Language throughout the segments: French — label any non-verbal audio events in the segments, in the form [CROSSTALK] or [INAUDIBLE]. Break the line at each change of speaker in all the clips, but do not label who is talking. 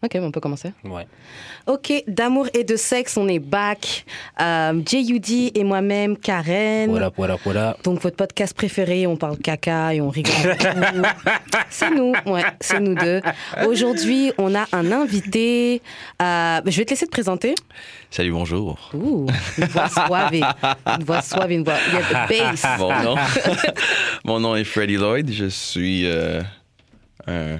Ok, mais on peut commencer.
Ouais.
Ok, d'amour et de sexe, on est back. Euh, JUD et moi-même, Karen.
Voilà, voilà, voilà.
Donc, votre podcast préféré, on parle caca et on rigole.
[LAUGHS]
tout. c'est nous, ouais, c'est nous deux. Aujourd'hui, on a un invité. Euh, je vais te laisser te présenter.
Salut, bonjour.
Ouh, une voix suave. et- Une voix suave, une voix. Il y a de bass. [LAUGHS]
Mon nom, mon nom est Freddy Lloyd. Je suis euh, un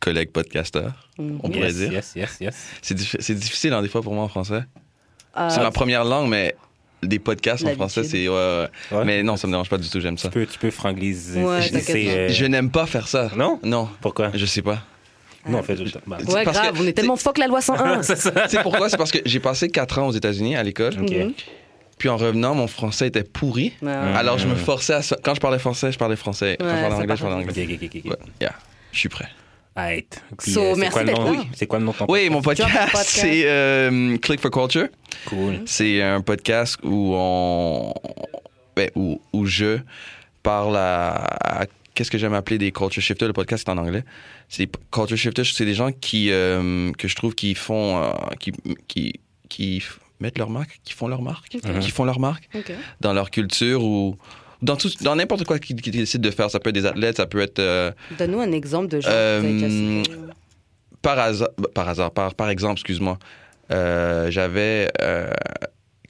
collègue podcasteur,
Mm-hmm.
on pourrait
Yes,
dire.
yes, yes, yes.
C'est diffi- c'est difficile, hein, des fois, pour moi en français.
Euh,
c'est ma première langue, mais des podcasts en
L'habitude.
français, c'est. ouais, ouais, ouais.
Ouais.
Mais non, ça me dérange pas du tout, j'aime ça.
Tu peux, tu peux frangliser.
Ouais,
c'est-
t'inquiète
c'est,
pas.
euh,
Je n'aime pas faire ça.
Non?
Non,
Pourquoi?
je sais pas.
Non, en fait, je... bah,
Ouais,
parce
grave,
que-
on est tellement fuck la loi
[LAUGHS]
101.
c'est ça.
tu sais pourquoi? [LAUGHS] C'est parce que j'ai passé 4 ans aux États-Unis à l'école.
Ok.
Mhm.
Puis en revenant, mon français était pourri.
Ouais.
Alors
Mm.
je me forçais à. Quand je parlais français, je parlais français. Quand
Ouais,
je parlais
ça
anglais, je
part.
parlais
Ok,
anglais.
ok, ok, ok.
Ouais, yeah. Je suis prêt.
Alright. Puis,
So,
euh, c'est
merci
quoi le
d'être
nom?
là.
Oui, C'est quoi le nom de ton
Oui, mon
Tu as un
podcast,
podcast.
c'est euh, Click for Culture.
Cool.
C'est un podcast où on. ben, où, où je parle à. à- Qu'est-ce que j'aime appeler des culture shifters? Le podcast est en anglais. C'est des p- culture shifters, c'est des gens qui, euh, que je trouve qui font. euh, qui, qui, qui f- mettent leur marque, qui font leur marque,
Ok.
qui font leur marque
Ok.
dans leur culture ou. Dans, tout, dans n'importe quoi qu'ils qu'ils décident de faire. Ça peut être des athlètes, ça peut être. euh,
Donne-nous un exemple de genre.
Euh,
que vous avez déjà cité.
par hasard, bah, par hasard, par, par exemple, excuse-moi, euh, j'avais euh,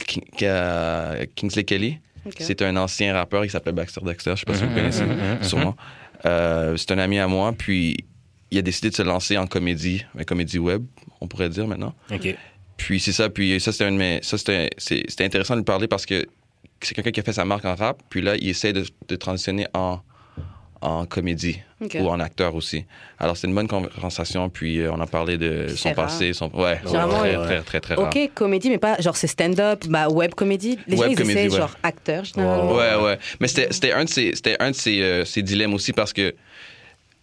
Ki- Ki- euh, Kingsley Kelly.
Ok.
C'est un ancien rappeur, il s'appelle Baxter Dexter, je sais pas si vous connaissez,
mhm, mhm.
sûrement. Euh, c'est un ami à moi, puis il a décidé de se lancer en comédie, mais comédie web, on pourrait dire maintenant.
Mhm.
Ok.
Puis c'est ça, puis ça, c'était un de mes- ça, c'était- c'est- c'était intéressant de lui parler parce que c'est quelqu'un qui a fait sa marque en rap, puis là, il essaie de, de transitionner en, en comédie
Ok.
ou en acteur aussi. Alors, c'est une bonne conversation, puis euh, on a parlé de
C'est
son
rare.
passé, son. Ouais,
C'est
ouais,
vraiment,
très,
euh,
très, très, très rare.
Ok, comédie, mais pas genre c'est stand-up, bah, web comédie. Les gens,
Web
ils
comédie,
essaient
ouais.
genre acteur, généralement.
Wow.
Ouais, ouais. Mais c'était c'était un de ses, c'était un de ses, euh, ses dilemmes aussi parce que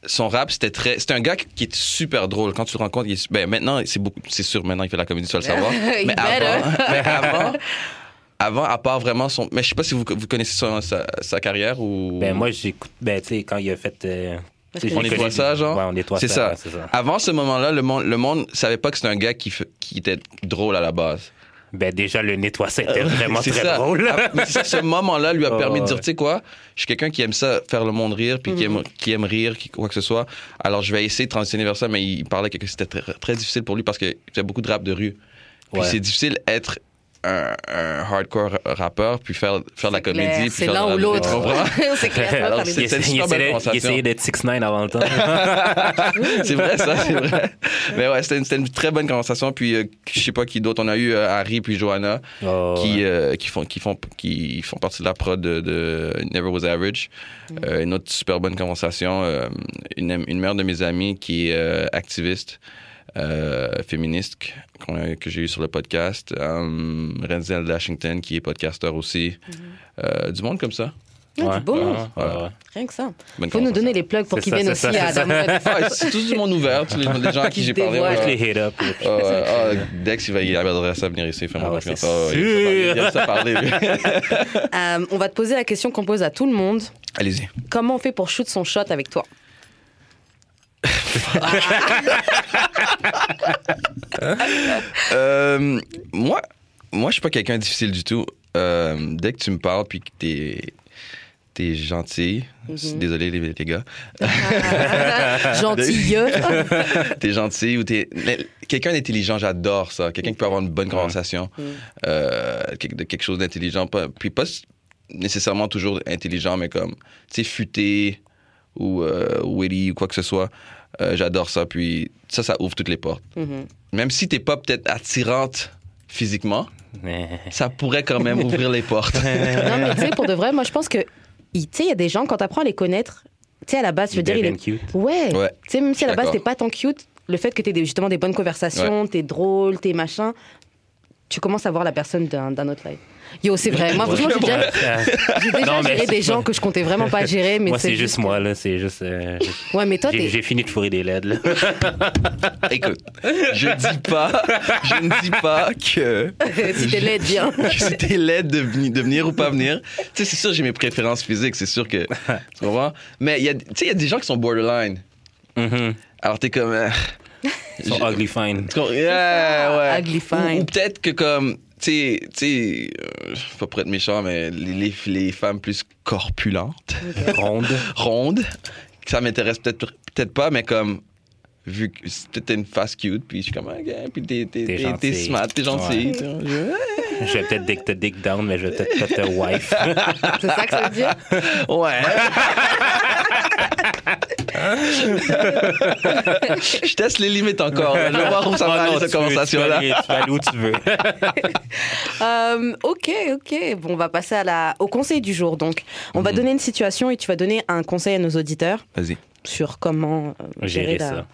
son rap, c'était très. C'était un gars qui- qui est super drôle. Quand tu le rencontres, il est- ben, maintenant, c'est beaucoup. C'est sûr, maintenant, il fait la comédie, tu vas le savoir.
[LAUGHS]
Il
mais,
better.
avant, mais avant. Avant, à part vraiment son. Mais je sais pas si vous, vous connaissez son- sa, sa carrière ou.
Ben, moi, j'écoute. Ben, tu sais, quand il a fait. euh,
Parce
tu sais,
que-
on
j'ai
nettoie
connu-
ça, genre.
Ouais, on nettoie
C'est ça.
ouais, C'est ça.
Avant ce moment-là, le monde, le monde savait pas que c'était un gars qui, f- qui était drôle à la base.
Ben, déjà, le nettoie, c'était vraiment
Ah, C'est
très
ça.
drôle. [LAUGHS]
Ah, mais c'est ça, ce moment-là lui a
Oh,
permis de dire,
ouais.
tu sais quoi, je suis quelqu'un qui aime ça, faire le monde rire, puis
Mhm.
qui, aime, qui aime rire, qui, quoi que ce soit. Alors, je vais essayer de transitionner vers ça, mais il parlait que c'était très, très difficile pour lui parce qu'il faisait beaucoup de rap de rue. Puis
Ouais.
c'est difficile être un, un hardcore rappeur, puis faire, faire de la
C'est clair,
comédie. puis
C'est
faire de
l'un
la-
ou l'autre. [LAUGHS]
Tu comprends?
c'est clair. ça va
Alors,
faire les
c'est-
Il
deux.
c'est une
essayait- il
super bonne
essayait d'être- il
conversation. Ah,
essayait d'être 6 9 avant le
[LAUGHS]
temps.
C'est vrai, ça, c'est vrai. Mais ouais, c'était une, c'était une très bonne conversation. Puis, euh, je sais pas qui d'autre. On a eu euh, Harry puis Johanna
Oh, ouais.
qui, euh, qui, font, qui, font, qui font partie de la prod de, de Never Was Average.
Mm.
Euh, une autre super bonne conversation. euh, une, une mère de mes amies qui est euh, activiste. euh, féministe qu'on a- que j'ai eu sur le podcast, euh, Renzel Washington qui est podcasteur aussi,
Mm-hmm.
Euh, du monde comme ça.
Ouais,
Ouais,
Ah, du beau monde.
ouais, ouais, ouais.
Rien que ça.
Bonne
Faut nous
conversation.
donner les plugs pour
C'est
qu'ils
ça,
viennent aussi
c'est
à
ça, c'est
Adam Webb.
[LAUGHS] Ah, c'est tous du monde ouvert, tous les, les gens à qui
Qui
j'ai
se
parlé.
dévoilent.
ouais.
Je
[LAUGHS]
les hit up. là.
Ah ouais, ah, Dex, il, va, il adorerait ça venir ici, faire
Ah
mon
ouais,
confiance.
c'est
Ah ouais, il aime ça parler. il aime ça
[LAUGHS]
parler, lui.
Euh, on va te poser la question qu'on pose à tout le monde.
Allez-y.
Comment on fait pour shoot son shot avec toi
Euh, moi, moi, je suis pas quelqu'un de difficile du tout. Euh, dès que tu me parles puis que t'es es gentil,
Mhm.
désolé les, les gars, Ah,
Gentilleux.
[LAUGHS] t'es gentil ou t'es mais quelqu'un d'intelligent, j'adore ça. Quelqu'un qui peut avoir une bonne conversation, euh, quelque, de quelque chose d'intelligent, pas- puis pas s- nécessairement toujours intelligent, mais comme tu sais futé ou euh, witty ou quoi que ce soit. Euh, j'adore ça. Puis ça, ça ouvre toutes les portes.
Mhm.
Même si t'es pas peut-être attirante physiquement.
Ah,
Mais-
ça pourrait quand même ouvrir
[LAUGHS]
les portes.
Non, mais tu sais, pour de vrai, moi, je pense que, il- tu sais, il y a des gens, quand t'apprends à les connaître, tu sais, à la base, je veux
Il
dire, il
devient
est.
cute.
Ouais.
Ouais.
Tu sais, même si à la base,
D'accord.
t'es pas tant cute, le fait que t'aies des- justement des bonnes conversations, t'es drôle, t'es machin, tu commences à voir la personne d'un d'un autre live. Yo, c'est vrai. Moi, franchement, j'ai déjà, j'ai déjà
Non, mais
géré
c'est
des
pas-
gens que je comptais vraiment pas gérer. Mais
Moi, c'est juste moi, là. C'est juste. euh, j'ai-
Ouais, mais toi,
j'ai-
t'es.
J'ai fini de fourrer des LED,
[LAUGHS]
là.
Écoute, je dis pas, je ne dis pas que
[LAUGHS] si t'es laide,
[LAUGHS]
bien.
que c'était laid de, veni- de venir ou pas venir. Tu sais, c'est sûr, j'ai mes préférences physiques, c'est sûr que. Tu comprends? Mais il y a- tu sais, il y a des gens qui sont borderline.
Mhm.
Alors, t'es comme. euh,
Ils sont
je-
ugly fine.
tu comprends? Ouais, ouais.
ugly fine.
Ou, ou peut-être que comme. Tu sais, tu sais, euh, pas pour être méchant, mais les, les, les femmes plus corpulentes,
Ronde.
rondes, ça m'intéresse peut-être peut pas, mais comme. Vu que c'est peut-être une face cute, puis je suis comme, ok, puis t'es,
T'es
t'es, t'es, t'es
gentille.
smart, t'es gentil.
Ouais. Je vais peut-être dick te dick down, mais je vais peut-être pas te wife.
C'est ça que ça veut dire
[LAUGHS] Ouais. hein, je teste les limites encore. là. Je vais voir où ça va
Oh non,
aller,
tu
cette
veux-
conversation-là.
Tu vas aller- tu vas aller où tu
[LAUGHS]
veux.
Euh, ok, ok. Bon, on va passer à la... au conseil du jour. Donc, on
Mm.
va donner une situation et tu vas donner un conseil à nos auditeurs
Vas-y.
sur comment euh,
Gérer
la-
ça.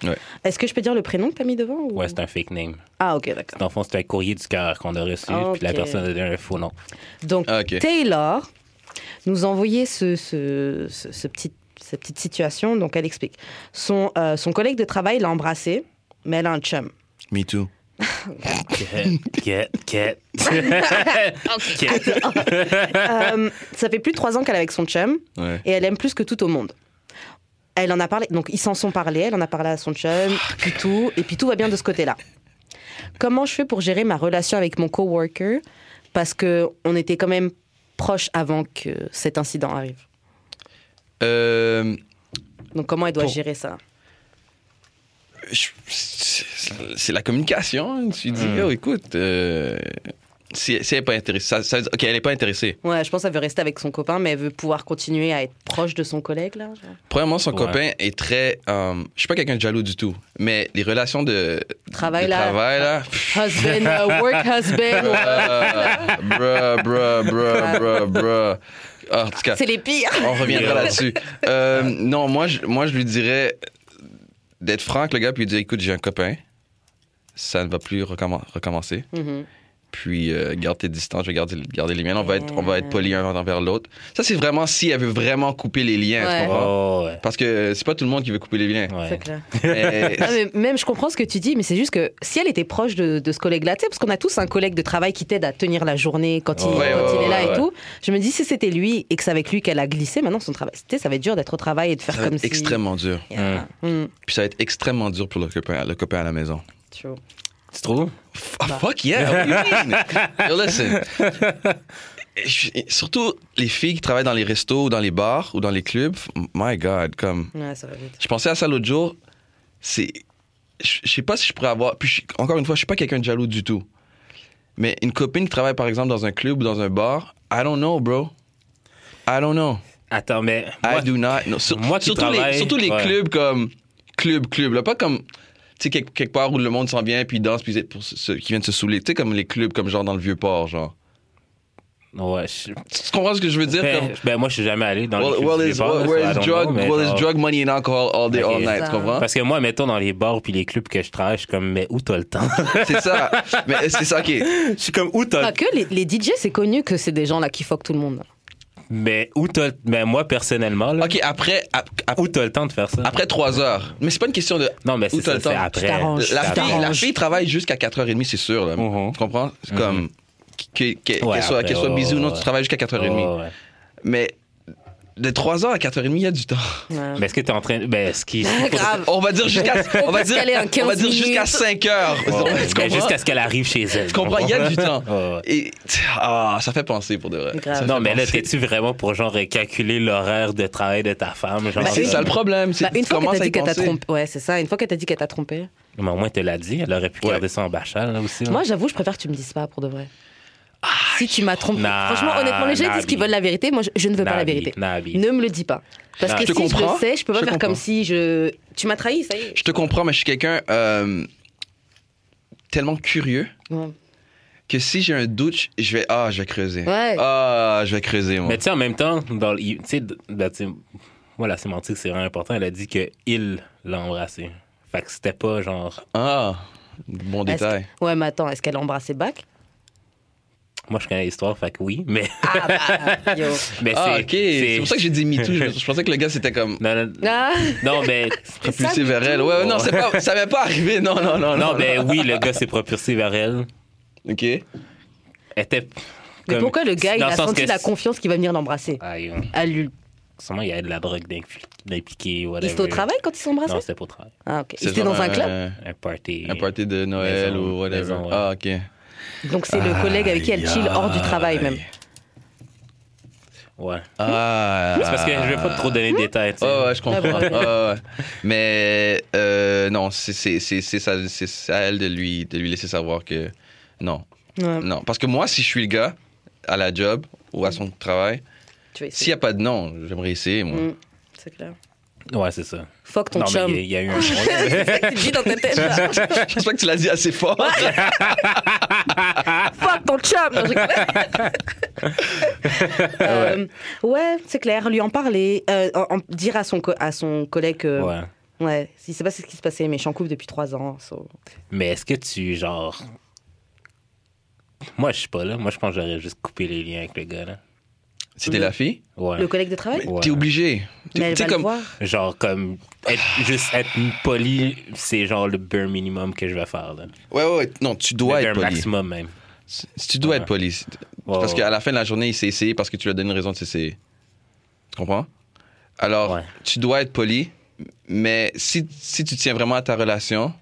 Est-ce que je peux dire le prénom que t'as mis devant ou-
Ouais, c'est un fake name.
Ah, ok, d'accord.
Dans le fond, c'est un courrier du cœur qu'on a reçu, puis la
Ok.
personne a donné un faux
[LAUGHS]
nom.
Donc,
Ok.
Taylor nous envoyait ce, ce, ce- ce petit, cette petite situation. Donc, elle explique. Son, euh, son collègue de travail l'a embrassée, mais elle a un
[LAUGHS]
chum.
Me too.
Get, get, get. [LAUGHS] Get.
Euh, ça fait plus de trois ans qu'elle est avec son chum
Ouais.
et elle aime plus que tout au monde. Elle en a parlé, donc ils s'en sont parlé, elle en a parlé à son chum, puis tout, et puis tout va bien de ce côté-là. Comment je fais pour gérer ma relation avec mon coworker Parce que on était quand même proches avant que cet incident arrive.
Euh,
Donc comment elle doit
Pour-
gérer ça
je- c'est c'est la communication. Tu dis,
Hmm.
oh, écoute, euh, si, si elle n'est pas intéressée, ça, ça veut dire- OK, elle n'est pas intéressée.
Ouais, je pense qu'elle veut rester avec son copain, mais elle veut pouvoir continuer à être proche de son collègue, là. genre.
[LAUGHS] Premièrement, son
Ouais.
copain est très. euh, je suis pas quelqu'un de jaloux du tout, mais les relations de
Travail,
de
là.
travail là,
Husband, euh, work husband. euh,
bruh, bruh, bruh, bruh, bruh. Ah, en tout cas,
C'est les pires.
on reviendra
Yeah.
là-dessus. Euh, non, moi je, moi, je lui dirais d'être franc avec le gars, puis lui dire écoute, j'ai un copain, ça ne va plus recommen- recommencer.
Mhm.
Puis euh, garde tes distances, je vais garder, garder les miennes. On va être, on va être poli un envers l'autre. Ça, c'est vraiment si elle veut vraiment couper les liens, tu
Ouais.
comprends?
Oh, ouais.
Parce que c'est pas tout le monde qui veut couper les liens.
Ouais.
C'est clair.
Mais-
Non, mais même, je comprends ce que tu dis, mais c'est juste que si elle était proche de, de ce collègue-là, tu sais, parce qu'on a tous un collègue de travail qui t'aide à tenir la journée quand il,
Ouais,
quand
ouais,
il est là
ouais,
et
ouais.
tout, je me dis si c'était lui et que c'est avec lui qu'elle a glissé, maintenant son travail, tu sais, ça va être dur d'être au travail et de faire
ça va
comme
être
si.
extrêmement dur.
Yeah. Mm,
Puis ça va être extrêmement dur pour le copain, le copain à la maison.
true.
Tu trouves?
F- oh, fuck yeah, what do you mean? [LAUGHS] Yo, listen. Je- surtout les filles qui travaillent dans les restos ou dans les bars ou dans les clubs, my God, comme.
Ouais, ça va vite.
Je pensais à ça l'autre jour. C'est. Je je sais pas si je pourrais avoir. Puis je- encore une fois, je suis pas quelqu'un de jaloux du tout. Mais une copine qui travaille par exemple dans un club ou dans un bar, I don't know, bro. I don't know.
Attends, mais.
I
moi-
do not know. Sur-
moi qui
surtout,
travaille,
les, surtout les
ouais.
clubs comme. Club, club. Là, pas comme. Tu sais, quelque, quelque part où le monde s'en vient puis ils dansent puis c'est pour ceux- ceux qui viennent se saouler. Tu sais, comme les clubs, comme genre dans le vieux port, genre.
Ouais, je-
Tu tu comprends ce que je veux dire?
ben,
comme,
ben, moi, je suis jamais allé dans les
well,
clubs
well,
des
is,
bars,
well,
so
where
I
is
don't
drug,
know, mais
well, is
genre-
drug, money and alcohol all day,
Ok.
all night.
Ça.
Tu comprends?
Parce que moi, mettons dans les bars puis les clubs que je travaille, je suis comme, mais où t'as le temps?
C'est ça. Mais c'est ça, OK.
je suis comme, où t'as
Pas Ah, que les, les DJ, c'est connu que c'est des gens là qui fuck tout le monde.
Mais où t'as. Mais moi, personnellement, là,
OK, après, ap- ap-
où t'as le temps de faire ça?
après 3 heures. Mais c'est pas une question de.
non, mais c'est
où t'as
ça,
le
c'est
temps?
après.
Tu t'arranges, tu
La
Ça
fille, la
t'arrange.
fille travaille jusqu'à 4h30, c'est sûr. Là.
Mhm.
Tu comprends? C'est Comme. que- que- Qu'elle
Mm-hmm. Ouais,
soit,
après,
qu'elle soit
ouais,
busy ou non,
ouais.
tu travailles jusqu'à 4h30.
Oh, ouais.
Mais de 3h à 4h30, il y a du temps.
là. Ouais.
Mais est-ce que t'es en train. Ben,
[LAUGHS]
ce qui.
Grave.
On va
[LAUGHS]
dire jusqu'à on va
peut se
dire
caler un 15
on va dire jusqu'à
minutes.
5h.
Oh,
tu
ben,
comprends?
jusqu'à ce qu'elle arrive chez elle.
Tu comprends, il y a du temps.
Oh, ouais.
Et ah, ça fait penser pour de vrai.
Grave.
Ça
[LAUGHS]
fait
Non, mais là,
penser.
t'es-tu vraiment pour, genre, calculer l'horaire de travail de ta femme? Genre,
Mais c'est
comme-
ça le problème, c'est
Bah,
que
une
tu
fois qu'elle
commences
t'a
à y
dit qu'elle t'a
penser.
trompé. Ouais, c'est ça. Une fois qu'elle t'a dit qu'elle t'a trompé.
Mais au moins, tu l'as dit. Elle aurait pu
Ouais.
garder ça en bachal, là, aussi. là.
Moi, j'avoue, je préfère que tu me dises pas pour de vrai.
Ah,
si tu m'as trompé.
Nah,
Franchement, honnêtement, les gens
nah,
disent qu'ils
Abby.
veulent la vérité. Moi, je, je ne veux pas la
Nabi,
vérité.
Nabi.
Ne me le dis pas. Parce
Non,
que
je te
si je
comprends.
le sais, je peux pas
Je te
faire comme
comprends.
si je. Tu m'as trahi, ça y est.
Je te comprends, mais je suis quelqu'un euh, tellement curieux
Ouais.
que si j'ai un doute, je vais ah, je vais creuser.
Ouais.
Ah, je vais creuser moi.
Mais tu sais, en même temps, dans le- tu sais, d- ben, tu sais, moi, la sémantique, c'est vraiment important. Elle a dit que il l'a embrassé. Fait que c'était pas genre.
Ah, bon
Est-ce
détail.
que- Ouais, mais attends, est-ce qu'elle a embrassé Bac
Moi, je connais l'histoire, fait que oui, mais. [LAUGHS]
Ah, [LAUGHS] bah, yo.
mais
Ah,
c'est-
ok. C'est pour ça que j'ai dit
[LAUGHS]
MeToo. Je, je pensais que le gars, c'était comme.
Non, non,
Ah.
non,
[LAUGHS]
mais.
Propulsé vers elle. Ouais, ouais, non, c'est pas, ça m'est pas arrivé. Non, non, non.
Non, mais oui, le gars s'est propulsé vers elle.
OK.
Elle était.
Mais
comme-
pourquoi le gars, il
dans le
a
sens
senti
que-
la confiance qu'il va venir l'embrasser
Aïe,
À lui.
Sûrement, il y a de la drogue d'impli- d'impliquée, whatever.
Ils étaient au travail quand ils s'embrassaient
Non, c'était pas au travail.
Ah, ok.
C'est
Ils étaient dans
genre euh,
un club.
Un party.
Un party de Noël
Maison,
ou whatever.
maison, ouais.
Ah, OK.
Hmm? Donc c'est le collègue avec qui elle chill hors du travail même.
Ouais.
Ah.
C'est parce que je vais pas trop donner de détails, tu sais.
Ouais, ouais, je comprends.
Ah, bon.
Ouais, ouais. Mais euh, non, c'est- c'est c'est- c'est ça- c'est à elle de lui, de lui laisser savoir que non.
Ouais,
Non. Parce que moi, si je suis le gars à la job ou à son travail,
tu vas
s'il n'y
essayer.
a pas de non, j'aimerais essayer, moi.
Mm, C'est clair.
Ouais, c'est ça.
Fuck ton
non,
chum.
mais il y, a il y a eu
[LAUGHS]
un.
C'est ça que tu dis dans ta tête. là.
Je pense pas que tu l'as dit assez fort.
Fuck ton chum. Non, je rigole. Euh, ouais, c'est clair. Lui en parler, euh, en, en- dire à son co- à son collègue que ouais,
Ouais.
il sait pas ce qui se passait, mais je suis en couple depuis trois ans. so.
Mais est-ce que tu, genre. Moi, je suis pas là. Moi, je pense que j'aurais juste coupé les liens avec le gars, là.
C'était la fille.
Ouais.
Le collègue de travail.
Ouais.
T'es obligé. T'es-
Mais elle
t'sais
va le
comme-
voir.
Genre, comme. être- juste être poli, c'est genre le bare minimum que je vais faire, là.
Ouais, ouais, ouais. Non, tu dois
le
être
bare
poli.
maximum, même.
Si si tu dois
Ouais.
être poli. c'est-
Ouais,
parce
ouais.
qu'à la fin de la journée, il s'est essayé parce que tu lui as donné une raison de s'essayer. Tu comprends? Alors,
Ouais.
tu dois être poli, mais si, si tu tiens vraiment à ta relation,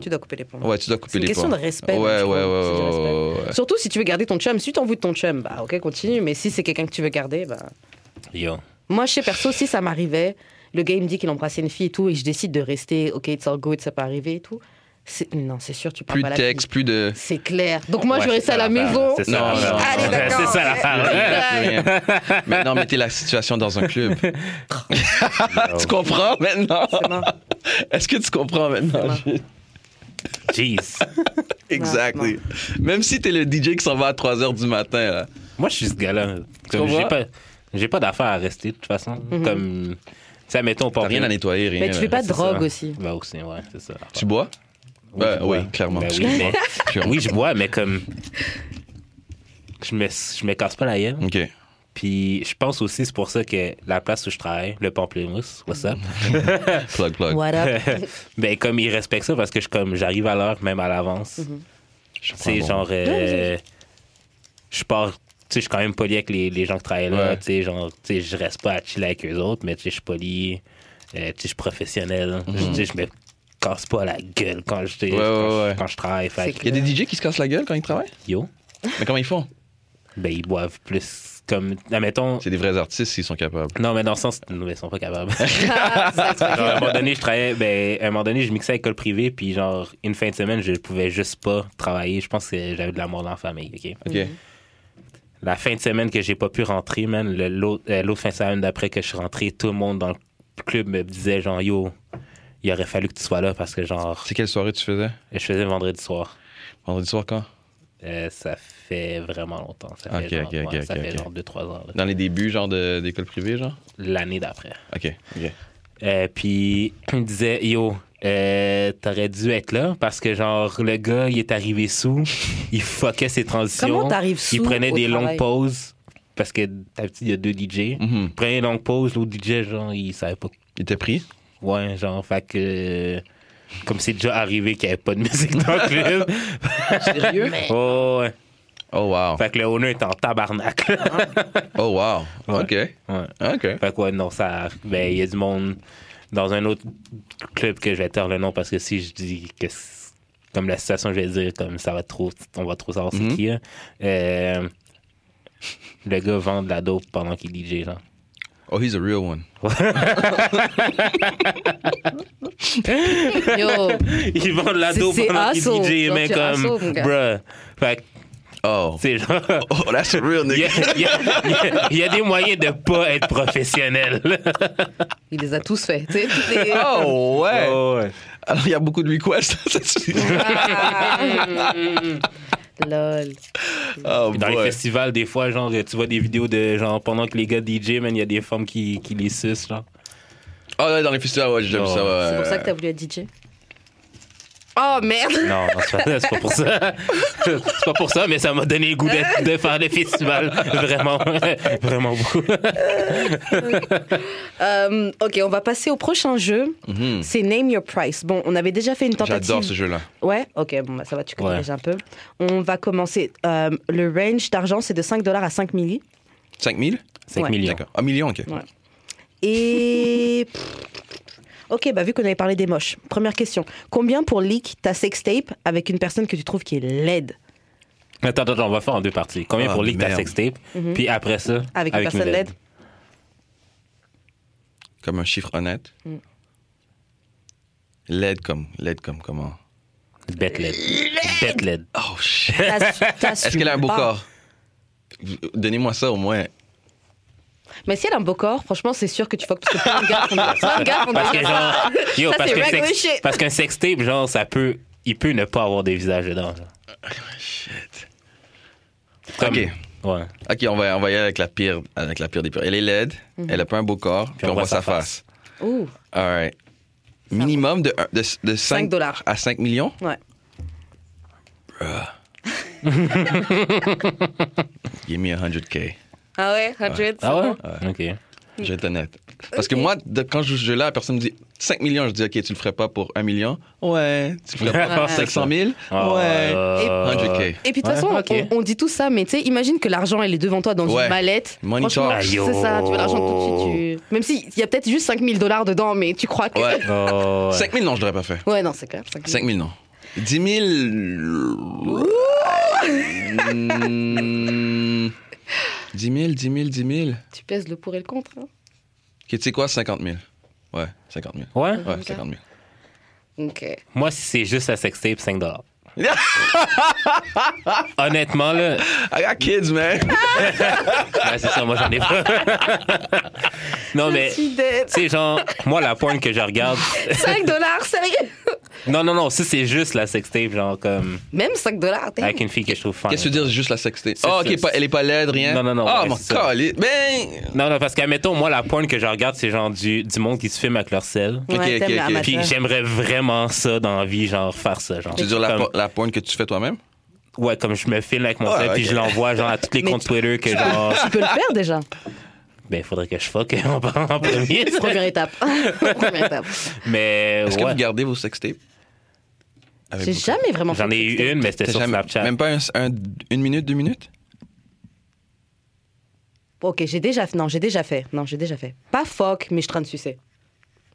Tu dois couper les ponts.
ouais, tu dois couper
C'est une
les
question
ponts.
de respect, moi,
Ouais, ouais,
je
ouais,
trouve.
ouais,
C'est du respect. Ah,
ouais, ouais.
Surtout si tu veux garder ton chum, si t'en veux de ton chum, bah ok, continue. Mais si c'est quelqu'un que tu veux garder, bah.
Yo.
Moi, chez perso, si ça m'arrivait, le gars il me dit qu'il embrassait une fille et tout, et je décide de rester, ok, it's all good, ça peut arriver et tout. C'est- Non, c'est sûr, tu parles
Plus
pas à
de
la
texte,
fille.
plus de.
C'est clair. Donc moi,
Ouais,
je
c'est
reste à la
l'affaire,
maison.
là. C'est ça,
Non,
l'affaire.
non,
Allez,
non,
d'accord.
C'est ça, l'affaire.
Rien.
[LAUGHS]
mais non, mais t'es la situation dans un
[LAUGHS]
club. tu comprends maintenant?
C'est mort.
Est-ce que tu comprends maintenant?
Jeez.
Exactly. Même si t'es le DJ qui s'en va à 3 h du matin, là.
Moi, je suis ce gars-là. Comme
comprends?
j'ai pas, j'ai pas d'affaires à rester, de toute façon. Comme, ça, mettons, pas
T'as rien à nettoyer, rien.
Mais tu
là.
fais Mhm. pas
C'est
de drogue
ça.
aussi.
Ben aussi, ouais, c'est ça.
Tu bois?
Ben,
Ben, oui, clairement.
Ben oui, mais-
Clairement.
oui, je bois, mais comme. Je me, je me casse pas la gueule.
[LAUGHS] OK.
Puis je pense aussi, c'est pour ça que la place où je travaille, le Pamplemousse, what's up?
Plug, plug.
What up?
[LAUGHS]
[LAUGHS] ben, comme ils respectent ça parce que je comme j'arrive à l'heure, même à l'avance.
Je prends
C'est
Ah bon.
genre. euh, je pars. Tu sais, je suis quand même poli avec les, les gens qui travaillent là.
Ouais.
Tu sais, genre, tu sais, je reste pas à chiller avec eux autres, mais tu sais, je suis poli. euh, tu sais, je suis professionnel. Je- Tu sais, je me casse pas la gueule quand je, tu sais,
Mhm. Ouais, ouais,
quand je-
ouais.
quand je travaille. Fait
C'est
que,
Il y a des DJ qui se cassent la gueule quand ils travaillent?
yo,
Mais comment ils font?
ben, ils boivent plus. Comme, admettons.
C'est des vrais artistes s'ils sont capables.
Non, mais dans le sens, non, mais ils sont pas capables.
[LAUGHS]
Ah, ça, ça.
Genre, à un moment donné, je travaillais, ben, à un moment donné, je mixais à l'école privée, puis genre, une fin de semaine, je pouvais juste pas travailler. Je pense que j'avais de l'amour dans la famille, ok?
OK.
La fin de semaine que j'ai pas pu rentrer, man, le- l'autre euh, l'autre fin de semaine d'après que je suis rentré, tout le monde dans le club me disait, genre, yo, il aurait fallu que tu sois là parce que, genre,
C'est quelle soirée tu faisais?
je faisais vendredi soir.
Vendredi soir quand?
Euh, ça fait vraiment longtemps. Ça fait
Ok,
genre,
ok,
ouais,
ok,
ça
ok,
fait
ok.
genre deux, trois ans. là.
Dans les débuts, genre de- d'école privée, genre?
L'année d'après.
OK. OK.
Euh, puis il me disait yo euh, t'aurais dû être là parce que genre le gars il est arrivé sous il fuckait ses transitions
Comment t'arrives
il
sous
prenait
au
des
travail? Mm.
longues pauses parce que d'habitude il y a deux DJ
Mhm.
il prenait des longues pauses l'autre DJ genre il savait pas
Il t'a pris?
ouais genre fait que euh, comme c'est déjà arrivé qu'il n'y avait pas de musique dans le
[LAUGHS]
club
Sérieux?
oh, ouais.
Oh, wow.
fait que le owner est en tabarnak
Oh, wow. OK.
ouais.
OK.
Fait que ouais, non, ça. Ben, il y a du monde dans un autre club que je vais taire le nom parce que si je dis que c'est- comme la situation, je vais dire comme ça va trop, on va trop savoir c'est
Mhm.
qui. hein. Euh, le gars vend de la dope pendant qu'il DJ, genre.
Oh, he's a real one.
Yo.
[LAUGHS] Il vend de la
C'est-
dope
c'est
pendant qu'il
asshole.
DJ,
Genre,
mais
tu es
comme.
asshole, mon gars.
Bruh. Fait que,
Oh.
tu sais, genre.
Oh, that's a real
Il y,
nigga.
a, il y a- il y a des moyens de pas être professionnel.
Il les a tous faits. tu sais, tous les-
[LAUGHS] [LAUGHS] Oh, ouais.
Oh, ouais.
Alors, il y a beaucoup de requests.
[LAUGHS]
Ah. Lol.
oh,
Dans les
boy.
festivals, des fois, genre, tu vois des vidéos de genre pendant que les gars DJ, man, il y a des femmes qui, qui les sucent, genre.
Oh, ouais, dans les festivals, ouais, j'ai déjà vu
Oh.
ça. ouais.
C'est pour ça que t'as voulu être DJ. Oh merde!
Non, non, c'est pas, c'est pas pour ça. C'est pas pour ça, mais ça m'a donné le goût de, de faire le festival. Vraiment, vraiment beaucoup.
Euh, ok, on va passer au prochain jeu.
Mhm.
C'est Name Your Price. Bon, on avait déjà fait une tentative.
J'adore ce jeu-là.
Ouais, ok, bon, bah, ça va, tu connais
Ouais.
déjà un peu. On va commencer. Euh, le range d'argent, c'est de 5 dollars à 5 milli.
5 000
5
Ouais.
millions.
D'accord. Un million, ok.
Ouais. Et. Ok, bah vu qu'on avait parlé des moches, première question. Combien pour leak ta sextape avec une personne que tu trouves qui est laide
Attends, attends, on va faire en deux parties. Combien
Ah,
pour leak ta
merde.
sextape? Puis après ça,
Mhm. Avec une personne laide
Comme un chiffre honnête. L'aide comme. L'aide comme comment
Bête laide. Bête laide.
Oh, shit.
T'as- t'as
Est-ce qu'elle a un beau
pas.
corps Vous- Donnez-moi ça au moins.
Mais si elle a un beau corps, franchement, c'est sûr que tu fuck. Parce que plein de gars font plein de gars font
Parce
des-
que
[LAUGHS]
genre, yo,
Ça,
parce,
c'est
que
regular
sex-
shit.
parce qu'un sextape, genre, ça peut, il peut ne pas avoir des visages dedans. genre. Comme-
Ok.
Ouais.
Ok, on va, on va y aller avec la pire, avec la pire des pires. Elle est laide, elle a pas un beau corps, puis, on, voit sa face.
Ouh,
All right. Minimum de, un- de, de 5,
Cinq dollars.
à 5 millions.
ouais.
Give me 100K.
Ah ouais, 100
Ah ouais? Ok.
Je vais être honnête. Parce que moi, de- quand je joue ce jeu-là, la personne me dit 5 millions. Je dis, OK, tu le ferais pas pour 1 million. Ouais. Tu le ferais pas pour
Ouais.
500 000. ouais.
Euh,
Et-
100K.
Et puis de toute façon,
Ouais, ok.
on, on dit tout ça, mais tu sais, imagine que l'argent, elle est devant toi dans
Ouais.
une mallette.
Money
Franchement,
talks.
Aïe,
C'est ça, tu veux l'argent
oh.
tout de suite. tu- Même s'il y a peut-être juste 5000 dollars dedans, mais tu crois que.
Ouais.
oh, ouais.
5 000, non, je l'aurais pas fait.
[LAUGHS] Ouais, non, c'est clair. 5000.
5 000, non. euh, 10 000. Mm, 10 000, 10 000, 10 000.
Tu pèses le pour et le contre. hein.
Ok, tu sais quoi, 50 000. Ouais, 50 000.
Ouais.
Ouais, 50 000.
Ok.
Moi, si c'est juste la sextape, 5
[LAUGHS]
Honnêtement, là,
I
ah,
got kids, man.
ouais, c'est ça, moi, j'en ai pas.
[LAUGHS]
non,
Eh,
mais,
Je
tu
suis dead. [LAUGHS]
sais, genre, moi, la porn que je regarde.
5 dollars, sérieux
Non, non, non, si c'est juste la sextape, genre, comme,
Même 5 dollars, t'es. [LAUGHS]
avec une fille que je trouve fan.
Qu'est-ce que tu veux dire juste la sextape?
C'est
Ah,
ça,
ok, pas- elle est pas laide, rien.
Non, non, non,
Ah,
ouais,
mon
c'est ça.
calice. Ben.
Non, non, parce qu'admettons, moi, la porn que je regarde, c'est genre du, du monde qui se filme avec leur sel.
Ok,
Ouais,
ok,
t'aimes
ok.
l'amateur.
Puis j'aimerais vraiment ça dans la vie, genre faire ça. Genre.
Tu veux dire la,
Comme-
po- la pointe que tu fais toi-même?
Ouais, comme je me filme avec mon
Ouais,
sel, puis
ok.
je l'envoie genre à tous les
Mais
comptes Twitter que genre.
Tu peux le faire [LAUGHS] déjà.
Ben, il faudrait que je fuck [LAUGHS] en, en premier.
[LAUGHS] Première étape. Première étape.
Mais
Est-ce que
ouais,
vous gardez vos sextapes? Avec
J'ai
vos-
jamais vraiment
j'en
fait de
ai eu
sextape.
une, mais c'était
T'as
sur
jamais-
Snapchat.
Même pas un- un- une minute, deux minutes?
Ok, j'ai déjà fait. Non, j'ai déjà fait. Non, j'ai déjà fait. Pas fuck, mais je traîne de sucer.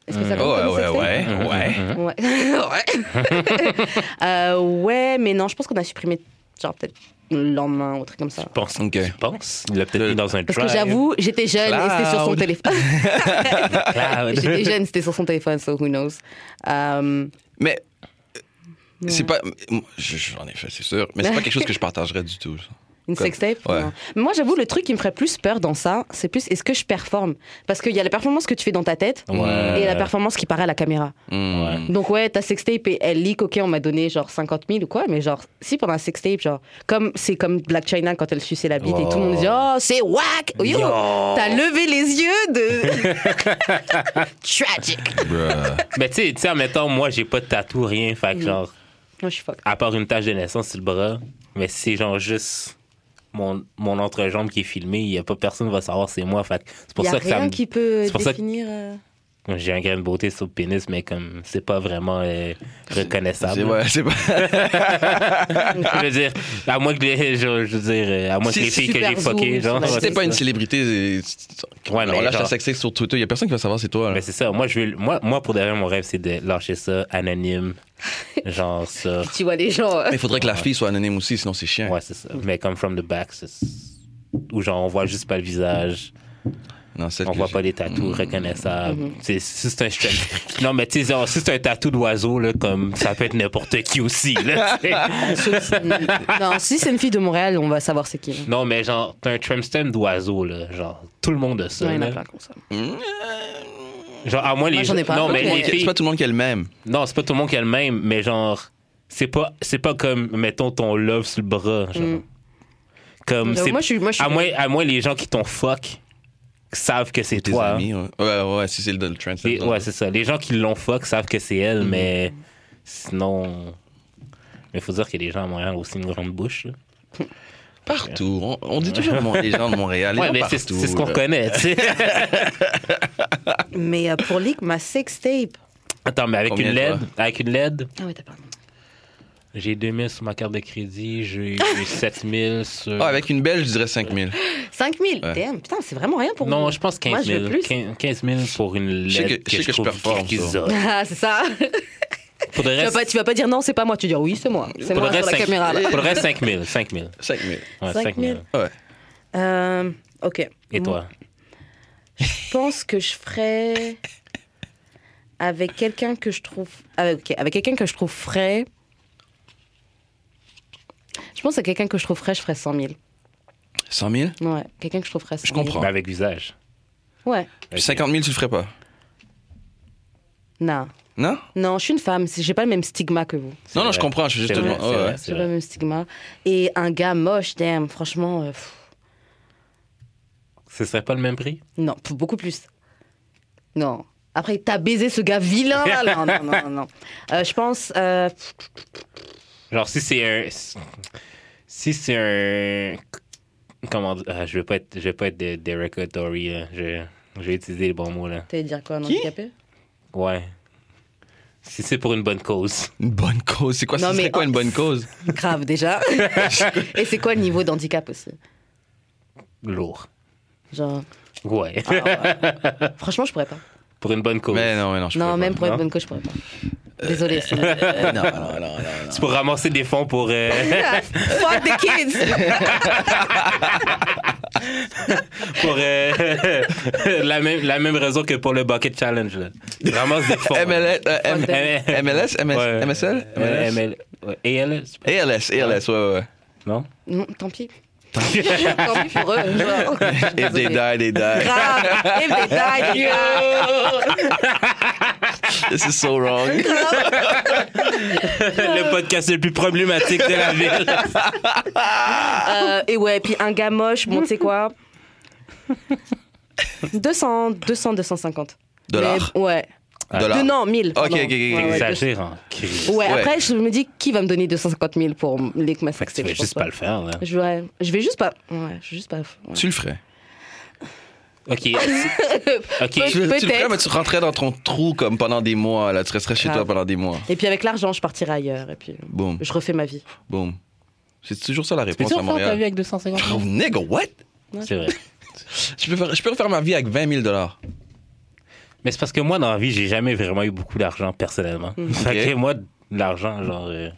Est-ce que ça compte
Oh,
comme
ouais, ouais,
sextape
[LAUGHS]
ouais, ouais.
Ouais. [LAUGHS] ouais. Euh, ouais, mais non, je pense qu'on a supprimé, genre peut-être le lendemain ou un truc comme ça.
Je pense.
Ok.
Je pense. Il l'a peut-être
Le-
mis dans un
Parce que
drive.
j'avoue, j'étais jeune et c'était sur son
hein. Cloud. [LAUGHS]
téléphone. [LAUGHS]
Cloud.
j'étais jeune, c'était sur son téléphone, so who knows. Euh,
Mais euh, c'est pas. m- je- J'en ai fait, c'est sûr. Mais c'est pas quelque chose que je partagerais du tout. ça.
une
Comme-
sextape
Ouais.
non. Mais Moi, j'avoue, le truc qui me ferait plus peur dans ça, c'est plus est-ce que je performe Parce qu'il y a la performance que tu fais dans ta tête
Ouais.
et la performance qui paraît à la caméra.
Hmm.
Ouais.
Donc ouais, ta sextape et elle leak, ok, on m'a donné genre 50 000 ou quoi, mais genre, si pendant la sextape, genre, comme c'est comme Black China quand elle suçait la bite et tout le monde dit, oh, c'est whack, yo,
Yo.
t'as levé les yeux de...
[LAUGHS]
Tragic.
Bruh.
Mais tu sais- tu sais, admettons, moi, j'ai pas de tatou, rien. Fait
Mm.
que genre,
Moi, je suis fuck.
à part une tache de naissance sur le bras, mais si c'est genre juste mon, mon entrejambe qui est filmée, y a pas personne va savoir c'est moi. Fait que c'est pour
Il a
ça que ça
rien
me-
qui peut
c'est pour ça que-
définir... euh,
j'ai un grain de beauté sur le pénis, mais comme c'est pas vraiment euh,
C'est
reconnaissable.
ouais, c'est pas.
[LAUGHS]
[LAUGHS]
je veux dire, à moins que les, je, je veux dire, euh, à moins que
C'est
les filles que
super
j'ai fuckées,
zoom,
genre.
c'est
Si
ouais,
t'es
c'est
pas une
ça.
célébrité, c'est-
Ouais, mais
on lâche
genre-
la sextape sur Twitter. Il y a personne qui va savoir c'est toi. là.
Mais c'est ça. Moi, je veux, moi, moi, pour derrière, mon rêve, c'est de lâcher ça
[LAUGHS]
anonyme, genre ça.
Tu vois les gens...
[LAUGHS]
euh,
Mais il faudrait que la fille soit anonyme aussi, sinon c'est chiant.
Ouais, c'est ça. Mais comme from the back, c'est où genre on voit juste pas le visage.
Non, celle
On
que
voit
j'ai- Mm.
pas les tatous reconnaissables.
Mm-hmm.
C'est- Si c'est un stri- [LAUGHS] Non, mais tu sais, genre, si c'est un tatou d'oiseau, là, comme ça peut être n'importe qui aussi. Là, tu sais.
[LAUGHS] non, si c'est une fille de Montréal, on va savoir c'est qui. là.
non, mais genre, t'as un trimstem d'oiseau, là. Genre, tout le monde a ça.
Ouais, il y en a
là.
plein comme ça.
Genre, à moins les.
j'en ai pas.
non,
Moi,
mais
j'en ai
les
pas.
filles-
C'est pas tout le monde qui est le même.
Non, c'est pas tout le monde qui a le même, mais genre, c'est pas, c'est pas comme, mettons, ton love sur le bras. Genre. Comme,
Donc,
c'est-
Mm. Ben, moi, je suis- moi, je suis-
à, moins, à moins les gens qui t'ont fuck savent que c'est
Tes
toi. hein.
amis, ouais. Ouais, ouais, si c'est le, le trans.
Mm.
Les- ouais, c'est ça. Les gens qui l'ont fuck savent que c'est elle, mais sinon. Mais il faut dire que les gens à Montréal ont aussi une grande bouche. là.
Partout. On, on dit toujours mon- les gens de Montréal. les
Ouais,
gens
mais c'est
partout,
c'est ce qu'on
là.
connaît,
[LAUGHS]
tu sais.
Mais euh, pour leak ma sextape.
Attends, mais avec
Combien
une
de
LED,
fois?
avec une LED,
Ah oui, t'as pardon.
j'ai 2000 sur ma carte de crédit, j'ai j'ai 7000 sur.
Ah, avec une belle, je dirais 5000.
5000
Ouais.
damn, putain, c'est vraiment rien pour
non,
vous.
je pense
Moi,
15
je
000.
veux plus.
15 15 000 pour une LED
Je sais que-
que,
je sais
je
que je
trouve
performe, ça.
grisonne.
[LAUGHS] Ah, c'est ça.
Pour le
Tu vas,
reste,
pas, tu vas pas dire non, c'est pas moi. Tu dis oui, c'est moi. C'est
pour le
moi sur
reste,
la
cinq-
caméra. Là.
pour le reste, 5 000. 5 000.
5000.
Ouais,
5 000.
5 000.
Ouais.
Euh, ok.
Et toi?
Je pense que je ferais avec quelqu'un que je trouve avec, ok, avec quelqu'un que je trouve frais. Je pense à quelqu'un que je trouve frais, je ferais 100 000.
100 000
Ouais, quelqu'un que je trouve frais. 100
Je
000.
comprends.
Ben, avec visage.
Ouais,
Ok.
50 000, tu le ferais pas.
non,
Non?
non, je suis une femme. c'est- J'ai pas le même stigma que vous.
Non, non,
vrai.
je comprends. Je suis juste
C'est
te
vrai,
demander-
c'est
ouais,
vrai.
ouais.
J'ai pas le même stigma. Et un gars moche, damn, franchement, euh, pff,
Ce serait pas le même prix?
non, pff, beaucoup plus. Non. Après, t'as baisé ce gars vilain là. Non, non, non, non. non. Euh, je pense. euh, pff,
Genre, si c'est un. Si c'est un. Comment dire? Ah, je veux pas être, je veux pas être de- Derek ou Dory, là. Je, je vais utiliser les bons mots, là.
T'allais dire quoi, un
Qui
handicapé
Ouais. Si c'est pour une bonne cause.
Une bonne cause. C'est quoi,
Non,
ça
mais-
serait quoi une bonne cause?
Grave déjà. Et c'est quoi le niveau d'handicap aussi
Lourd.
Genre,
Ouais.
ah ouais. franchement, je pourrais pas.
pour une bonne cause.
Mais non, mais non, je
non,
pourrais
même
pas.
pour être
non.
bonne coach, je pourrais pas. Désolée. c'est-
Euh,
[LAUGHS]
[LAUGHS] Non, non, non, non, non.
C'est pour ramasser des fonds pour. euh,
Fuck the kids.
pour
[LAUGHS]
euh, la, même, la même raison que pour le Bucket Challenge, là. Tu ramasses des fonds.
MLS, euh, M-
Ouais.
MLS, MS,
Ouais.
MSL,
Euh,
MLS,
ML, ouais, ALS?
ALS, ALS, ouais, ouais, ouais.
Non?
Non, tant pis. [LAUGHS] tant pis pour eux. Genre,
If they die,
[LAUGHS]
they die.
Grave. If they die, you.
This is so wrong.
le podcast le plus problématique de la
[LAUGHS]
ville.
Euh, et ouais, puis un gars moche, bon, tu sais quoi 200, 200, 250.
Dollars.
Mais- Ouais.
Dollars.
De, non, 1000.
Ok,
pardon.
ok, ok,
Ouais,
ok.
ouais,
Exagère en crise.
Ouais,
Ouais.
après, je me dis, qui va me donner 250 000 pour les que ma
Fait que tu vas juste pas le faire, là.
Je vais, je vais juste pas. Ouais, je vais juste pas. ouais.
Tu le ferais.
Peu-
Ok. ok.
Tu, le- tu le ferais,
Peut-être. Ah.
mais tu rentrais dans ton trou comme pendant des mois. Là, tu resterais chez
Grave.
toi pendant des mois.
Et puis avec l'argent, je partirai ailleurs. Et puis euh,
Boom,
je refais ma vie.
boom. C'est toujours ça la réponse
Peux-tu
à
en faire ta vie
Montréal.
avec 250
Oh, nigga, what?
C'est vrai.
Je peux, faire, je peux refaire ma vie avec 20 000 dollars.
Mais c'est parce que moi, dans la vie, j'ai jamais vraiment eu beaucoup d'argent personnellement. Fait que
Hmm. Ok.
moi, de l'argent, genre. euh,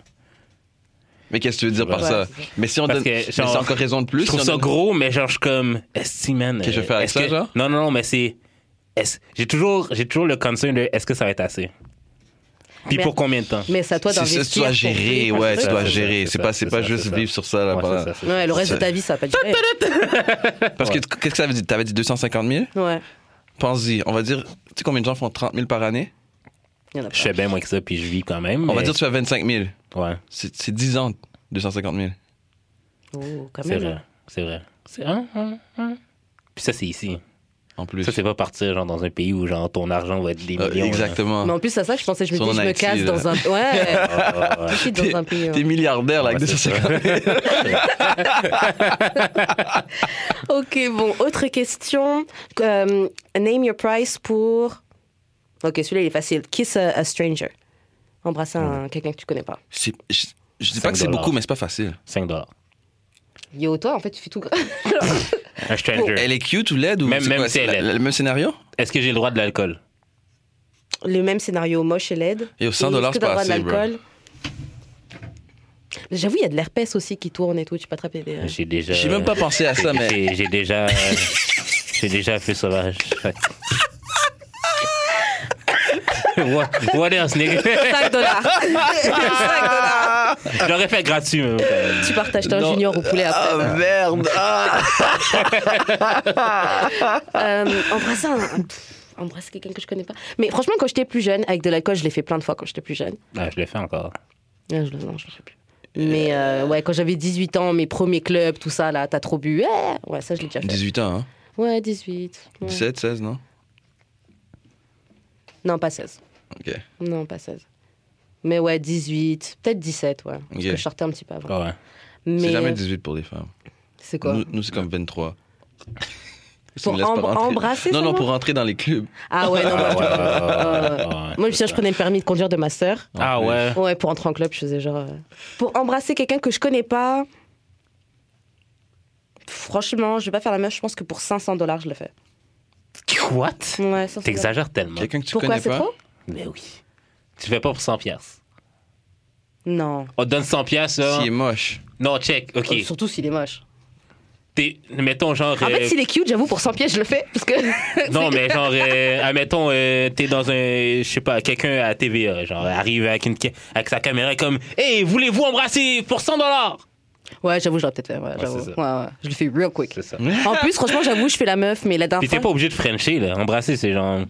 Mais qu'est-ce que tu veux dire par
Ouais,
ça?
c'est ça.
Mais si on
Parce
donne.
que,
mais
genre,
c'est encore raison de plus.
je trouve
si on
ça
donne-
gros, mais genre, je suis comme. Esti, man.
Qu'est-ce que je
euh,
vais faire avec
est-ce
ça,
que-
genre?
Non, non, non, mais c'est. est-ce- J'ai toujours, j'ai toujours le concern de est-ce que ça va être assez? Puis
Mais-
pour combien de temps?
Mais c'est à toi
C'est
d'investir.
ça, tu dois
pour
gérer.
vivre.
Ouais,
C'est
tu
ça.
dois
c'est ça,
gérer.
c'est
C'est
ça,
pas, c'est
c'est
pas
ça, c'est
juste
ça.
vivre sur ça. Là,
Ouais,
pendant-
c'est ça, c'est ça.
Ouais, le reste
C'est-
de ta vie, ça va pas durer.
Parce que qu'est-ce que ça veut dire? T'avais dit 250 000?
Ouais,
Pense-y. On va dire. Tu sais combien de gens font 30 000 par année?
il y en a pas.
Je fais bien moins que ça, puis je vis quand même.
On va
mais-
dire tu fais 25 000.
Ouais,
C'est c'est 10 ans, 250 000.
Oh, quand
c'est
même.
vrai.
hein.
C'est vrai. C'est- hein, hein, hein. Puis ça, c'est ici.
En plus.
Ça, c'est pas partir genre, dans un pays où genre, ton argent va être des
Euh,
millions. là.
exactement.
Mais en plus, à ça, je pensais, je me
Sur
dis, je
un
me
actif,
casse
là.
dans un.
[LAUGHS]
Ouais,
Ah, ouais, ouais.
je suis
T'es-
dans un pays. euh.
T'es
ouais.
milliardaire là,
Ouais,
avec
c'est
250 000. [LAUGHS]
Ok, bon, autre question. Euh, name your price pour. Ok, celui-là, il est facile. Kiss a, a stranger. Embrasser un- quelqu'un que tu connais pas.
C'est- Je, je dis
5
pas que c'est beaucoup, mais c'est pas facile.
5 dollars.
Yo, toi, en fait, tu fais tout. [LAUGHS]
Un stranger.
Oh, Elle est cute ou laide ou
Même-
c'est
même
quoi,
si
c'est
elle
la-
est.
la- le même scénario
Est-ce que j'ai le droit de l'alcool?
le même scénario moche et laide.
Et au 100
est-ce
dollars,
que
c'est pas
t'as le droit de l'alcool
assez, bro.
Mais J'avoue, il y a de l'herpès aussi qui tourne et tout. Tu peux attraper
[LAUGHS]
des. euh,
J'ai déjà.
J'ai même pas pensé à ça, [LAUGHS] mais.
J'ai j'ai déjà. euh, J'ai déjà fait sauvage. Fait que- what, what else, nigga?
5 dollars 5 dollars
J'aurais fait gratuit, même. quand même.
Tu partages t'acheter un
Non.
junior au poulet
[LAUGHS]
après.
Ah merde!
[LAUGHS]
Ah!
Euh, embrasser un. un- pff, Embrasser quelqu'un que je connais pas. Mais franchement, quand j'étais plus jeune, avec de l'alcool, je l'ai fait plein de fois quand j'étais plus jeune.
Ah, je l'ai fait encore.
Là, Ah, je le- non, je le fais plus. Mais euh, ouais, quand j'avais 18 ans, mes premiers clubs, tout ça, là, t'as trop bu. eh Ouais, ça, je l'ai déjà fait.
18 ans, hein?
Ouais, 18. ouais.
17, 16, non?
Non, pas 16.
Ok.
Non, pas 16. Mais ouais, 18, peut-être 17, ouais. Parce
Ok.
que je sortais un petit peu avant.
Ah ouais.
Mais euh,
C'est jamais 18 pour les femmes.
c'est quoi
nous, nous, c'est comme 23. Parce
Pour
qu'ils me laissent pas
embr-
rentrer.
embrasser
Non, non,
seulement
pour rentrer dans les clubs.
Ah
[LAUGHS]
ouais, non, moi,
Ah
je-
ouais,
Ah ouais.
ouais, ouais, ouais.
Moi, je, je prenais le permis de conduire de ma sœur.
Ah ouais.
Ouais, pour entrer en club, je faisais genre. euh, Pour embrasser quelqu'un que je connais pas. Franchement, je vais pas faire la meuf. Je pense que pour 500 dollars, je le fais.
What?
Ouais, 500
T'exagères tellement.
Quelqu'un que tu
Pourquoi
connais
c'est
pas.
trop
Mais oui. Tu fais pas pour 100 piastres.
Non.
On te donne 100 piastres, là.
S'il est moche.
Non, check, OK.
Oh, Surtout s'il est moche.
T'es- mettons, genre...
En fait,
euh,
s'il est cute, j'avoue, pour 100 pièces, je le fais. Parce que.
[LAUGHS] Non, mais genre, euh, admettons, euh, t'es dans un, je sais pas, quelqu'un à TVA, genre, arrive avec, une, ca- avec sa caméra comme, hey, voulez-vous embrasser pour 100 dollars?
Ouais, j'avoue, je l'aurais peut-être fait. Ouais, j'avoue.
c'est
ouais, ouais. Je le fais real quick.
C'est ça.
En plus, franchement, j'avoue, je fais la meuf, mais la dernière
Puis t'es
fois.
pas obligé de Frencher, là. Embrasser, c'est genre.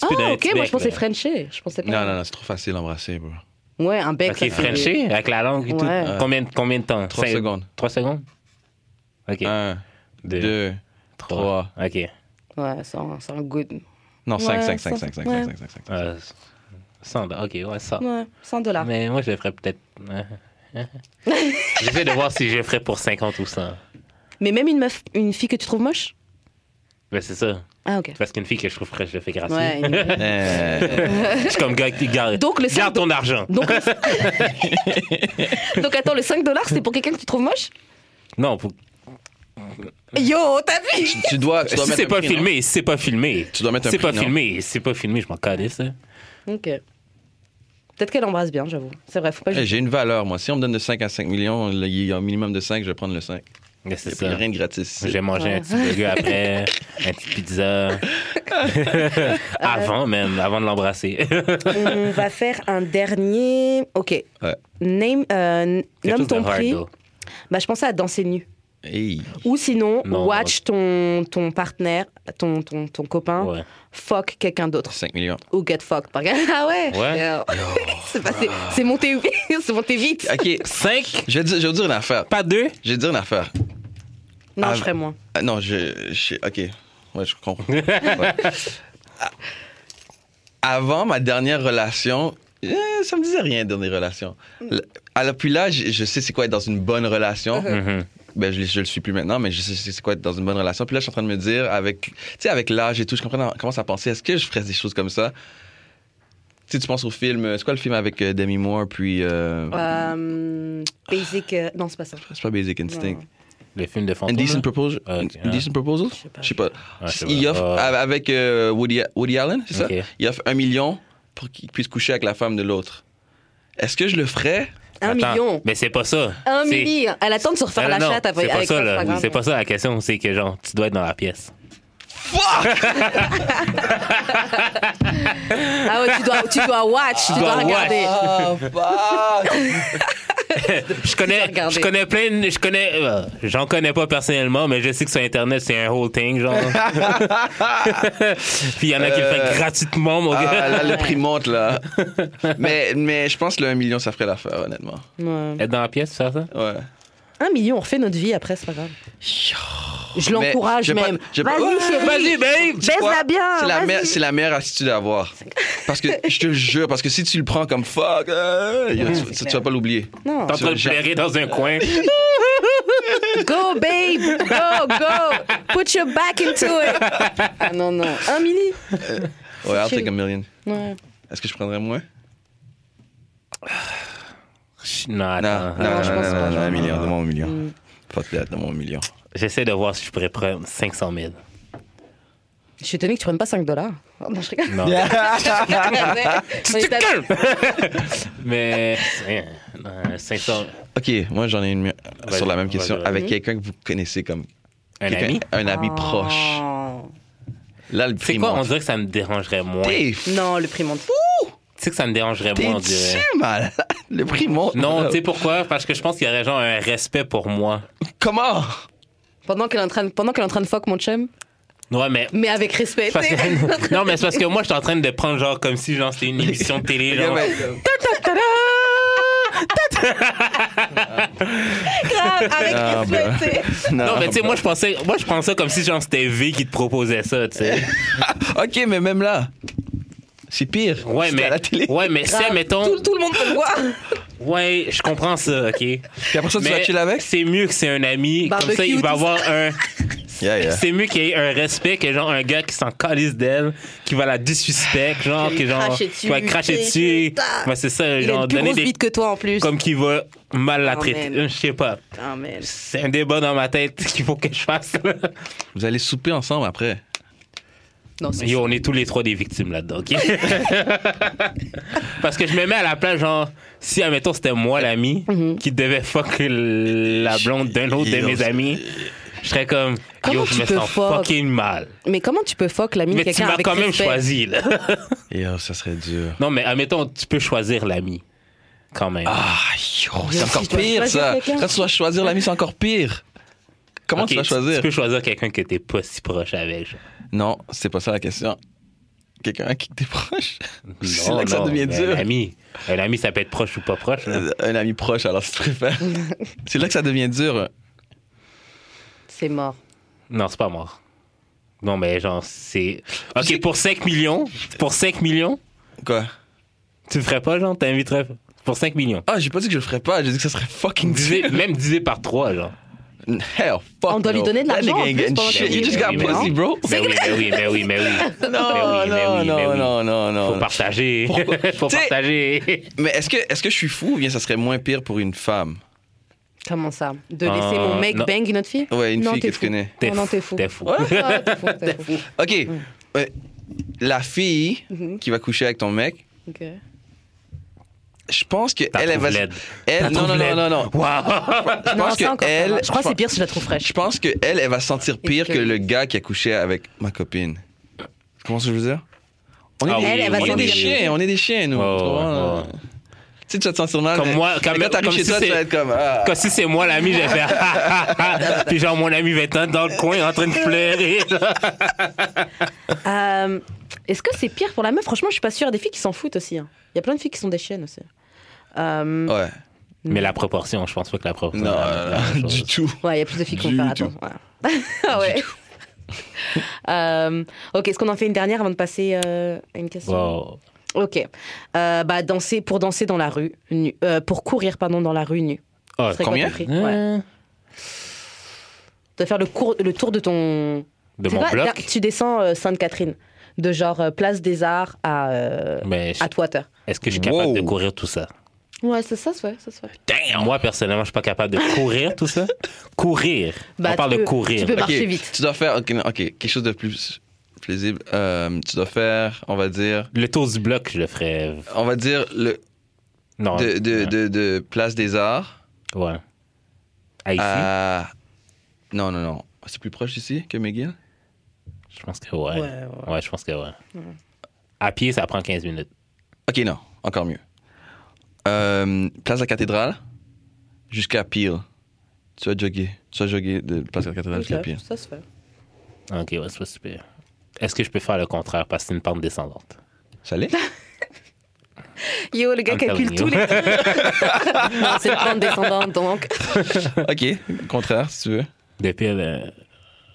Tu peux donner
Ah,
un
ok,
petit
moi,
bec,
je pensais
là.
Frencher. Je pensais pas.
Non, non, non, c'est trop facile d'embrasser, bro.
Ouais, un bec.
Ok,
ça, c'est-
Frencher, avec la langue et
Ouais.
tout. Combien, de- combien de temps?
Trois
Cinq-
secondes.
Trois secondes? Ok.
Un,
deux,
deux.
trois. Ok.
Ouais, c'est un c'est un good.
Non, cinq,
Ouais,
cinq, cinq,
ça,
cinq, cinq,
ouais.
cinq, cinq, cinq, cinq.
Euh, 100 dollars. Ok, ouais, ça.
Ouais, 100 dollars.
Ah. Mais moi, je le ferais peut-être. euh,
[LAUGHS]
euh. J'essaie de voir si je le ferais pour 50 ou 100.
Mais même une meuf, une fille que tu trouves moche
Mais Ben, c'est ça.
Ah, ok.
Parce qu'une fille que je trouve fraîche, je le fais gratuit.
Ouais, une-
Euh,
[LAUGHS] Je suis comme gars, garde,
Donc, le
garde ton argent.
Donc,
[LAUGHS]
le- Donc, attends, le 5 dollars, c'est pour quelqu'un que tu trouves moche
Non, pour-
Yo, t'as vu
tu- tu dois, Ah, tu
[LAUGHS]
dois
si
mettre
c'est
un
pas
prix,
filmé, si c'est pas filmé.
Tu dois mettre un
Si C'est pas
prix, non?
filmé, si c'est pas filmé, je m'en hein. calais ça.
Ok. Peut-être qu'elle embrasse bien, j'avoue. C'est vrai, faut pas
non? Hey,
juger.
J'ai une valeur, moi. Si on me donne de 5 à 5 millions, là, il y a un minimum de 5, je vais prendre le 5.
Mais
Il
c'est
n'y a
ça.
rien de gratis. ici.
J'ai mangé
Ouais.
un petit burger après, un petit
[LAUGHS]
pizza. avant même, avant de l'embrasser.
On va faire un dernier. Ok.
Ouais.
Name, euh,
[LAUGHS]
nomme
Quelque chose de
ton
hard,
prix.
though.
Bah, je pensais à danser nu.
Hey.
Ou sinon,
Non.
watch ton, ton partenaire, ton, ton, ton copain,
Ouais.
fuck quelqu'un d'autre.
5 millions.
Ou get fucked par [LAUGHS] Ah ouais,
Ouais. Oh.
Euh, [LAUGHS] C'est passé- C'est monté, [LAUGHS] c'est monté vite.
Ah.
OK.
5,
Je vais, dire, je vais dire une affaire.
pas 2.
Je vais dire une affaire.
Non,
Ah,
je ferais moins.
Ah, non, je, je. OK. Ouais, je comprends. Ouais. Ah. Avant ma dernière relation, euh, ça me disait rien, dernière relation. L- Alors, puis là, je, je sais c'est quoi être dans une bonne relation.
Uh-huh.
Euh.
Mhm.
Ben, je, l'ai- je le suis plus maintenant, mais je sais c'est quoi être dans une bonne relation. Puis là, je suis en train de me dire, avec, tu sais, avec l'âge et tout, je comprends, commence à penser, est-ce que je ferais des choses comme ça? Tu sais, tu penses au film, euh, c'est quoi le film avec euh, Demi Moore, puis. euh,
Euh, basic. euh, non, c'est pas ça.
C'est pas Basic Instinct.
Non.
Le film de fantôme.
Indecent
là.
Proposal?
Ah, ok.
Indecent Proposal?
Je sais pas.
Je sais pas.
Ah, je sais
Il
pas.
offre,
Ah.
av- avec euh, Woody, Woody Allen, c'est
Ok.
ça? Il offre un million pour qu'il puisse coucher avec la femme de l'autre. Est-ce que je le ferais?
Un
Attends,
million.
Mais c'est pas ça.
Un
C'est-
million. Elle attend de se refaire
Non,
la
non, non,
chatte avec
C'est pas
avec
ça,
ça,
là.
c'est grave.
C'est pas ça la question. C'est que, genre, tu dois être dans la pièce.
Ah ouais, tu dois, tu dois watch, tu dois
dois
regarder.
watch.
[LAUGHS] Ah, fuck!
Je connais,
Regardez.
je connais plein de, je connais, euh, j'en connais pas personnellement, mais je sais que sur Internet, c'est un whole thing,
[LAUGHS]
genre. Puis il y en a qui le font
Euh,
gratuitement, mon
Ah,
gars.
là, le prix monte, là. [LAUGHS] mais, mais je pense que le 1 million, ça ferait l'affaire, honnêtement.
Ouais.
[LAUGHS] Être dans la pièce, faire ça?
Ouais.
Un million, on refait notre vie après, c'est pas grave. Je l'encourage
j'ai pas-
même.
j'ai pas-
Vas-y, chérie.
Vas-y, babe!
Tu vois,
Baise-la bien.
C'est la,
vas-y.
meilleure- c'est la meilleure attitude à [LAUGHS] avoir. Parce que, je te le jure, parce que si tu le prends comme fuck, euh, tu, tu vas pas l'oublier.
Non.
T'es en train de
Genre-
pleurer dans un
[LAUGHS]
coin.
Go, babe. Go, go. Put your back into it. Ah non, non. Un mini.
Ouais, I'll
chill.
take a million.
Ouais.
Est-ce que je prendrais moins?
Non,
Ah, Non, non,
attends.
non,
je
non,
pense
non,
pas,
non,
genre.
un million, donne-moi un million. Fuck that, donne-moi un million.
J'essaie de voir si je pourrais prendre 500 000.
Je suis étonnée que tu prennes pas 5 dollars. Oh, non, je rigole.
Non.
[LAUGHS] On
Tu
est à-
te calmes! [LAUGHS] mais, euh, non, 500,
Ok, moi j'en ai une mi-
Vas-y,
sur la même
vas-y,
question.
vas-y.
Avec quelqu'un que vous connaissez comme.
un
quelqu'un-
ami?
Un
Ah.
ami proche. Là, le
C'est
prix
quoi? On
monte.
dirait que ça me dérangerait moins. Tu
T'es fou,
Non, le prix monte.
sais que ça me dérangerait moins, on dirait.
t'es-tu malade? [LAUGHS] Le prix monte.
Non, tu sais pourquoi? Parce que je pense qu'il y aurait genre un respect pour moi.
Comment?
Pendant qu'elle est en train de, pendant qu'elle est en train de fuck mon chum,
Ouais, mais
mais avec respect.
Parce
tu sais. [LAUGHS]
que- [LAUGHS] non, mais c'est parce que moi, je suis en train de prendre, genre, comme si, genre, c'était une émission de télé,
Ok,
genre.
ben,
Grave, avec
Ah,
respect.
ben.
tu sais.
[LAUGHS] Non, mais tu sais,
bah.
moi, je pensais, moi,
[LAUGHS]
je pensais comme si, genre, c'était V qui te proposait ça, tu sais.
Ok, mais même là. C'est pire.
Ouais,
C'était
mais,
à la télé.
ouais, mais si,
Grave.
admettons,
Tout, tout le monde peut le voir.
ouais, je comprends ça, OK?
Puis après ça, tu vas
Mais
chill avec.
C'est mieux que c'est un ami.
Barbecue,
comme ça, il va
tout
avoir
[LAUGHS]
un.
Yeah, yeah.
C'est mieux qu'il y ait un respect que genre un gars qui s'en calisse d'elle, qui va la disrespect, genre,
Qui
qui
lui
genre,
crache dessus,
qui va cracher
c'est-
dessus.
Ah.
Ouais, c'est ça,
Il a
genre,
une plus
donner
grosse
des.
bite que toi en plus.
Comme qui va mal la
Oh,
traiter. Euh,
man.
Je sais pas.
Ah, man.
C'est un débat dans ma tête [LAUGHS] qu'il faut que je fasse. là.
Vous allez souper ensemble après.
Non, c'est
Yo, on est tous les trois des victimes là-dedans, [LAUGHS] OK? Parce que je me mets à la place, genre, si, admettons, c'était moi l'ami qui devait fuck la blonde d'un autre de
Yo,
mes
c'est-
amis, je serais comme,
Comment
yo, je
tu
me
peux
sens
fuck?
fucking mal.
Mais comment tu peux fuck l'ami de
Mais tu
quelqu'un
m'as
avec
quand même
respect
choisi, là. [LAUGHS]
Et oh, ça serait dur.
Non, mais admettons, tu peux choisir l'ami, quand même.
Ah, yo, c'est
si
encore
tu dois
pire
choisir
ça.
quelqu'un.
Quand tu dois choisir l'ami, c'est encore pire. Comment
Ok,
tu vas choisir
Tu peux choisir quelqu'un que t'es pas si proche avec. genre.
Non, c'est pas ça la question. Quelqu'un à qui t'es proche [LAUGHS] C'est
Non,
là que ça
non,
devient
mais
dur.
Un ami. Un ami, ça peut être proche ou pas proche. là.
Euh, Un ami proche, alors si
[LAUGHS]
tu préfères. c'est là que ça devient dur.
C'est mort.
Non, c'est pas mort. Non, mais genre, c'est. Ok,
C'est-
pour 5 millions, pour 5 millions,
Quoi
tu le ferais pas, genre, t'inviterais. Pour 5 millions.
Ah, j'ai pas dit que je le ferais pas, j'ai dit que ça serait fucking dur. [LAUGHS]
Divisé- même divisé par 3, genre.
Hell, fuck.
On doit lui
no.
donner de
That
l'argent
nigga
en plus
ain't getting
pendant
shit.
qu'il
You
est
just got
Mais
pussy,
hein.
oui.
bro.
Mais Ben oui, mais oui, mais oui, mais oui.
Non,
mais
non,
oui, mais
non,
oui.
non, non, non.
Faut partager.
Pourquoi-
[LAUGHS] Faut
T'sais-
partager.
Mais est-ce que, est que je suis fou ou bien ça serait moins pire pour une femme
Comment ça De laisser
Euh,
mon mec
non.
bang une autre fille
Ouais, une
Non,
fille
t'es
que tu
fou.
connais.
Oh non, t'es fou.
T'es fou.
Ah, t'es fou, t'es fou.
Ok,
Mm.
euh, la fille
Mhm.
qui va coucher avec ton mec,
Ok.
je pense que
T'as
elle, elle
trouvé
va.
laide.
Elle, non, non, non, non, non.
Waouh.
Je pense
ça
que
encore, ça
elle.
va. Je crois que c'est
pense-
pire si je la trouve fraîche.
Je pense que elle, elle va sentir pire que le gars qui a couché avec ma copine. Comment ça je veux dire On est,
Ah
des,
oui,
Elle, elle va
on est
sentir
des
pire.
chiens, on est des chiens, nous.
Ouais,
tu comprends,
ouais, ouais.
là? Tu sais, tu vas te sentir mal.
Comme
mais-
moi,
mais
comme-
quand t'arrives
comme
chez
si
toi, tu
c'est-
vas être comme. Ah.
Quand si c'est moi l'ami, j'ai fait. [LAUGHS] ah, ah, ah. Puis genre, mon ami va être dans le coin en train de
[LAUGHS]
pleurer. là.
Euh, Est-ce que c'est pire pour la meuf Franchement, je suis pas sûre. Il y a des filles qui s'en foutent aussi. hein. Il y a plein de filles qui sont des chiennes aussi. Euh,
Ouais,
Mais la proportion, je pense pas que la proportion.
non,
la- la
non,
chose.
[LAUGHS] du tout.
Ouais, il y a plus de filles qui vont
Oh. Du
faire
tout.
attention. Ouais. [LAUGHS] Ah ouais. Euh, ok, est-ce qu'on en fait une dernière avant de passer euh, à une question
Wow.
Ok. Euh, bah, danser, pour danser dans la rue, nu. Euh, pour courir pardon, dans la rue nue.
Ah, Hein?
Ce serait quoi
combien
ton prix ouais. Tu dois faire le, cour- le tour de ton.
De
C'est
mon
pas-
bloc.
là, tu descends euh, Sainte-Catherine, de genre euh, Place des Arts à, euh,
Mais je-
à Twater.
est-ce que je suis capable
Wow.
de courir tout ça?
Ouais, c'est ça, ouais, ça se fait.
Damn! Moi, personnellement, je suis pas capable de courir tout
[LAUGHS]
ça. Courir.
Bah,
On parle
tu
de
peux-
courir.
tu peux
là.
marcher
Ok,
vite.
Tu dois faire. Ok, non, ok, quelque chose de plus plaisible. Euh, tu dois faire, on va dire.
Le tour du bloc, je le ferais.
On va dire le
Non.
de, de,
ouais.
de, de Place des Arts
Ouais. Ah, ici?
à. Euh, Non, non, non. C'est plus proche ici que McGill?
Je pense que
Ouais,
ouais. Ouais,
ouais.
je pense que ouais. À pied, ça prend 15 minutes.
Ok, non, encore mieux. Euh, place de la cathédrale jusqu'à Peel. Tu vas jogger. Tu vas jogger de place de la cathédrale jusqu'à Peel.
Ça se fait.
Ok, ouais, c'est pas super. Est-ce que je peux faire le contraire parce que c'est une pente descendante?
Ça
[LAUGHS]
l'est?
Yo, le gars
I'm
calcule tous
telling you. [LAUGHS]
les. Non, c'est une pente descendante donc.
ok, contraire si tu veux.
Depuis le.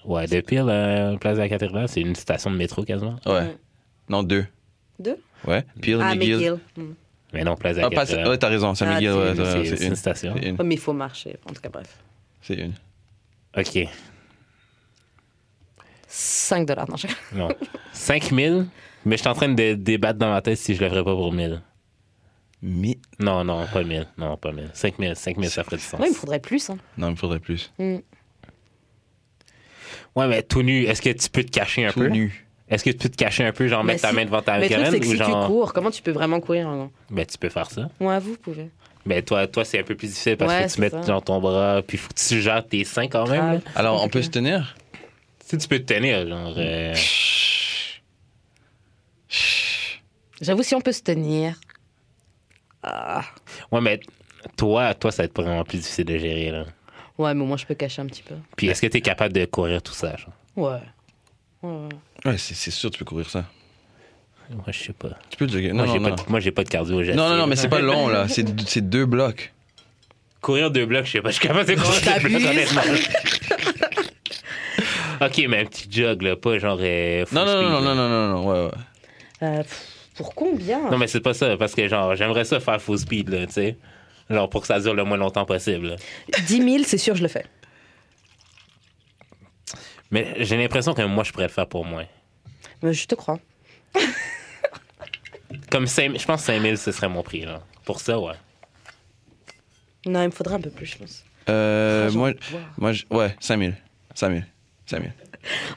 Ouais, depuis le Place de la Cathédrale, c'est une station de métro quasiment.
Ouais. Non, deux.
Deux
Ouais. Peel,
Ah,
McGill.
McGill. Hmm.
Mais non, Place de la
Ah, pas-
Cathédrale.
ouais, t'as raison, c'est
Ah,
McGill.
c'est
ouais,
une,
t'as-
c'est- c'est une station.
C'est une.
Ouais, Oh, mais il faut marcher. En tout cas, bref.
C'est une.
Ok.
5 dollars. Non, je...
Non. 5000, mais je suis en train de débattre dans ma tête si je le ferais pas pour 1000.
Mi-
Non, non, pas 1000. Non, pas 1000. 5000, 5000, ça ferait du sens.
Ouais, il me faudrait plus. Hein.
Non, il me faudrait plus.
Ouais, mais tout nu, est-ce que tu peux te cacher un
Tout
peu?
nu.
Est-ce que tu peux te cacher un peu, genre mettre ta main devant ta
Mais le truc, c'est
graine
que
ou
si tu
genre.
cours, comment tu peux vraiment courir hein?
Ben, tu peux faire ça.
Ouais, vous pouvez.
Mais toi, toi c'est un peu plus difficile parce
Ouais,
que
c'est
tu mets
ça.
dans ton bras, puis faut que tu gères tes seins quand même. là.
Grave.
Tu
Alors, on peut se tenir?
sais, tu peux te tenir, genre. euh,
Chut. Chut.
J'avoue, si on peut se tenir. Ah.
Ouais, mais toi, toi, ça va être vraiment plus difficile de gérer, là.
Ouais, mais au moins, je peux cacher un petit peu.
Puis est-ce que tu es capable de courir tout ça, genre?
Ouais. Ouais, ouais.
Ouais, c'est c'est sûr, tu peux courir ça.
Moi, je sais pas.
Tu peux jogger. Non,
moi,
non,
j'ai
non.
pas, de- moi, j'ai pas de cardio. j'essaie.
Non, non, non, mais
[LAUGHS]
c'est pas long, là. C'est c'est deux blocs.
Courir deux blocs, je sais pas. Je suis capable de courir deux blocs,
T'abuses.
honnêtement. ok, mais un petit jog, là, pas genre. euh, full
Non, non,
speed, euh.
non,
là.
non, non, non, non, ouais, ouais.
Euh, pff, Pour combien
Non, mais c'est pas ça, parce que genre, j'aimerais ça faire full speed, là, tu sais. Genre, pour que ça dure le moins longtemps possible. là.
10 000, c'est sûr, je le fais.
Mais j'ai l'impression que moi, je pourrais le faire pour moins.
Mais Je te crois.
Comme 5 je pense que 5000, ce serait mon prix, là. Pour ça, ouais.
Non, il me faudrait un peu plus, je pense.
Euh,
Ah, j'en
moi,
vois.
moi, je- ouais, 5000. 5000. 5000.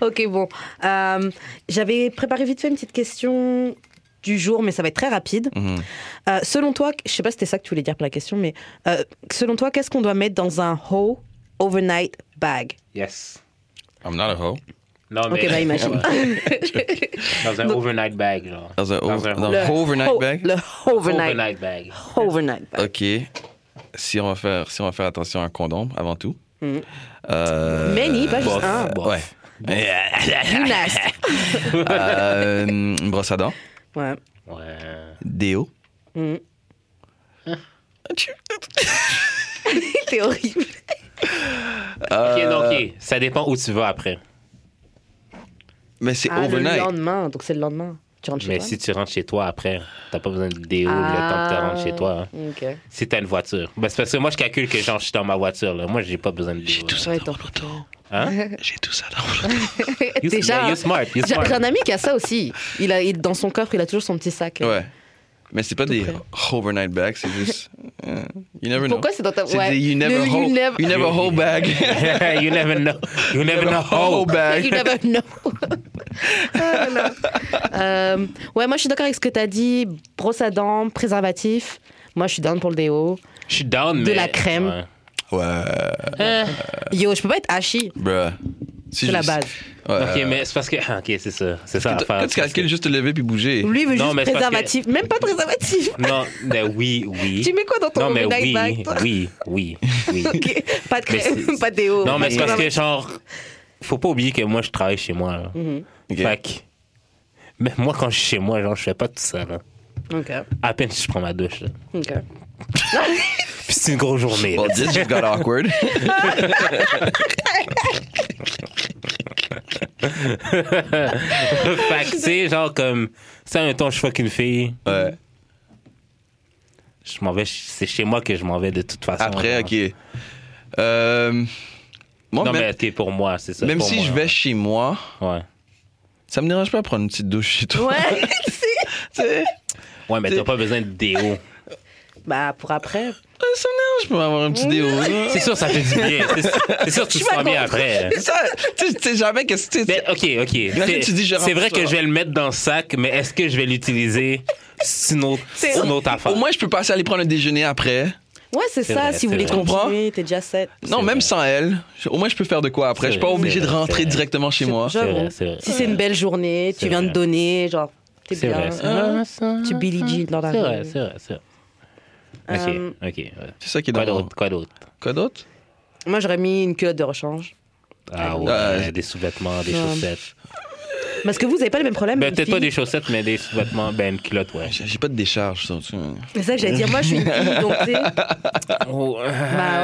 Ok, bon. Euh, J'avais préparé vite fait une petite question du jour, mais ça va être très rapide.
Mhm.
Euh, selon toi, je sais pas si c'était ça que tu voulais dire pour la question, mais euh, selon toi, qu'est-ce qu'on doit mettre dans un whole overnight bag
Yes.
I'm not a hoe.
Non, mais.
Ok, bah
[LAUGHS]
imagine.
Dans un
Donc-
overnight bag, genre.
Dans un,
Dans un
dans Ah.
Le
un overnight
ho-
bag?
Le
overnight,
overnight.
bag.
Overnight bag.
OK. Si on, va faire, si on va faire attention à un condom, avant tout.
Mhm.
Euh,
Many, pas juste
bof.
un.
Bof.
Ouais.
You nasty.
Euh, une brosse à dents.
[LAUGHS]
Ouais.
Ouais.
Déo.
Mhm. T'es horrible.
Ok,
Euh,
non, ok. Ça dépend où tu vas après.
Mais c'est
Ah, le
overnight.
lendemain, donc c'est le lendemain. Tu rentres chez
Mais
toi.
si tu rentres chez toi après, t'as pas besoin de déo le temps que tu
Ah.
rentres chez toi. hein.
Ok.
Si t'as une voiture. Ben, c'est parce que moi, je calcule que genre, je suis dans ma voiture. Là. Moi, j'ai pas besoin de déo.
J'ai tout
là.
ça
Ouais,
dans
t'en-
mon auto.
Hein?
J'ai tout ça dans mon auto.
You-
Déjà,
yeah, you smart, you
j'ai
smart.
j'ai un ami qui a ça aussi. Il a, il- dans son coffre, il a toujours son petit sac. [LAUGHS]
Ouais. Mais c'est pas des
près.
overnight bags, c'est juste. euh, you never know.
Pourquoi c'est dans ta...
C'est
ouais.
des you never,
Le-
hold, you never, hold bag.
[LAUGHS] you never know. You
[LAUGHS]
never know. Oh,
Hold
[LAUGHS]
bag.
You never
[LAUGHS]
know. Ah, là, là. Euh, ouais, moi je suis d'accord avec ce que tu as dit. Brosse à dents, préservatif. Moi je suis down pour le déo.
Je suis down, mais.
De la crème.
Ouais.
Ouais,
Euh,
Yo, je peux pas être hachi.
bruh.
C'est la base.
ok, mais c'est parce que. ah, Ok, c'est ça. C'est ça l'affaire.
Quand tu calcules juste te lever puis bouger.
Lui il veut
Non,
juste
mais c'est parce que-
préservatif. Même pas préservatif.
Non, mais oui, oui.
Tu mets quoi dans ton
Non, mais
overnight bag,
oui,
toi
oui, oui, oui.
[LAUGHS] Ok. Pas de
Mais
crème,
c'est-
pas de déo.
Non, mais c'est parce que,
Préservatif.
genre, faut pas oublier que moi, je travaille chez moi. là.
Mm-hmm.
Ok.
Fait que- Mais moi, quand je suis chez moi, genre, je fais pas tout ça, là.
Ok.
À peine si je prends ma douche, là.
Ok.
Puis c'est une grosse journée. là.
Well, this just got awkward.
fait que, tu sais, genre, comme, ça, un temps, je fuck une fille,
Ouais.
je m'en vais, c'est chez moi que je m'en vais de toute façon.
Après,
genre.
ok. Euh, moi,
Non, mais
même,
ok, pour moi, c'est ça.
même
pour
si
moi,
je vais chez moi,
Ouais.
ça me dérange pas de prendre une petite douche chez toi.
[LAUGHS]
Ouais.
[LAUGHS] Tu sais,
Ouais, mais t'as pas besoin de déo.
bah pour après.
ça me dérange pas d'avoir un petit
[LAUGHS]
déo. là.
C'est sûr, ça fait du bien. C'est- C'est sûr, que tu te sens bien
m'accorde.
après.
Ça, tu sais, tu sais jamais qu'est-ce que tu
Mais
sais.
ok, ok. C'est-
[LAUGHS] tu dis, je rentre
C'est vrai
ce soir.
que je vais le mettre dans le sac, mais est-ce que je vais l'utiliser C'est une autre,
C'est-
c'est une autre affaire.
Au moins, je peux passer aller prendre un déjeuner après.
Ouais, c'est
C'est
ça.
vrai,
si
c'est
vous voulez
vrai.
continuer, t'es déjà set.
Non,
C'est
même
vrai.
sans elle, je- au moins je peux faire de quoi après. Je suis
C'est
pas
vrai,
obligé
c'est
de
vrai, c'est
rentrer
vrai.
directement chez moi.
C'est
J'avoue.
vrai, c'est vrai.
Si c'est une belle journée, tu
C'est
viens de
vrai.
donner, genre, t'es
C'est
bien. Ah.
vrai, c'est vrai.
Tu Billie Jean dans la
C'est
rue.
vrai, c'est vrai, c'est vrai.
Euh,
Ok, ok. ouais.
C'est ça qui est
Quoi
dans
d'autre Quoi d'autre
Quoi d'autre
Moi, j'aurais mis une culotte de rechange.
Ah ouais,
Euh,
des sous-vêtements, des
non.
chaussettes.
Parce que vous, vous avez pas les mêmes problèmes.
Ben,
les
peut-être pas
filles.
des chaussettes, mais des sous-vêtements, ben une culotte, ouais.
J'ai j'ai pas de décharge. ça, tu sais.
C'est ça que j'allais dire. Moi, je suis une fille, donc, tu
[LAUGHS]
sais,
Ah,
Ben,
bah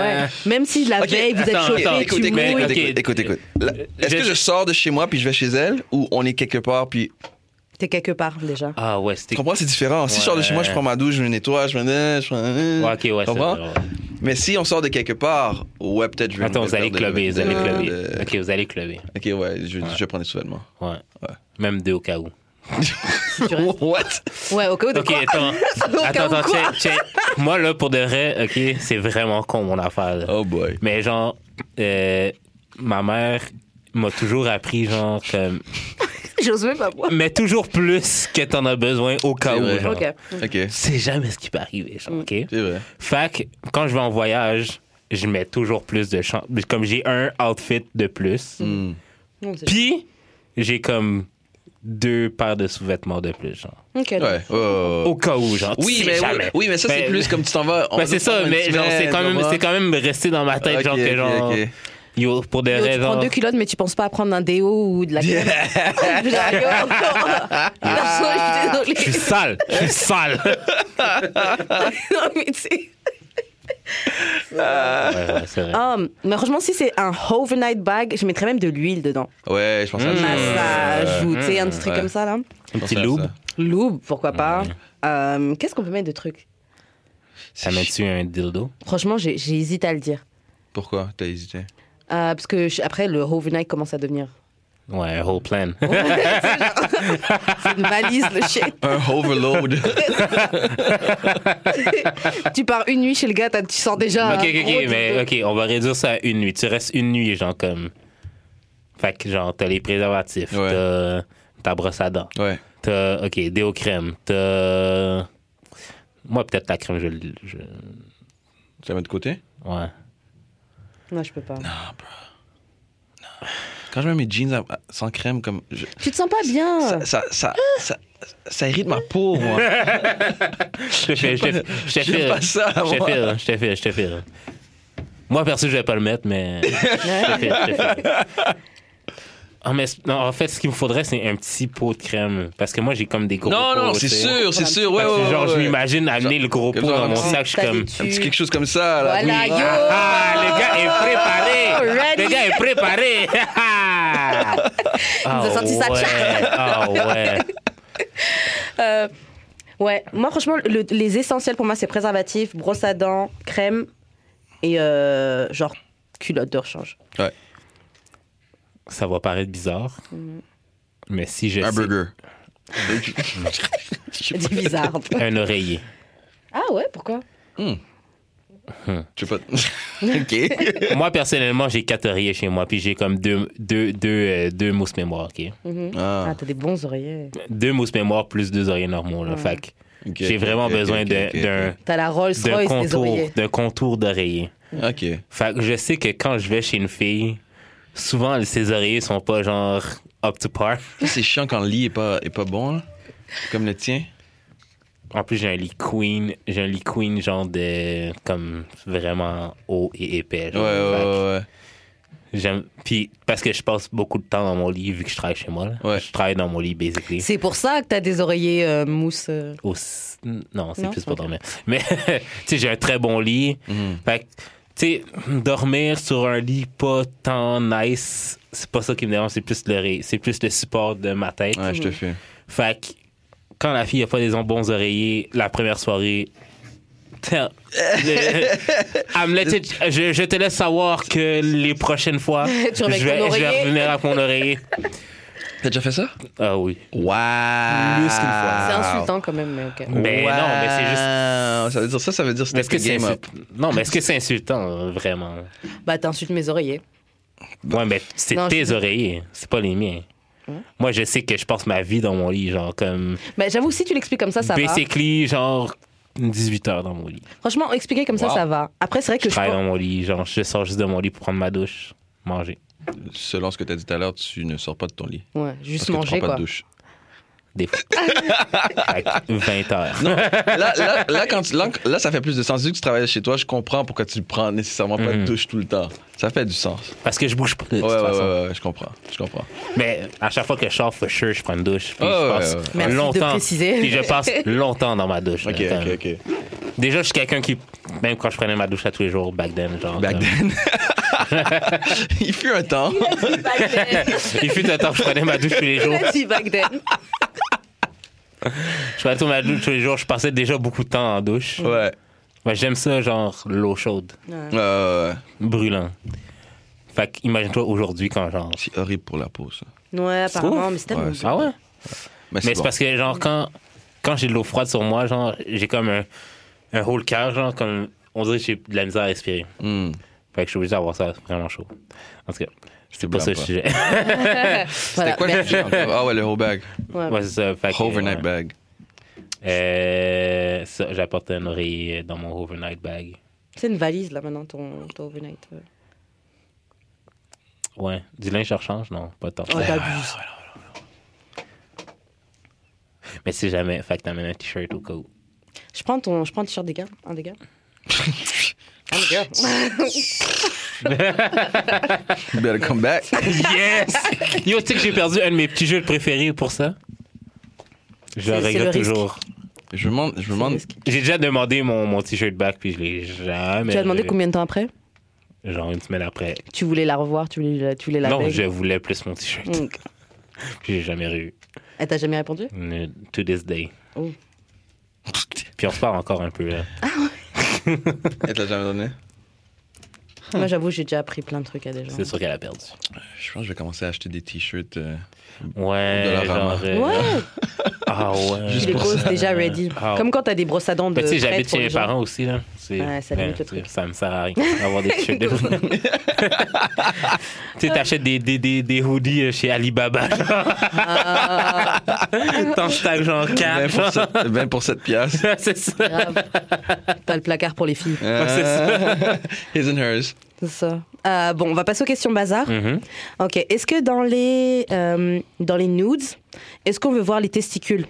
ouais. Même si la
Ok,
veille, vous êtes
Ah. attends,
chauffé,
attends,
tu
Écoute, écoute,
mouilles.
écoute,
Ok.
écoute, écoute, écoute. La- Est-ce
Je-
que je sors de chez moi puis je vais chez elle ou on est quelque part puis
T'es quelque part, déjà.
Ah ouais, c'était.
Tu comprends, c'est différent. Si je sors de chez moi, je prends ma douche, je me nettoie, je me. Je prends...
Ouais, ok, ouais,
Tu
c'est
comprends?
vrai, ouais.
Mais si on sort de quelque part, ouais, peut-être je vais.
Attends,
me
vous allez
perdre de-
clubber, vous
de-
allez
de-
clubber. Ok, vous allez clubber.
euh, Ok, ouais, je, je vais prendre des sous-vêtements.
Ouais.
Ouais.
Même deux au cas où.
[LAUGHS] What?
Ouais, au cas où de
Ok,
quoi
attends.
[LAUGHS]
Au cas
attends,
où
attends,
quoi
check, check. Moi, là, pour de vrai, ok, c'est vraiment con mon affaire. là.
Oh boy.
Mais genre, euh, ma mère m'a toujours appris, genre, comme.
[LAUGHS] J'ose même pas boire.
Mais toujours plus que t'en as besoin au cas
C'est
où,
vrai.
genre.
Ok.
Ok,
C'est jamais ce qui peut arriver,
Mm.
genre, ok?
c'est vrai.
Fait que quand je vais en voyage, je mets toujours plus de chance. Comme j'ai un outfit de plus.
Mm.
Non, c'est-
Puis, j'ai comme deux paires de sous-vêtements de plus, genre.
Ok.
Ouais. oh, ouais, ouais, ouais.
Au cas où, genre. tu
Oui,
sais
mais, oui,
jamais.
oui, mais ça, c'est
Ben,
plus comme tu t'en vas. on
ben, c'est
va prendre
ça,
une
mais genre, c'est
semaine,
quand, même-
tu
c'est quand même resté dans ma tête,
Ok,
genre, que
ok,
genre.
ok.
Yo, pour des
Yo, tu
raisons.
prends deux culottes, mais tu penses pas à prendre un déo ou de la
[LAUGHS]
crème. [LAUGHS] Genre, yo, non. Garçon, je suis
Ah.
[LAUGHS]
Je suis
désolée. [LAUGHS]
sale, je suis sale.
Non, mais tu sais.
Ouais, ouais, c'est vrai.
Oh, mais franchement, si c'est un overnight bag, je mettrais même de l'huile dedans.
Ouais, je pense à
Mmh.
Ah,
ça.
ça joue, tu sais, un petit truc
ouais.
comme ça, là.
Un
Je pense
petit
à ça.
loup.
Lube, pourquoi pas. Euh, Qu'est-ce qu'on peut mettre de trucs
Ça met-tu un dildo?
Franchement, j'ai- j'hésite à le dire.
Pourquoi T'as hésité
Euh, parce que je- après, le overnight commence à devenir.
Ouais, un whole plan.
C'est une valise, le
[LAUGHS]
shit.
Un overload.
tu pars une nuit chez le gars, t'as- tu sens déjà.
ok,
un
ok,
gros
ok, mais
dildo.
ok, Ah, on va réduire ça à une nuit. Tu restes une nuit, genre comme. Fait que, genre, t'as les préservatifs,
Ouais.
t'as ta brosse à dents,
ouais.
t'as, ok, déo crème, t'as. Moi, peut-être la crème, je. l- je...
Tu la mets de côté [LAUGHS]
Ouais.
Non, je peux pas.
Quand je mets mes jeans à- à- sans crème, comme. je-
Tu te sens pas bien.
Ça, ça, ça, ça, ça irrite ma peau, [LAUGHS] moi.
Je te file, je te
pas-
file, je te
j'aime
file.
pas ça,
Je te
moi.
file, je te file, je te file. Moi, perso, je vais pas le mettre,
[LAUGHS]
mais. je te file, je te file. Ah, mais c'est- non, en fait, ce qu'il me faudrait, c'est un petit pot de crème. Parce que moi, j'ai comme des gros
Non, non,
pots, tu
c'est
sais.
sûr, c'est sûr. Ouais,
Parce que
ouais,
genre,
ouais,
je
ouais.
m'imagine amener le gros pot
genre,
dans mon
un
sac, je suis comme.
Un petit quelque chose comme ça. Là.
Voilà,
Oui.
yo.
Ah, ah, le gars est préparé!
Oh, Ready.
Le gars est préparé!
[LAUGHS]
Ah,
nous a sorti ça.
ouais.
[LAUGHS]
Ah ouais!
Euh, ouais, moi franchement, le- les essentiels pour moi, c'est préservatif, brosse à dents, crème et euh, genre culotte de rechange. [LAUGHS]
Ça va paraître bizarre.
Mm.
Mais si je.
Un
sais-
[LAUGHS] burger. Je sais
Des
pas-
bizarres.
Un oreiller.
ah ouais, pourquoi
je sais pas. [LAUGHS] ok.
Moi, personnellement, j'ai quatre oreillers chez moi, puis j'ai comme deux, deux, deux, euh, deux mousses mémoire, OK?
Mhm.
Ah,
Ah, t'as des bons oreillers.
Deux mousses mémoire plus deux oreillers normaux,
Mm.
là. Fait que
ok,
j'ai vraiment
ok,
besoin
ok,
d'un-
ok,
d'un
T'as la Rolls
d'un
Royce des
contour,
oreillers.
d'un contour d'oreiller.
Ok.
Fait que je sais que quand je vais chez une fille, souvent, ses oreillers sont pas, genre, up to par.
Ça, C'est chiant quand le lit est pas, est pas bon, là. Comme le tien.
En plus, j'ai un lit queen. J'ai un lit queen, genre, de... Comme vraiment haut et épais.
Ouais,
genre.
ouais,
Fait que
ouais.
J'aime... Puis, parce que je passe beaucoup de temps dans mon lit, vu que je travaille chez moi, là.
Ouais.
Je travaille dans mon lit, basically.
C'est pour ça que t'as des oreillers euh, mousse. euh.
au s- Non, c'est
Non,
plus pour
ok.
dormir. Mais, [LAUGHS] tu sais, j'ai un très bon lit.
Mhm.
Fait que, tu sais, dormir sur un lit pas tant nice, c'est pas ça qui me dérange, c'est plus le, ré- c'est plus le support de ma tête.
Ouais, je te fais.
Fait que, quand la fille a pas des bons oreillers, la première soirée, tiens,
[LAUGHS]
le- I'm let it- je, je te laisse savoir que les prochaines fois,
[LAUGHS] Tu
je
remets
vais,
ton
je vais
oreiller.
revenir avec mon oreiller.
T'as déjà fait ça?
Ah oui.
Waouh!
Plus qu'une
Ah.
fois.
C'est insultant quand même, mais ok.
Mais non, mais c'est juste.
Ça veut dire ça, ça veut dire
Mais
c'était
est-ce que c'est
game up.
insu- Non, mais est-ce que c'est insultant, euh, vraiment?
Bah, t'insultes mes oreillers.
Ouais, mais c'est
Non,
tes
je- Hein?
oreillers, c'est pas les miens. Moi, je sais que je passe ma vie dans mon lit, genre comme.
Mais Bah, j'avoue, si tu l'expliques comme ça, ça va.
basically, genre 18 heures dans mon lit.
Franchement, expliquer comme ça,
Wow.
ça va. Après, c'est vrai que
Je
je.
travaille
pense-
dans mon lit, genre je sors juste de mon lit pour prendre ma douche, manger,
Selon ce que t'as dit tout à l'heure, tu ne sors pas de ton lit.
Ouais,
Parce
juste
que tu prends
manger,
pas
quoi.
de douche.
[LAUGHS]
des fois. Fait que 20 heures.
Là, là, là, quand tu- là, là, ça fait plus de sens. Vu que tu travailles chez toi, je comprends pourquoi tu prends nécessairement pas de
Mhm.
douche tout le temps. Ça fait du sens.
Parce que je bouge pas de toute
Ouais, ouais, ouais,
façon.
ouais, ouais, je comprends. Je comprends.
Mais à chaque fois que je sors, for sure, je prends une douche. Puis
Ouais,
je
ouais,
passe
ouais, ouais.
Merci de
longtemps.
préciser.
Puis je
[LAUGHS]
passe longtemps dans ma douche. là,
Ok,
comme-
ok, ok.
Déjà, je suis quelqu'un qui, même quand je prenais ma douche à tous les jours, back then, genre.
Back
comme-
then. [LAUGHS] Il fut un temps.
[LAUGHS] Il fut un temps que je prenais ma douche tous les jours.
[LAUGHS] Vas-y, back then.
Je prenais tout ma douche tous les jours. Je passais déjà beaucoup de temps en douche.
Ouais. Ouais,
Moi, j'aime ça, genre, l'eau chaude,
ouais, ouais.
brûlant. Fait que, imagine-toi aujourd'hui quand, genre.
C'est horrible pour la peau, ça.
Ouais, apparemment, mais c'est tellement.
Ouais, c'est-
Ah ouais?
Mais
Mais
c'est
c'est
bon.
parce que, genre, quand, quand j'ai de l'eau froide sur moi, genre, j'ai comme un, un hole cœur, genre, comme. On dirait que j'ai de la misère à respirer.
Hmm.
Fait que je suis obligé d'avoir ça vraiment chaud. En tout cas, c'est pas
blâme
ça le
pas.
sujet. [LAUGHS]
Voilà,
C'était quoi le
merci.
sujet encore? Ah ouais, le whole bag.
Ouais.
Ouais, c'est ça. Fait que,
Overnight
ouais.
bag.
Euh, ça, J'apporte un oreiller dans mon overnight bag.
C'est une valise, là, maintenant, ton, ton overnight. ouais.
Ouais. Du linge je rechange? Non, pas tant.
Oh, t'abuses.
Mais si jamais, fait que t'amènes un t-shirt au cas où.
Je prends ton, je prends le t-shirt des gars, un des gars. Un des gars.
You better come back.
Yes! Yo, tu sais que j'ai perdu un de mes petits jeux préférés pour ça? Je le
C'est- c'est
regrette
le risque.
toujours.
Je me demande, je me demande
risqué.
J'ai déjà demandé mon, mon t-shirt back, puis je l'ai jamais.
Tu as demandé
eu.
combien de temps après
Genre une semaine après.
Tu voulais la revoir, tu voulais, la- tu voulais la Mm.
non,
beg.
je voulais plus mon t-shirt.
Donc,
Puis j'ai jamais eu.
Elle t'a jamais répondu
Euh, To this day.
Oh.
Puis on se parle encore un peu, là.
Elle te l'a jamais donné?
[LAUGHS] Moi, j'avoue, j'ai déjà appris plein de trucs à des gens.
C'est sûr qu'elle a perdu.
Je pense que je vais commencer à acheter des t-shirts. euh,
Ouais,
Dollarama.
genre... euh,
Ouais,
Ah ouais.
Juste
tu les
pour
poses déjà ready.
Ah.
Comme quand t'as des brosses à dents de.
Mais Ben, tu sais,
prêtes
j'habite
pour
chez
les
mes
gens.
parents aussi, là. C'est-
Ouais, ça limite le truc.
Ça me sert à rien d'avoir des t-shirts
[LAUGHS]
de Tu sais, t'achètes des, des, des, des hoodies euh, chez Alibaba.
Ah.
[LAUGHS] T'en stack genre [LAUGHS]
20
4.
pour sept- 20 pour 7 piastres.
C'est ça.
Grave. [LAUGHS] T'as le placard pour les filles.
Euh, [LAUGHS] His and hers.
C'est ça. Euh, bon, on va passer aux questions bazar.
Mhm.
Ok. Est-ce que dans les, euh, dans les nudes, est-ce qu'on veut voir les testicules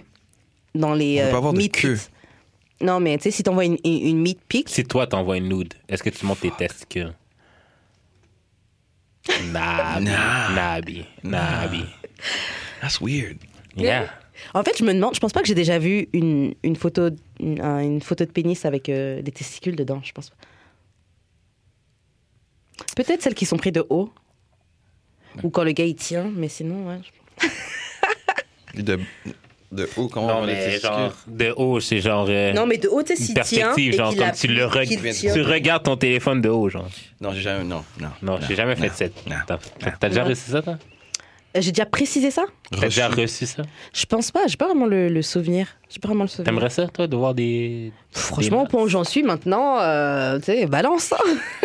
Dans les.
On peut
euh,
pas avoir de
meat
queue.
pics. Non, mais tu sais, si t'envoies une, une, une meat pic,
Si toi, t'envoies une nude, est-ce que tu montes tes testicules? Nabi. Nabi. Nabi.
That's weird.
Yeah.
en fait, je me demande, je pense pas que j'ai déjà vu une, une, photo, une, un- une photo de pénis avec euh, des testicules dedans, je pense pas. Peut-être celles qui sont prises de haut. Ou quand le gars il tient, mais sinon, ouais. je-
De, de haut, comment on
Non,
va les
mais
testicules?
genre, de haut, c'est genre. euh,
Non, mais de haut, tu sais,
une
s'il tient.
perspective,
et
genre,
qu'il
comme
a-
tu le reg-
qu'il
tu
tient.
Tu regardes ton téléphone de haut, genre.
Non, j'ai jamais. Non, non.
Non, j'ai jamais fait
non,
cette.
non,
T'as t'as déjà
Non.
reçu ça, toi?
J'ai déjà précisé ça
T'as déjà
Reçu.
reçu ça?
Je pense pas, j'ai pas vraiment le, le souvenir. J'ai pas vraiment le souvenir.
T'aimerais ça, toi, de voir des.
Pff, Franchement, au
des-
point où j'en suis maintenant, euh, tu sais, balance. hein.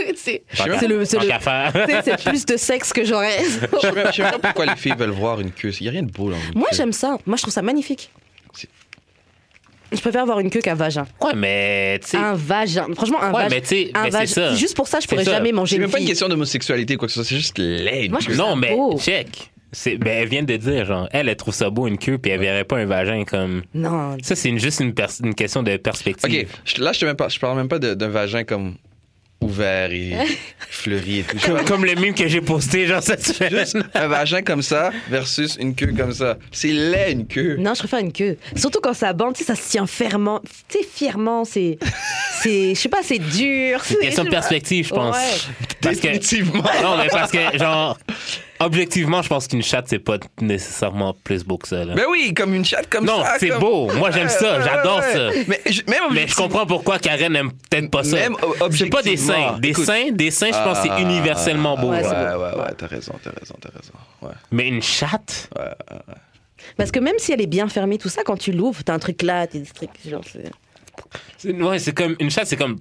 [LAUGHS] c'est
Je sais même-
c'est le. c'est
Tant
le-
qu'à faire.
tu sais, c'est plus de sexe que j'aurais.
je sais même- je sais même pas pourquoi les filles veulent voir une queue. Il n'y a rien de beau dans une
Moi,
queue.
j'aime ça. Moi, je trouve ça magnifique.
C'est-
Je préfère avoir une queue qu'un vagin.
[LAUGHS] Ouais, mais, tu sais.
Un vagin. Franchement, un
Ouais,
vagin.
mais tu sais,
un
mais c'est
vagin.
ça.
Juste pour ça, je
C'est
pourrais
ça.
jamais manger
C'est
une
même pas une
fille.
question d'homosexualité ou quoi que ce soit. C'est juste laid.
Moi, je-
Non, mais,
beau.
check. C'est- Ben, elle vient de dire, genre, elle, elle trouve ça beau une queue, puis elle verrait pas un vagin comme.
Non.
Ça, c'est une- juste une, pers- une question de
Ok,
perspective.
je- là, je, te même pas, je parle même pas de- d'un vagin comme
[LAUGHS]
ouvert et fleuri et tout. Je
Comme,
parle
comme le mime que j'ai posté, genre, cette semaine.
Juste un vagin comme ça versus une queue comme ça. C'est laid, une queue.
Non, je préfère une queue. Surtout quand ça bande, tu sais, ça se tient fermement. Tu sais, fièrement, c'est. [LAUGHS] C'est. Je sais pas, c'est dur.
C'est une question de
je sais pas.
perspective, je pense.
Ouais.
Parce que.
Définitivement.
Non, mais parce que, genre, objectivement, je pense qu'une chatte, c'est pas nécessairement plus beau que ça. Là.
Ben oui, comme une chatte comme
Non,
ça.
c'est
Ah, comme-
beau. Moi, j'aime ça.
Ouais,
J'adore
ouais,
ça.
ouais. Mais je- même
Mais je
objectif-
comprends pourquoi Karen n'aime peut-être pas ça.
Même o-
C'est pas des seins.
objectivement,
Des
écoute. Ah.
seins, des seins, je pense que c'est universellement beau.
Ouais,
Ouais,
ouais,
c'est
genre.
beau.
ouais, t'as raison, t'as raison, t'as raison. Ouais.
Mais une chatte,
[LAUGHS] Parce que même si elle est bien fermée, tout ça, quand tu l'ouvres, t'as un truc là, t'es des trucs. Genre, c'est-
c'est- ouais, c'est comme une chatte, c'est comme.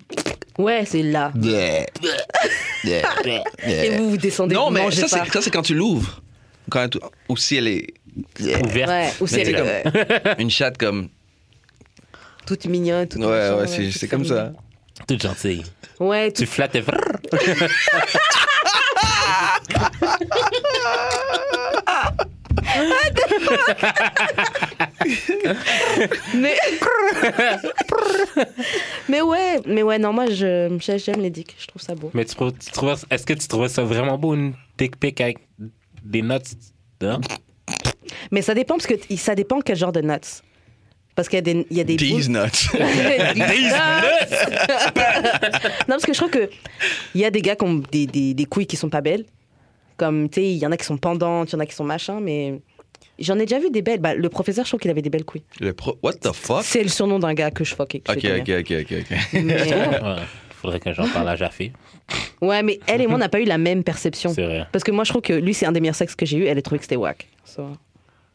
ouais, c'est là.
[LAUGHS]
Et vous, vous descendez.
Non,
vous
mais
mangez
ça,
pas.
c'est- ça, c'est quand tu l'ouvres. Quand elle- ou si
[LAUGHS]
elle est
Ouverte.
Ouais, ou si
Mais
elle est
c'est
ouais,
une chatte comme.
toute mignonne, toute
Ouais,
machin,
ouais, c'est-
toute
c'est comme ça.
féminine.
Toute gentille.
Ouais,
Tu
toute
flattes et.
[LAUGHS]
Mais... mais ouais, mais ouais, non, moi je j'ai- j'aime les dicks, je trouve ça beau.
Mais tu, trouves- tu trouves- est-ce que tu trouvais ça vraiment beau, une dick pic avec des notes
[LAUGHS]
dedans?
Mais ça dépend parce que t- ça dépend quel genre de nuts. Parce qu'il y a des il y a des [LAUGHS]
These
boules-
nuts. [LAUGHS]
Des
These
nuts. Non parce que je trouve que il y a des gars qui ont des, des, des couilles qui sont pas belles. Comme tu sais, il y en a qui sont pendantes, il y en a qui sont machin, mais j'en ai déjà vu des belles. Bah, le professeur, je trouve qu'il avait des belles couilles.
Le pro- What the fuck?
C'est le surnom d'un gars que je fuck et que je
Ok,
fais
ok, ok, ok, ok.
connaître.
[LAUGHS]
Mais- euh,
Ouais. Faudrait que j'en parle à Jaffé.
Ouais, mais elle et moi, on n'a pas eu la même perception.
C'est vrai.
Parce que moi, je trouve que lui, c'est un des meilleurs sexes que j'ai eu. Elle a trouvé que c'était whack. So,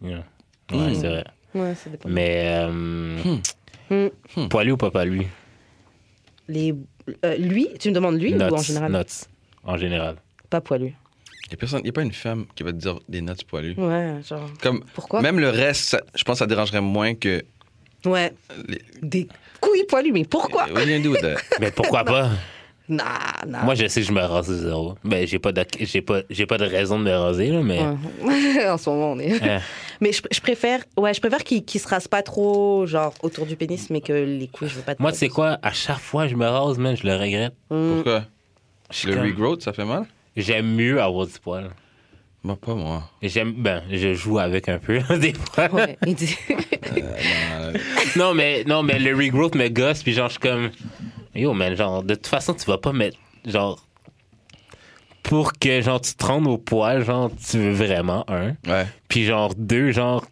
Yeah. Ouais,
Mm.
c'est vrai.
Ouais, ça dépend.
Mais. Euh,
Hmm.
Hmm.
Poilu ou pas poilu?
Les... euh, lui, tu me demandes lui ou en général
Notes. En général.
Pas poilu.
Il n'y a pas une femme qui va te dire des notes poilues.
Ouais, genre.
Comme,
Pourquoi
Même le reste, ça- je pense que ça dérangerait moins que.
Ouais,
Les... Eh
des couilles poilues, mais pourquoi
What do you do with [LAUGHS] that?
Mais pourquoi pas?
Nah, nah.
Moi, je sais que je me rase de zéro. Ben, j'ai pas, de- j'ai pas, j'ai pas de raison de me raser, là, mais. hein.
Ouais. [LAUGHS] en ce moment, on est.
Ouais.
Mais je, je préfère, ouais, je préfère qu'il qu'il se rase pas trop, genre autour du pénis, mais que les couilles, je veux pas. de
Moi, tu
problème.
sais quoi? À chaque fois, je me rase, man, je le regrette.
Mm.
Pourquoi?
Je suis
Le
comme-
regrowth, ça fait mal?
J'aime mieux avoir du poil.
Moi, pas moi.
J'aime. Ben, je joue avec un peu, [LAUGHS] des fois.
[LAUGHS] Ouais, il dit-
Euh,
Non, mais, non, mais le regrowth me gosse, puis genre, je suis comme. Yo, man, genre, de toute façon, tu vas pas mettre. Genre. Pour que, genre, tu te rendes au poil, genre, tu veux vraiment un.
ouais.
Puis, genre, deux, genre,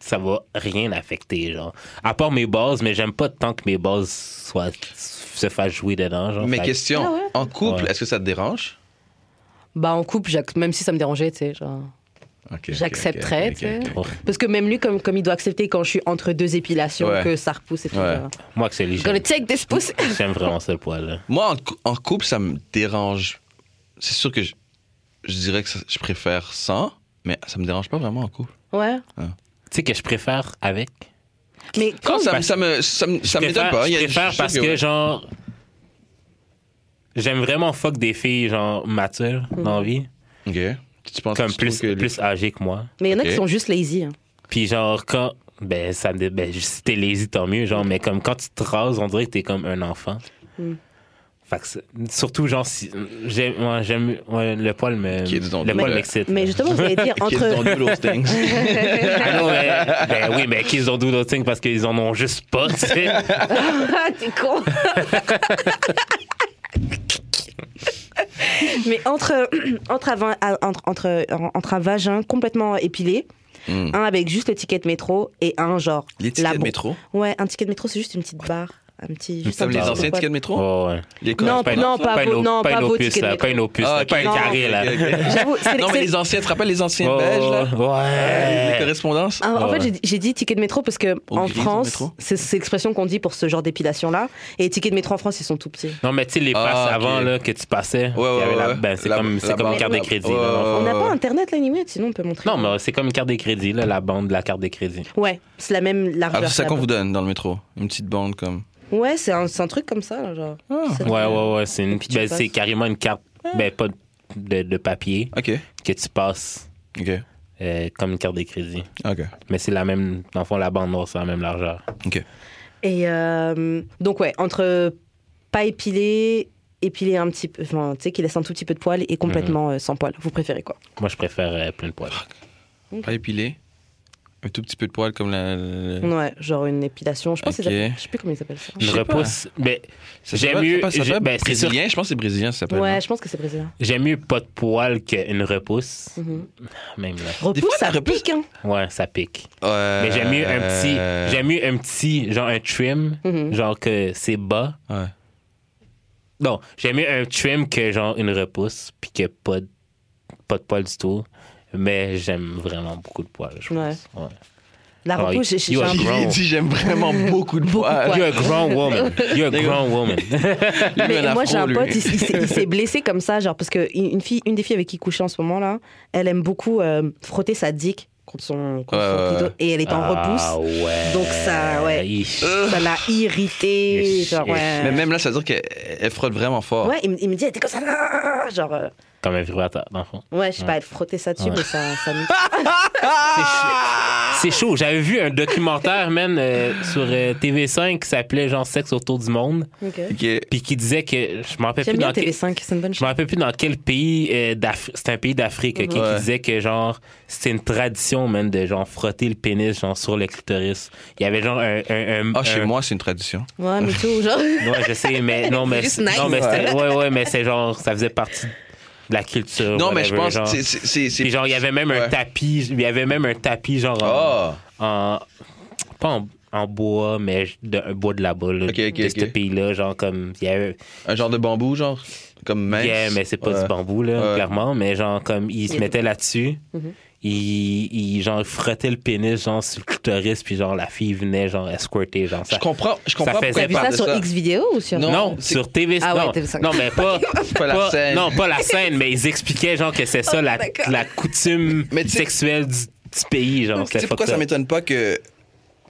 ça va rien affecter, genre. À part mes bases, mais j'aime pas tant que mes bases soient, se fassent jouer dedans, genre.
Mais
Fait que-
question,
Ah ouais.
en couple,
Ouais.
est-ce que ça te dérange?
Bah, en couple, j'ac- même si ça me dérangeait, tu sais, genre.
Ok, ok,
J'accepterais,
ok, ok,
tu sais.
ok, ok.
Oh,
Parce que même lui, comme, comme il doit accepter quand je suis entre deux épilations,
Ouais.
que ça repousse et tout.
Ouais.
genre.
moi, que c'est léger.
Gonna take this pussy.
[LAUGHS] J'aime vraiment ce poil-là.
Moi, en, cou- en couple, ça me dérange. C'est sûr que je, je dirais que ça- je préfère sans, mais ça me dérange pas vraiment en couple.
Ouais.
Tu sais que je préfère avec.
Mais
Non,
quand
ça, me-
parce-
ça me, ça me- ça
Je
m'étonne
préfère-
pas. Il y
Je
a-
préfère
je sais
parce que, genre. J'aime vraiment fuck des filles, genre, matures dans la vie.
Ok. Tu penses
Comme
tu
plus,
trouves que-
plus âgées que moi.
Mais il y en a
Ok.
qui sont juste lazy. hein.
Puis, genre, quand. Ben, ça me. dé- Ben, si t'es lazy, tant mieux, genre, mais comme quand tu te rases, on dirait que t'es comme un enfant.
Mm.
Fait que c'est- surtout, genre, si. J'aime. ouais, j'aime. ouais, le poil me.
Kids don't
le
do
poil
that.
m'excite.
Mais justement, vous allez
[LAUGHS]
dire
Kids don't
entre.
do those things.
Ah non, mais. Ben oui, mais kids ont do d'autres things parce qu'ils en ont juste pas, tu
[LAUGHS]
sais.
[LAUGHS] Ah, t'es con [LAUGHS] Mais entre, [CLEARS THROAT] entre, un, vin- à- entre, entre, entre un vagin complètement épilé,
Hmm.
un avec juste le ticket de métro et un genre.
Les
la
tickets de
bro-
métro.
Ouais, un ticket de métro, c'est juste une petite barre. Un petit, juste un
Comme
petit
les
Ah,
anciens
ouais.
tickets de métro.
Oh, ouais.
Les
Non, non,
correspondants.
pas
une
vos-
op-
non,
pas
pas
une
vos
opus,
tickets de
là.
métro.
Pas une opus,
Ah,
là,
ok.
pas une
Non.
carré, là.
[LAUGHS] J'avoue, c'est
Non, mais
c'est-
les anciens, tu te rappelles les anciens
Oh,
belges, là? Ah,
Ouais.
Les correspondances?
Ah, en
Ouais.
fait, j'ai dit- j'ai dit ticket de métro parce que
Ou
en
grise, au
France,
métro.
c'est c'est l'expression qu'on dit pour ce genre d'épilation-là. Et les tickets de métro en France, ils sont tout petits.
Non, mais tu sais, les
Ah,
passes
ok.
avant là, que tu passais,
Ouais,
il y
ouais,
avait la-
ouais.
ben, c'est
La-
comme, c'est
la
comme une
bande-
carte de
la-
crédit.
ouais,
là, dans le fond.
On n'a
Euh,
pas Internet, là, anyway, sinon on peut montrer.
Non, mais c'est comme une carte de crédit, là, la bande de la carte de crédit.
Ouais, c'est la même
Ah,
largeur.
c'est ça
que
qu'on
la-
vous donne dans le métro. Une petite bande comme.
Ouais, c'est un, c'est un truc comme ça, là, genre.
Ah,
C'est-
Ouais, ouais, ouais. C'est, une,
puis tu
ben,
passes.
c'est carrément une carte, ben, pas de, de papier,
OK.
que tu passes
OK.
euh, comme une carte de crédit.
OK.
Mais c'est la même, dans le fond, la bande noire, c'est la même largeur.
OK.
Et euh, donc, ouais, entre pas épilé, épilé un petit peu, enfin, tu sais, qui laisse un tout petit peu de poils et
Mhm.
complètement euh, sans poils. Vous préférez quoi
Moi, je préfère euh, plein de poils.
Ah, Pas épilé. Un tout petit peu de poils comme la. la-
Ouais, genre une épilation. Je pense que
Ok.
c'est. Je sais plus comment ils appellent ça.
Je
sais pas.
repousse. Ben,
Ça
J'aime
s'appelle-
mieux-
je sais pas, ça
j'ai-
s'appelle
ben, c'est sûr-
brésilien, je pense que c'est brésilien, ça s'appelle.
Ouais,
non?
je pense que c'est hein. brésilien.
j'aime mieux pas de poils qu'une repousse.
Mhm.
Ah, Même là.
Repousse,
fois,
ça
la repousse-
pique, hein.
Ouais, ça pique.
Euh,
Mais j'aime mieux un petit,
euh,
j'aime mieux un petit, genre un trim,
Mhm.
genre que c'est bas.
Ouais.
Non, j'aime mieux un trim que genre une repousse, puis que pas de, pas de poils du tout. Mais j'aime vraiment beaucoup de poils, je pense. Ouais.
La
Ah,
repousse, j'ai-
you
j'ai
are
un
grown.
Il dit
[LAUGHS]
j'aime vraiment beaucoup de
Beaucoup de
poils.
poils.
Ah, You're a grown
[LAUGHS]
woman. You're a grown woman.
Lui,
Mais
un
moi, j'ai un
afro,
pote,
lui.
il, il s'est- il s'est blessé comme ça, genre, parce que une, fille, une des filles avec qui il couchait en ce moment-là, elle aime beaucoup euh, frotter sa dick contre son, contre son
Ouais, ouais,
clito,
ouais.
et elle est en repousse.
Ah, ouais.
Donc ça, ouais.
Ish.
Ça l'a irrité,
Ish,
genre,
ish.
ouais.
Mais même là, ça veut dire qu'elle elle frotte vraiment fort.
Ouais, il, me- il me dit, elle était comme ça, ah, genre, euh,
Comme un vibrateur, dans le fond.
ouais, je sais pas, elle frottait ça dessus,
Ouais.
mais ça, ça me-
C'est chaud. C'est chaud. J'avais vu un documentaire, man, euh, sur euh, TV5 qui s'appelait genre Sexe autour du monde,
Ok.
Ok.
puis qui disait que je m'en rappelle
J'aime
plus
bien
dans quel-
TV5, c'est une bonne
Je
chose.
me rappelle plus dans quel pays euh, d'Afrique. C'est un pays d'Afrique ok,
Ouais.
qui disait que genre c'était une tradition même de genre frotter le pénis genre sur le clitoris. Il y avait genre un. un, un-
Ah, chez
un-
moi, c'est une tradition.
Ouais, mais tout, genre.
Ouais, je sais, mais non mais
Juste
c'est- non
nice.
mais c'était- ouais ouais mais c'est genre ça faisait partie de la culture.
Non, mais je
whatever,
pense que
ben, genre.
c'est- c'est- c'est. c'est-
Puis genre il y avait même un
Ouais.
tapis, il y avait même un tapis genre en,
Ah!
en- pas en, en bois mais de, un bois de là-bas là,
Ok, ok,
de ce
ok.
pays-là genre comme il y avait
Un genre de bambou, genre? Comme mince?
Yeah, mais c'est pas
Ouais.
du bambou, là,
Ouais.
clairement. Mais genre, comme, il se
Il-
mettait là-dessus.
Mhm.
Il, il, genre, frottait le pénis, genre, sur le clitoris, puis genre, la fille venait, genre, escorter, genre,
Je
ça.
comprends, je comprends
Ça
pourquoi
faisait
elle
T'as vu ça
parle de
sur
ça.
X vidéo ou sur.
Non.
Non,
c'est-
sur TV,
Ah ouais,
non.
TV5.
non, mais
[LAUGHS]
pas,
pas la scène.
Non, pas la scène, mais ils expliquaient, genre, que c'est ça, la,
Oh, d'accord.
la coutume
[LAUGHS] Mais tu sais-
sexuelle du, du pays,
Ah,
genre.
Tu
c'était
sais pourquoi
fucked up.
ça m'étonne pas que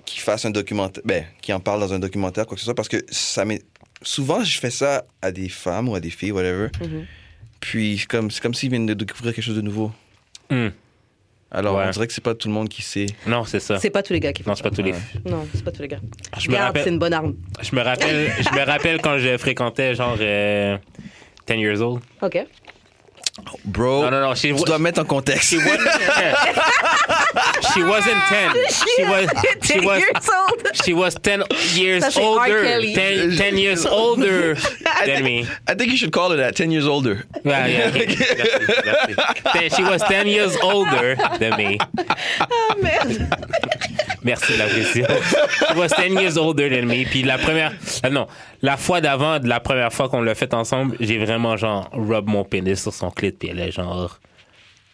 qu'il fasse un documentaire, ben, qu'il en parle dans un documentaire, quoi que ce soit, parce que ça m'est. Souvent, je fais ça à des femmes ou à des filles, whatever.
Mhm.
Puis c'est comme c'est comme s'ils viennent de découvrir quelque chose de nouveau.
Hmm.
Alors,
Ouais.
on dirait que c'est pas tout le monde qui sait.
Non, c'est ça.
C'est pas tous les gars qui font
Non, c'est pas tous les.
ça. Non, c'est pas tous les gars.
Je me
Garde,
rappelle-
c'est une bonne arme.
Je me rappelle, je me rappelle quand je fréquentais, genre, euh, 10 years old.
Ok.
Bro,
Non, non, non, she
Oh. tu
wa-
dois mettre en contexte.
She wasn't 10. she wasn't 10. She was, she was, she was 10 years
Ça, c'est R.
older.
Kelly.
10, 10 years older than me.
[LAUGHS] I think you should call it that, 10 years older.
Yeah, yeah. That's it, that's it. Ten- She was 10 years older than me.
Ah [LAUGHS] merde.
Merci de la précision. She was 10 years older than me. Puis la première. ah non, la fois d'avant, de la première fois qu'on l'a fait ensemble, j'ai vraiment, genre, rub mon pénis sur son clit, puis elle a, genre,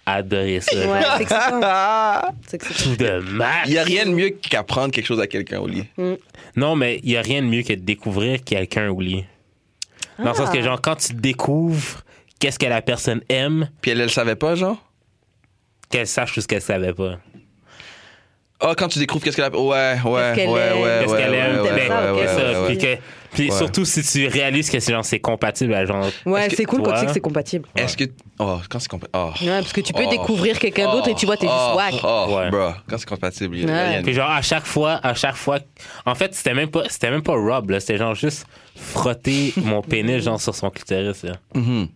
adoré ça.
Ouais,
genre,
c'est excitant. C'est excitant.
tout de match.
Il n'y a rien de mieux qu'apprendre quelque chose à quelqu'un au lit.
Mm-hmm.
Non, mais il n'y a rien de mieux que de découvrir quelqu'un au lit. Dans le sens
Ah.
que, genre, quand tu découvres qu'est-ce que la personne aime,
Puis elle, elle le savait pas, genre?
qu'elle sache tout ce qu'elle savait
Euh,
pas.
Ah, quand tu découvres qu'est-ce qu'elle a. Ouais, ouais,
Qu'est-ce qu'elle
ouais,
aime,
ouais,
Qu'est-ce
ouais,
qu'elle
ouais,
aime,
ouais,
ben,
ouais,
ok,
ouais,
ça.
ouais,
puis
ouais.
que- puis
Ouais.
surtout si tu réalises que c'est, genre, c'est compatible à genre.
Ouais,
Est-ce que
c'est cool quand
toi-
tu sais que c'est compatible.
Est-ce que. Oh, quand c'est compatible. Oh.
Ouais, parce que tu peux
Oh.
découvrir quelqu'un d'autre et tu vois, t'es juste
oh,
wack.
Oh,
Ouais.
bro, quand c'est compatible, il y a-
Ouais.
il y a une-
Puis genre à chaque fois, à chaque fois, en fait c'était même pas, c'était même pas rub là, c'était genre juste frotter
[LAUGHS]
mon pénis genre sur son clitoris. là.
Mhm.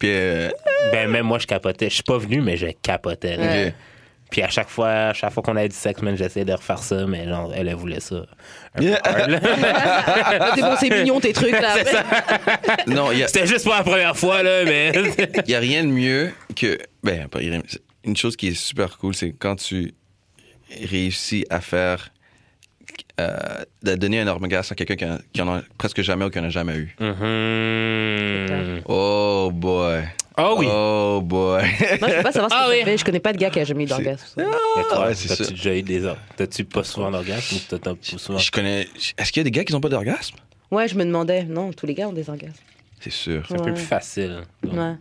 Puis, euh,
Ben même moi je capotais, je suis pas venu mais je capotais. là.
Ouais.
ok.
Puis à chaque fois, à chaque fois qu'on avait du sexe, man, j'essayais de refaire ça, mais genre elle elle voulait ça. Un peu
Yeah.
hard, là.
Ah, t'es bon,
[LAUGHS]
c'est mignon tes trucs là.
non, il y a-
c'était juste pour la première fois là, mais
il n'y a rien de mieux que. Ben, pas- il y a rien- une chose qui est super cool, c'est quand tu réussis à faire. euh, de donner un orgasme à quelqu'un qui, en- qui en a presque jamais ou qui en a jamais eu.
Mhm.
Oh boy.
Oh oui.
Oh boy.
Moi, je peux pas savoir ce que
Ah oui.
j'avais. Je connais pas de gars qui a jamais eu d'orgasme.
Et toi,
ouais, c'est
t'as-tu
ça.
déjà eu des or- T'as-tu pas souvent d'orgasme ou t'as- t'as pas souvent
Je connais. Est-ce qu'il y a des gars qui n'ont pas d'orgasme?
Ouais, je me demandais. Non, tous les gars ont des orgasmes.
C'est sûr.
C'est un peu
Ouais.
plus facile. donc.
Ouais.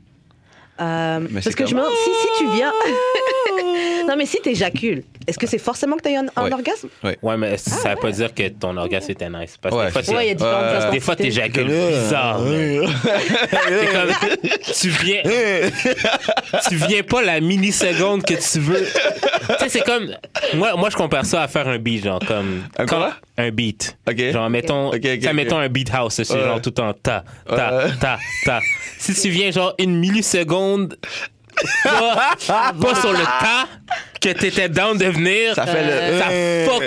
Euh,
Mais c'est
parce que je me
comme-
demande, si, si tu viens. [LAUGHS] non, mais si t'éjacules, est-ce que c'est forcément que t'as eu un, un
Ouais.
orgasme
Ouais, mais ça veut pas dire que ton orgasme était nice. Parce que
Ah, Ouais,
des fois,
c'est Euh,
t'es-
Ouais, il y a différentes
Ouais.
intensités.
des fois, t'éjacules bizarre. man. T'es comme, tu viens, tu viens pas la milliseconde que tu veux. tu sais, c'est comme, moi, moi, je compare ça à faire un beat, genre, comme.
Un quoi?
Un beat.
Ok.
Genre, mettons,
Ok, ok,
ça,
ok.
mettons un beat house, c'est
Ouais.
genre tout en ta, ta,
Ouais.
ta, ta. Si tu viens, genre, une milliseconde, pas, pas sur le ta, que t'étais down de venir.
Ça fait le. euh.
Ça fuck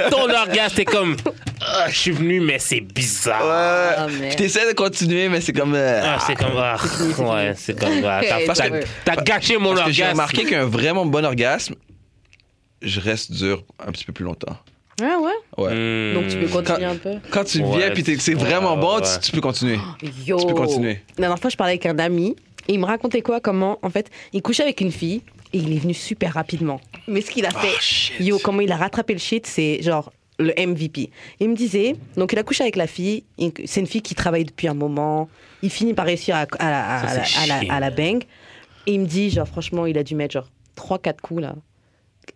tout ton orgasme. T'es comme, ah, je suis venu, mais c'est bizarre.
Ah,
Ouais.
merde.
Puis t'essaies de continuer, mais c'est comme. euh,
Ah, c'est comme, ah, ouais, c'est comme, ah,
Hey,
t'as-
parce
t'as
que-
t'as gâché mon
Parce que j'ai
orgasme.
remarqué qu'un vraiment bon orgasme, je reste dur un petit peu plus longtemps.
Ouais, ouais.
Ouais.
Hmm.
Donc tu peux continuer
Quand-
un peu.
Quand tu
Ouais,
viens puis t'es- c'est
ouais,
vraiment bon,
ouais.
tu, tu peux continuer.
Yo.
Tu peux continuer.
La dernière fois, je parlais avec un ami et il me racontait quoi, comment, en fait, il couchait avec une fille et il est venu super rapidement. Mais ce qu'il a fait,
Ah, shit.
yo, comment il a rattrapé le shit, c'est genre le MVP. Il me disait, donc il a couché avec la fille, il- c'est une fille qui travaille depuis un moment, il finit par réussir à, à- à-
Ça, c'est
à- à
chiant.
la, à la bang. Et il me dit, genre, franchement, il a dû mettre genre 3-4 coups là.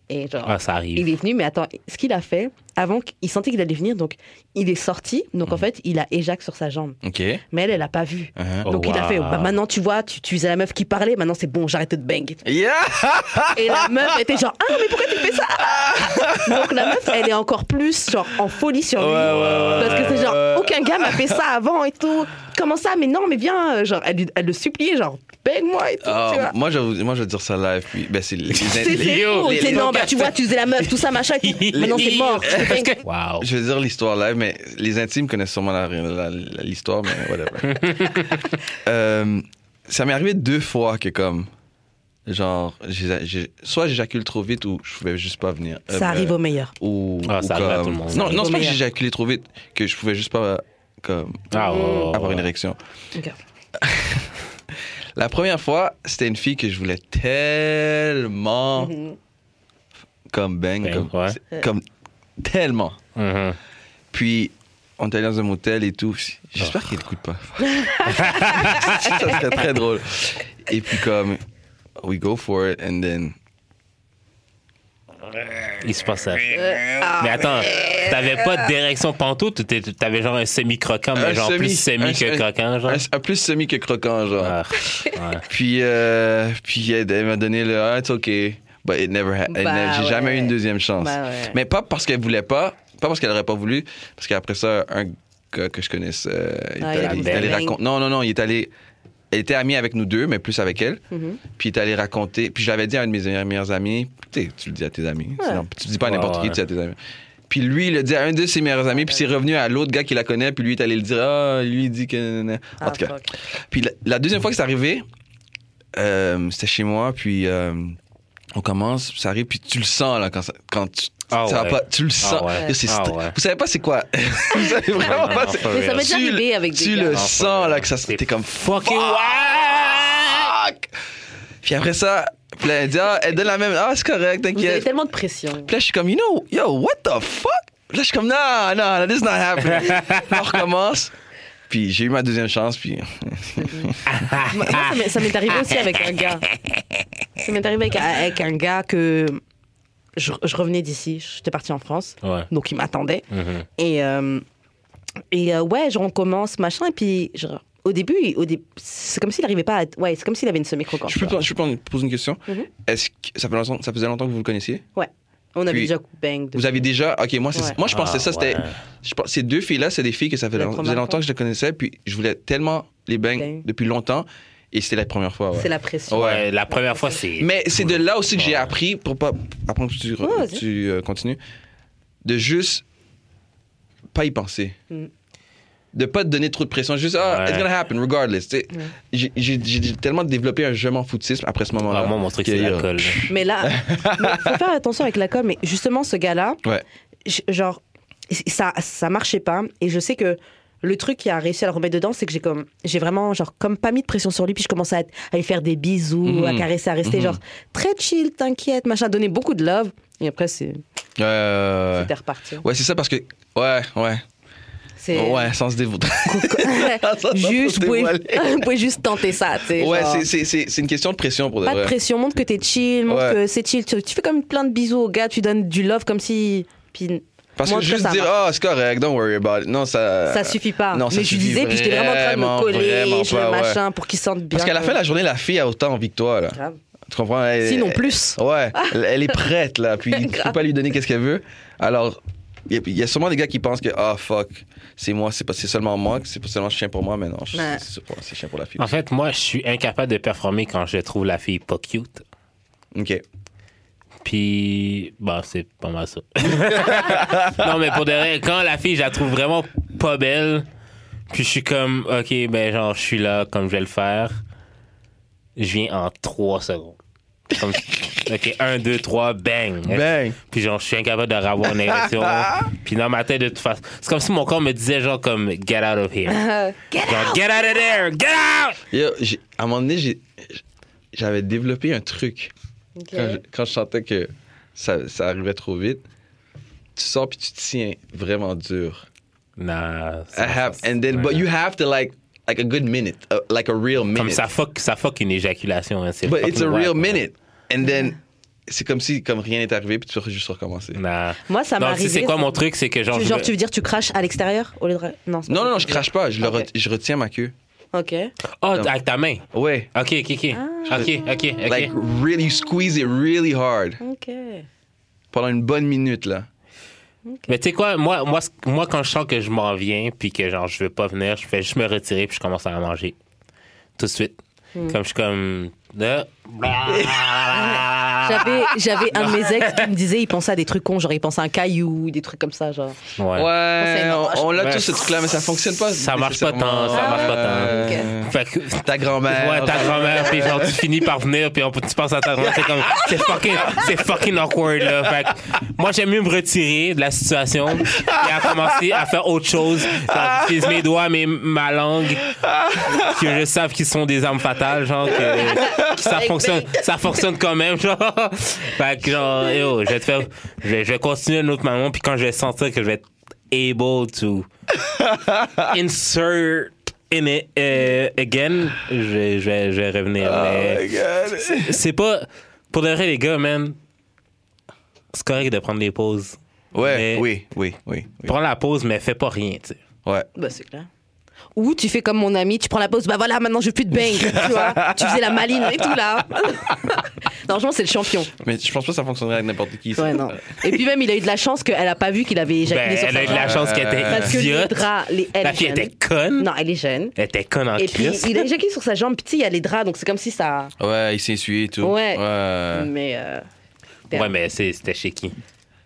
Et genre,
Ah, ça arrive.
il est venu, mais attends, ce qu'il a fait, avant, qu- il sentait qu'il allait venir, donc il est sorti, donc
Mm.
en fait, il a éjac sur sa jambe.
OK.
Mais elle, elle a pas vu.
Uh-huh.
Oh,
Donc il a fait,
wow.
bah, maintenant tu vois, tu, tu faisais la meuf qui parlait, maintenant c'est bon, j'arrête de te bang.
Yeah!
Et [LAUGHS] la meuf était genre, ah mais pourquoi tu fais [LAUGHS] ça Donc la meuf, elle est encore plus genre en folie sur lui.
Ouais, ouais, ouais,
parce que c'est genre,
ouais.
aucun gars m'a fait ça avant et tout. Comment ça Mais non, mais viens, euh, genre, elle, lui- elle le suppliait, genre, bang-moi et tout,
Ah,
tu vois.
moi, je vais, moi, je vais dire ça live. Puis,
[LAUGHS]
ben, c'est les, les-
C'est c'est
yo,
fou.
les-
Il disait,
les
non,
podcasts-
bah tu vois, tu faisais la meuf, tout ça, machin. et tout. Maintenant c'est mort. tu te bang.
Wow.
Je vais dire l'histoire live, mais les intimes connaissent sûrement la- la- la- l'histoire, mais
[LAUGHS]
whatever. Euh, ça m'est arrivé deux fois que, comme, genre, j'ai- j'ai- soit j'éjacule trop vite ou je pouvais juste pas venir. Euh,
Ça arrive
euh,
au meilleur.
ou,
Ah,
ou
ça arrive à tout le monde.
Non, non c'est pas que
Meilleur.
j'éjaculais trop vite, que je pouvais juste pas euh, comme,
Ah, ouais, ouais, ouais.
avoir une érection.
Ok.
La première fois, c'était une fille que je voulais tellement comme bang,
Bang,
comme,
ouais.
c'est- comme tellement.
Mhm.
Puis on est allé dans un motel et tout. J'espère
Ah.
qu'il n'écoute pas. [LAUGHS] ça serait très drôle. Et puis comme we go for it and then
Il se passe ça.
Euh,
mais attends, t'avais pas d'érection pantoute, ou t'es- t'avais genre un semi-croquant, Ah, mais
Un
genre
semi-
plus semi
un-
que
un-
croquant, genre.
un, un plus semi que croquant genre.
Ah, ouais.
Puis, euh, puis elle, elle m'a donné le ah, it's okay. But it never ha- it
Bah
never- J'ai
ouais.
jamais eu une deuxième chance.
Bah ouais.
Mais pas parce qu'elle voulait pas, pas parce qu'elle aurait pas voulu, parce qu'après ça, un gars que je connaisse, euh, il
Ah,
est
il a
allé, il
voulu
est allé
bang.
racon- Non, non, non, il est allé elle était amie avec nous deux, mais plus avec elle.
Mhm.
Puis elle est allée raconter. Puis je l'avais dit à un de mes meilleurs, meilleurs amis. Tu sais, tu le dis à tes amis.
Ouais.
Sinon, tu dis pas à n'importe
Ouais,
qui,
ouais.
tu dis à tes amis. Puis lui, il le dit à un de ses meilleurs amis, puis c'est revenu à l'autre gars qui la connaît, puis lui, il est allé le dire. Ah, lui, il dit que. En
Ah,
tout cas.
fuck.
Puis la, la deuxième fois que c'est arrivé, euh, c'était chez moi, puis euh, on commence, ça arrive, puis tu le sens, là, quand, ça- quand tu.
Ah
ça va
ouais.
pas, tu le
Ah
sens.
ouais.
Yo, c'est
Ah
stra-
ouais.
Vous savez pas c'est quoi. [LAUGHS] vous savez vraiment
Non, non,
pas.
non,
c'est-
for
Mais ça
real.
m'est déjà
Tu
arrivé avec des
tu
gars.
le
Non, for
sens,
real.
là, que ça.
C'est
T'es comme
Fucking
fuck! Puis après ça, puis là, elle dit, ah, elle donne la même. Ah, c'est correct,
Vous avez
t'inquiète.
tellement de pression.
Puis là, je suis comme, you know, yo, what the fuck? Là, je suis comme, non, non, this is not
[LAUGHS]
happening. on recommence. Puis j'ai eu ma deuxième chance, puis
Moi, ça m'est- ça m'est arrivé aussi avec un gars. Ça m'est arrivé avec, avec un gars que je, je revenais d'ici. J'étais partie en France.
Ouais.
Donc, il m'attendait. Et, euh, et euh, ouais, genre, on commence, machin. Et puis, genre, au début, il- au dé- c'est comme s'il n'arrivait pas à. Ouais, c'est comme s'il avait une semi-croquante.
Je peux,
quoi.
pas- je peux pas poser une question.
Mhm.
Est-ce que ça faisait, longtemps, ça faisait longtemps que vous le connaissiez
Ouais. On avait
Puis,
déjà bang.
Vous avez déjà. Ok, moi, c'est-
Ouais.
moi je pensais
Ah,
ça. C'était.
ouais.
je pense- Ces deux filles-là, c'est des filles que ça fait
La
long- faisait
première
longtemps
fois.
que je les connaissais. Puis je voulais tellement les bangs
Bang.
depuis longtemps. Et c'était la première fois. ouais.
C'est la pression.
Ouais.
Ouais, la première fois, c'est.
Mais c'est de là aussi que j'ai
Ouais.
appris, pour pas. Après, tu,
vas-y.
tu euh, continues. De juste. Pas y penser.
Mhm.
De pas te donner trop de pression. Juste, ah,
Ouais.
it's gonna happen, regardless. tu sais. J'ai- J'ai j'ai tellement développé un je m'en foutisme après ce moment-là.
Ah, moi, mon truc,
que,
c'est
euh,
l'alcool.
Mais
[LAUGHS]
là, il faut faire attention avec la com. Mais justement, ce gars-là,
Ouais.
j- genre, ça, ça marchait pas. Et je sais que le truc qui a réussi à le remettre dedans, c'est que j'ai comme, j'ai vraiment, genre, comme pas mis de pression sur lui. Puis je commençais à, être- à lui faire des bisous,
Mhm.
à caresser, à rester,
Mhm.
genre, très chill, t'inquiète, machin, donner beaucoup de love. Et après, c'est,
Euh,
c'était reparti.
Ouais, c'est ça parce que. Ouais, ouais.
C'est. [LAUGHS]
Ouais, [LAUGHS] sans se dévoiler.
juste, vous pouvez,
dévoiler.
[LAUGHS] vous pouvez juste tenter ça, tu sais.
Ouais,
genre.
c'est- c'est- c'est c'est une question de pression pour de
Pas de
vrai.
pression, montre que t'es chill, montre
Ouais.
que c'est chill. Tu, tu fais comme plein de bisous au gars, tu donnes du love comme si. Puis
Parce
Moi,
que
en tout cas,
juste
ça
dire, ah, c'est correct, don't worry about it. Non, ça.
ça suffit pas.
Euh, non, ça
Mais je lui
suffit
disais, puis j'étais vraiment en train de
vraiment,
me
vraiment
coller, je
pas,
le
ouais.
machin, pour qu'il sente bien.
Parce qu'à la
que-
fin de la journée, la fille a autant envie que toi, là.
Grave.
Tu comprends? Elle-
Sinon
elle-
plus. Ah.
Ouais, elle, elle est prête,
[LAUGHS]
là. Puis tu peux
Grave.
pas lui donner qu'est-ce qu'elle veut. Alors, il y a- il y, a sûrement des gars qui pensent que, ah, fuck, c'est moi, c'est pas- c'est seulement moi, que c'est pas seulement chien pour moi, mais non, je-
Ouais.
c'est c'est- c'est chien pour la fille.
En fait, moi, je suis incapable de performer quand je trouve la fille pas cute.
Ok.
Puis, bah, c'est pas mal ça. [LAUGHS] non, mais pour de vrai, quand la fille, je la trouve vraiment pas belle, puis je suis comme, OK, ben, genre, je suis là, comme je vais le faire, je viens en trois secondes. Comme, [LAUGHS] OK, un, deux, trois, bang.
Bang!
Puis, genre, je suis incapable de revoir une érection. puis, dans ma tête, de toute façon, c'est comme si mon corps me disait, genre, comme, get out of here.
Ah,
Genre, get out of there! Get out!
Yo, j'ai- à un moment donné, j'ai- j'avais développé un truc. Quand, je, quand je sentais que ça, ça arrivait trop vite, tu sors puis tu tiens vraiment dur.
Nah.
I
ça-
have,
ça-
and then, but you have to like, like a good minute, uh, like a real minute.
Comme ça fuck, ça fuck une éjaculation. Hein, c'est
But it's a
fucking Mm-hmm.
real
whack, man.
minute. And then, c'est comme si comme rien n'est arrivé puis tu aurais juste recommencé.
Nah.
Moi, ça m'est
Non, tu sais,
arrivé.
c'est quoi
ça.
mon truc? C'est que genre.
Tu-
je
Genre,
me-
tu veux dire, tu craches à l'extérieur au lieu de- Non, c'est pas
Non, non,
ça.
non, je crache pas, je, le
Ok.
re- je retiens ma queue.
Ok.
Ah, avec ta main.
Ouais.
Ok, ok, ok.
Ah.
Ok, ok, ok.
Like, really, you squeeze it really hard
Ok.
pendant une bonne minute, là.
Mais tu sais quoi, moi, moi, ce- moi, quand je sens que je m'en viens, puis que genre, je veux pas venir, je fais juste me retirer, puis je commence à la manger. Tout de suite.
Hmm.
Comme je suis comme. euh, là.
J'avais,
Ah.
j'avais un de mes ex qui me disait, il pensait à des trucs cons, genre il pensait à un caillou, des trucs comme ça, genre.
Ouais.
Ouais,
c'est
on,
moche.
on l'a
Ouais.
tous ce truc-là, mais ça fonctionne pas.
Ça marche pas
nécessairement.
tant, ça marche pas tant.
Euh,
Fait que-
Ta grand-mère.
Ouais, ta grand-mère, puis genre, tu finis par venir, puis on, tu penses à ta grand-mère, c'est comme, c'est fucking, c'est fucking awkward, là. Fait que, moi, j'aime mieux me retirer de la situation et à commencer à faire autre chose. Genre, J'utilise mes doigts, mes, ma langue, que je savent qu'ils sont des armes fatales, genre, que, que ça fonctionne, ça fonctionne quand même, genre. Fait que, genre, yo, je vais te faire, je vais, je vais continuer une autre maman, puis quand je vais sentir que je vais être able to insert in it euh, again, je vais, je vais, je vais revenir. mais
Oh
c'est pas. Pour de vrai, les gars, man, c'est correct de prendre des pauses.
Ouais,
Mais-
oui, oui, oui. oui.
Prends la pause, mais fais pas rien, tu sais.
Ouais.
Bah, c'est clair. Ou tu fais comme mon ami, tu prends la pause, bah voilà, maintenant je veux plus de bang, tu vois. Tu faisais la maline et tout là. [LAUGHS] non, franchement, c'est le champion.
Mais je pense pas que ça fonctionnerait avec n'importe qui. ça.
Ouais, non. Et puis même, il a eu de la chance qu'elle a pas vu qu'il avait éjaculé
Ben,
sur
elle
sa
a eu de
femme.
la chance qu'elle
Parce que
était
les
idiote.
draps, les, elle
Euh, La
est
fille
jeune.
était conne.
Non, elle est jeune.
Elle était conne en
Et puis,
crise.
il a éjaculé sur sa jambe, puis tu sais, il y a les draps, donc c'est comme si ça.
Ouais, il s'est essuyé et tout.
Ouais.
ouais.
Mais euh,
Ouais, mais c'est- c'était chez qui?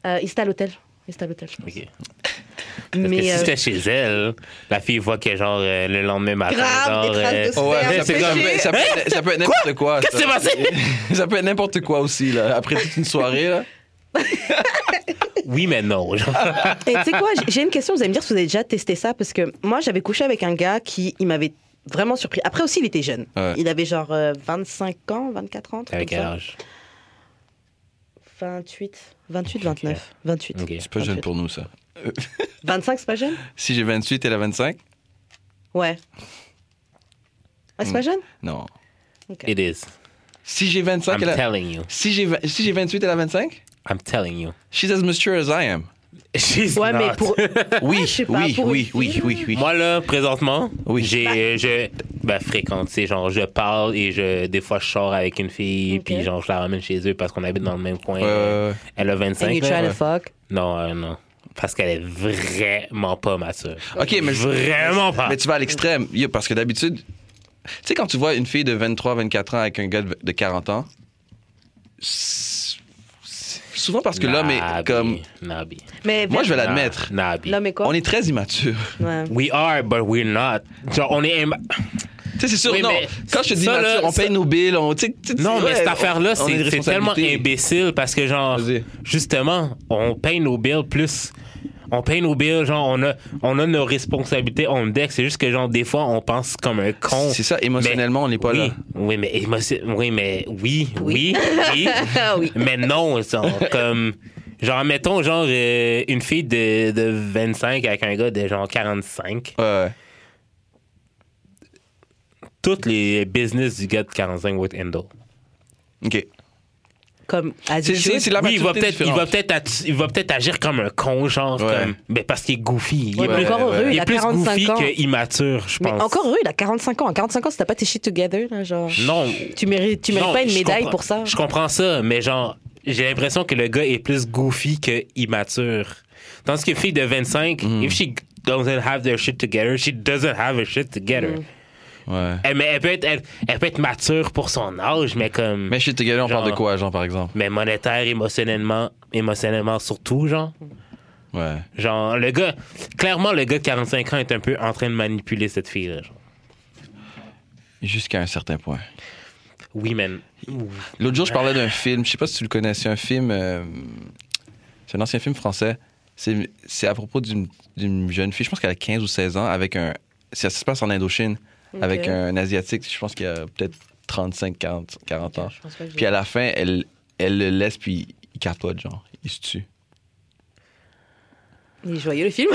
euh, il était à l'hôtel. Il était à l'hôtel, je pense.
Ok. Parce que
Mais
si
euh,
c'était chez elle, la fille voit que genre euh, le lendemain matin,
Grave,
genre, euh,
des traces de sang.
Oh, Ouais,
C'est
mais
un
c'est
péché.
comme- mais ça peut,
Hein?
ça peut être n'importe quoi.
Qu'est-ce qui s'est
ça.
passé?
[LAUGHS] Ça peut être n'importe quoi aussi, là. Après toute une soirée, là.
oui
[LAUGHS]
mais non, genre.
Et tu sais quoi, j'ai- j'ai une question, vous allez me dire si vous avez déjà testé ça, parce que moi j'avais couché avec un gars qui il m'avait vraiment surpris. Après aussi, il était jeune.
Ouais.
Il avait genre euh, 25 ans, 24 ans, un truc
Avec
comme ça.
quel âge?
28, 28, 29, 28.
Ok.
C'est pas jeune pour nous, ça.
25, c'est pas jeune
Si j'ai 28 et la 25,
Ouais. Ouais,
Hmm.
c'est pas jeune
non.
It is.
Si j'ai 25
I'm
et la...
telling you.
Si j'ai vingt- si j'ai 28 et la 25,
I'm telling you.
she's as mature as I am.
She's
Ouais, mais
not.
[LAUGHS]
pour.
Oui,
Ah, je sais pas,
oui,
pour une
oui, oui,
fille,
oui, oui.
Moi là, présentement,
Oui.
j'ai
Bah.
euh, je ben, fréquente, tu sais, genre je parle et je des fois je sors avec une fille
Ok.
puis genre je la ramène chez eux parce qu'on habite dans le même coin.
Euh,
Elle a 25
And you
là.
trying to fuck
Non, euh, non. Parce qu'elle est vraiment pas mature.
OK, mais
Vraiment pas.
Mais tu vas à l'extrême. Yo, Parce que d'habitude, tu sais, quand tu vois une fille de 23, 24 ans avec un gars de de 40 ans, c'est- c'est souvent parce que l'homme est
Nabi,
comme.
Nabi.
Mais
Moi, je vais
Na-
l'admettre.
Nabi.
L'homme est quoi
On est très immature. [LAUGHS]
Ouais.
We are, but we're not. Genre, on est. im-
Tu sais, c'est sûr,
Oui,
non.
mais
Quand je te dis
ça, là,
immature, on
ça-
paye nos billes, on. tu sais- tu sais,
Non, mais
ouais,
cette
on- on
affaire-là,
a une
c'est c'est tellement
responsabilité.
imbécile parce que, genre,
Vas-y.
justement, on paye nos bills plus. On paye nos bills, genre, on a, on a nos responsabilités, on le deck. C'est juste que, genre, des fois, on pense comme un con.
C'est ça, émotionnellement,
Mais-
on n'est pas
oui,
là.
Oui, mais émotion- oui, mais oui, oui, oui.
Ah oui.
Mais non, genre, comme. Genre, mettons, genre, euh, une fille de, de 25 avec un gars de genre 45.
Ouais.
Toutes les business du gars de 45 vont être endo.
OK.
Comme. as
C'est-
you
C'est
should.
c'est la
Oui, il va
maturité
peut-être il
différente.
va peut-être atti- il va peut-être agir comme un con genre
Ouais.
comme ben parce qu'il est goofy. Il
Ouais,
est
mais
Ouais,
plus,
encore
ouais.
heureux,
il
il
est
a
plus
45
goofy
ans.
que immature, je
Mais
pense.
encore heureux, il a 45 ans. En 45 ans, si t'as pas tes shit together, là, genre.
Non.
Tu mérites, tu mérites
non,
pas une
je
médaille
comprends-
pour ça.
Je comprends ça, mais genre j'ai l'impression que le gars est plus goofy que immature. Tandis que fille de 25,
Mm.
if she doesn't have their shit together, she doesn't have her shit together.
Mm.
Ouais.
Elle, mais elle peut être elle, elle peut être mature pour son âge, mais comme
Mais chez Together, on
Genre-
parle de quoi, genre, par exemple?
mais monétaire, émotionnellement, émotionnellement surtout genre.
Ouais.
Genre, le gars, clairement, le gars de 45 ans est un peu en train de manipuler cette fille-là. genre.
Jusqu'à un certain point.
Oui, man.
L'autre jour, je parlais d'un film. Je sais pas si tu le connais. C'est un film. euh, c'est un ancien film français. C'est c'est à propos d'une d'une jeune fille, je pense qu'elle a 15 ou 16 ans, avec un. Ça se passe en Indochine, avec un Asiatique, je pense qu'il a peut-être 35, 40, 40 ans.
Je pense pas que j'ai-
Puis à la fin, elle, elle le laisse, puis il capote, genre. Il se tue.
Il est joyeux le
[LAUGHS]
film.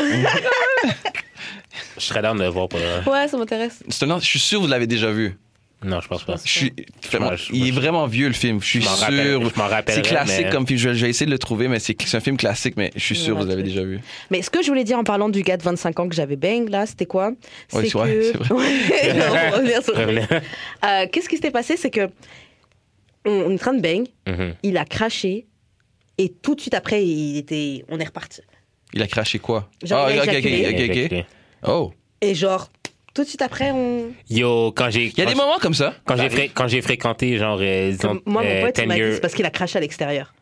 Je serais down de le voir pour le-
ouais, ça m'intéresse.
C'est un an- je suis sûr que vous l'avez déjà vu.
Non, je pense pas.
Je suis,
m'en- je-
il est vraiment vieux, le film. Je suis
Je m'en
sûr.
rappelle- je m'en rappellerai,
c'est classique
mais-
comme film. Je vais, je vais essayer de le trouver, mais c'est c'est un film classique, mais je suis sûr que vous l'avez déjà vu.
Mais ce que je voulais dire en parlant du gars de 25 ans que j'avais bang là, c'était quoi
Ouais,
C'est
c'est vrai, c'est vrai.
[LAUGHS] Ouais, non, on va
[LAUGHS]
revenir sur-
[LAUGHS] Revenez.
Euh, Qu'est-ce qui s'est passé C'est que on on est en train de bang,
Mhm.
il a craché et tout de suite après, il était, on est reparti.
Il a craché quoi? Ah,
Genre, il a
ok, ok,
éjaculé.
ok, ok, ok. Oh.
Et genre tout de suite après, on.
Yo, quand j'ai.
Il y a
quand
des
j'ai-
moments comme ça.
Quand j'ai, fré- quand j'ai fréquenté, genre, euh, disons,
Comme moi, mon
euh,
pote, il
10
m'a dit
year-
c'est parce qu'il a craché à l'extérieur.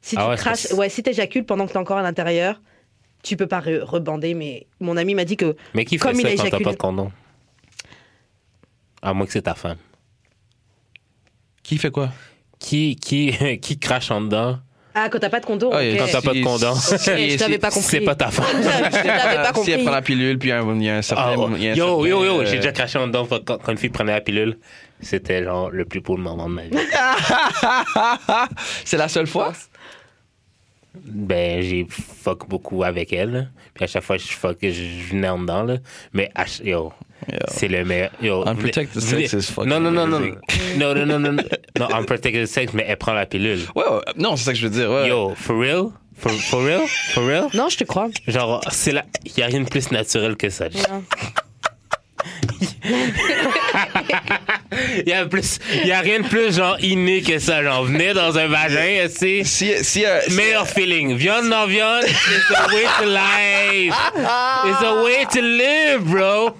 Si tu
Ah ouais, c'est
craches,
parce-
ouais, si t'éjacules pendant que t'es encore à l'intérieur, tu peux pas re- rebander. Mais mon ami m'a dit que
Mais qui fait
comme il a
ça quand t'as
éjaculé.
pas de condom? À moins que c'est ta femme.
Qui fait quoi?
Qui, qui, [LAUGHS] qui crache en dedans?
ah quand t'as pas de condom,
Ah, il y a-
ok.
Quand t'as pas de condom.
si-
Ok, je t'avais
si-
pas compris.
C'est pas ta
[LAUGHS]
femme.
Je l'avais pas
[LAUGHS] Si elle
compris.
prend la pilule, puis il y a un- il y a un certain.
Ah, ouais.
il y a un
yo,
certain,
yo, yo,
euh,
j'ai déjà craché en dedans quand, quand une fille prenait la pilule. C'était genre le plus beau moment de ma vie.
C'est la seule fois?
ben j'ai fuck beaucoup avec elle. là. Puis à chaque fois que je fuck, je je venais en dedans là. Mais à ch- yo, c'est le meilleur. Yo,
Unprotected
venez-
sex is fucking
non non non non
amazing.
non non non non non unprotected sex mais elle prend la pilule.
euh, Ouais, ouais. Non, c'est ça que je veux dire. ouais.
Yo, for real, For, for real? For real?
Non, je te crois.
Genre, c'est là. Il n'y a rien de plus naturel que ça. Il n'y a, plus- y a rien de plus, genre, inné que ça. Genre, venez dans un vagin, c'est
Si, si, euh, si-
meilleur feeling. Viande dans viande, it's a way to life. It's a way to live, bro.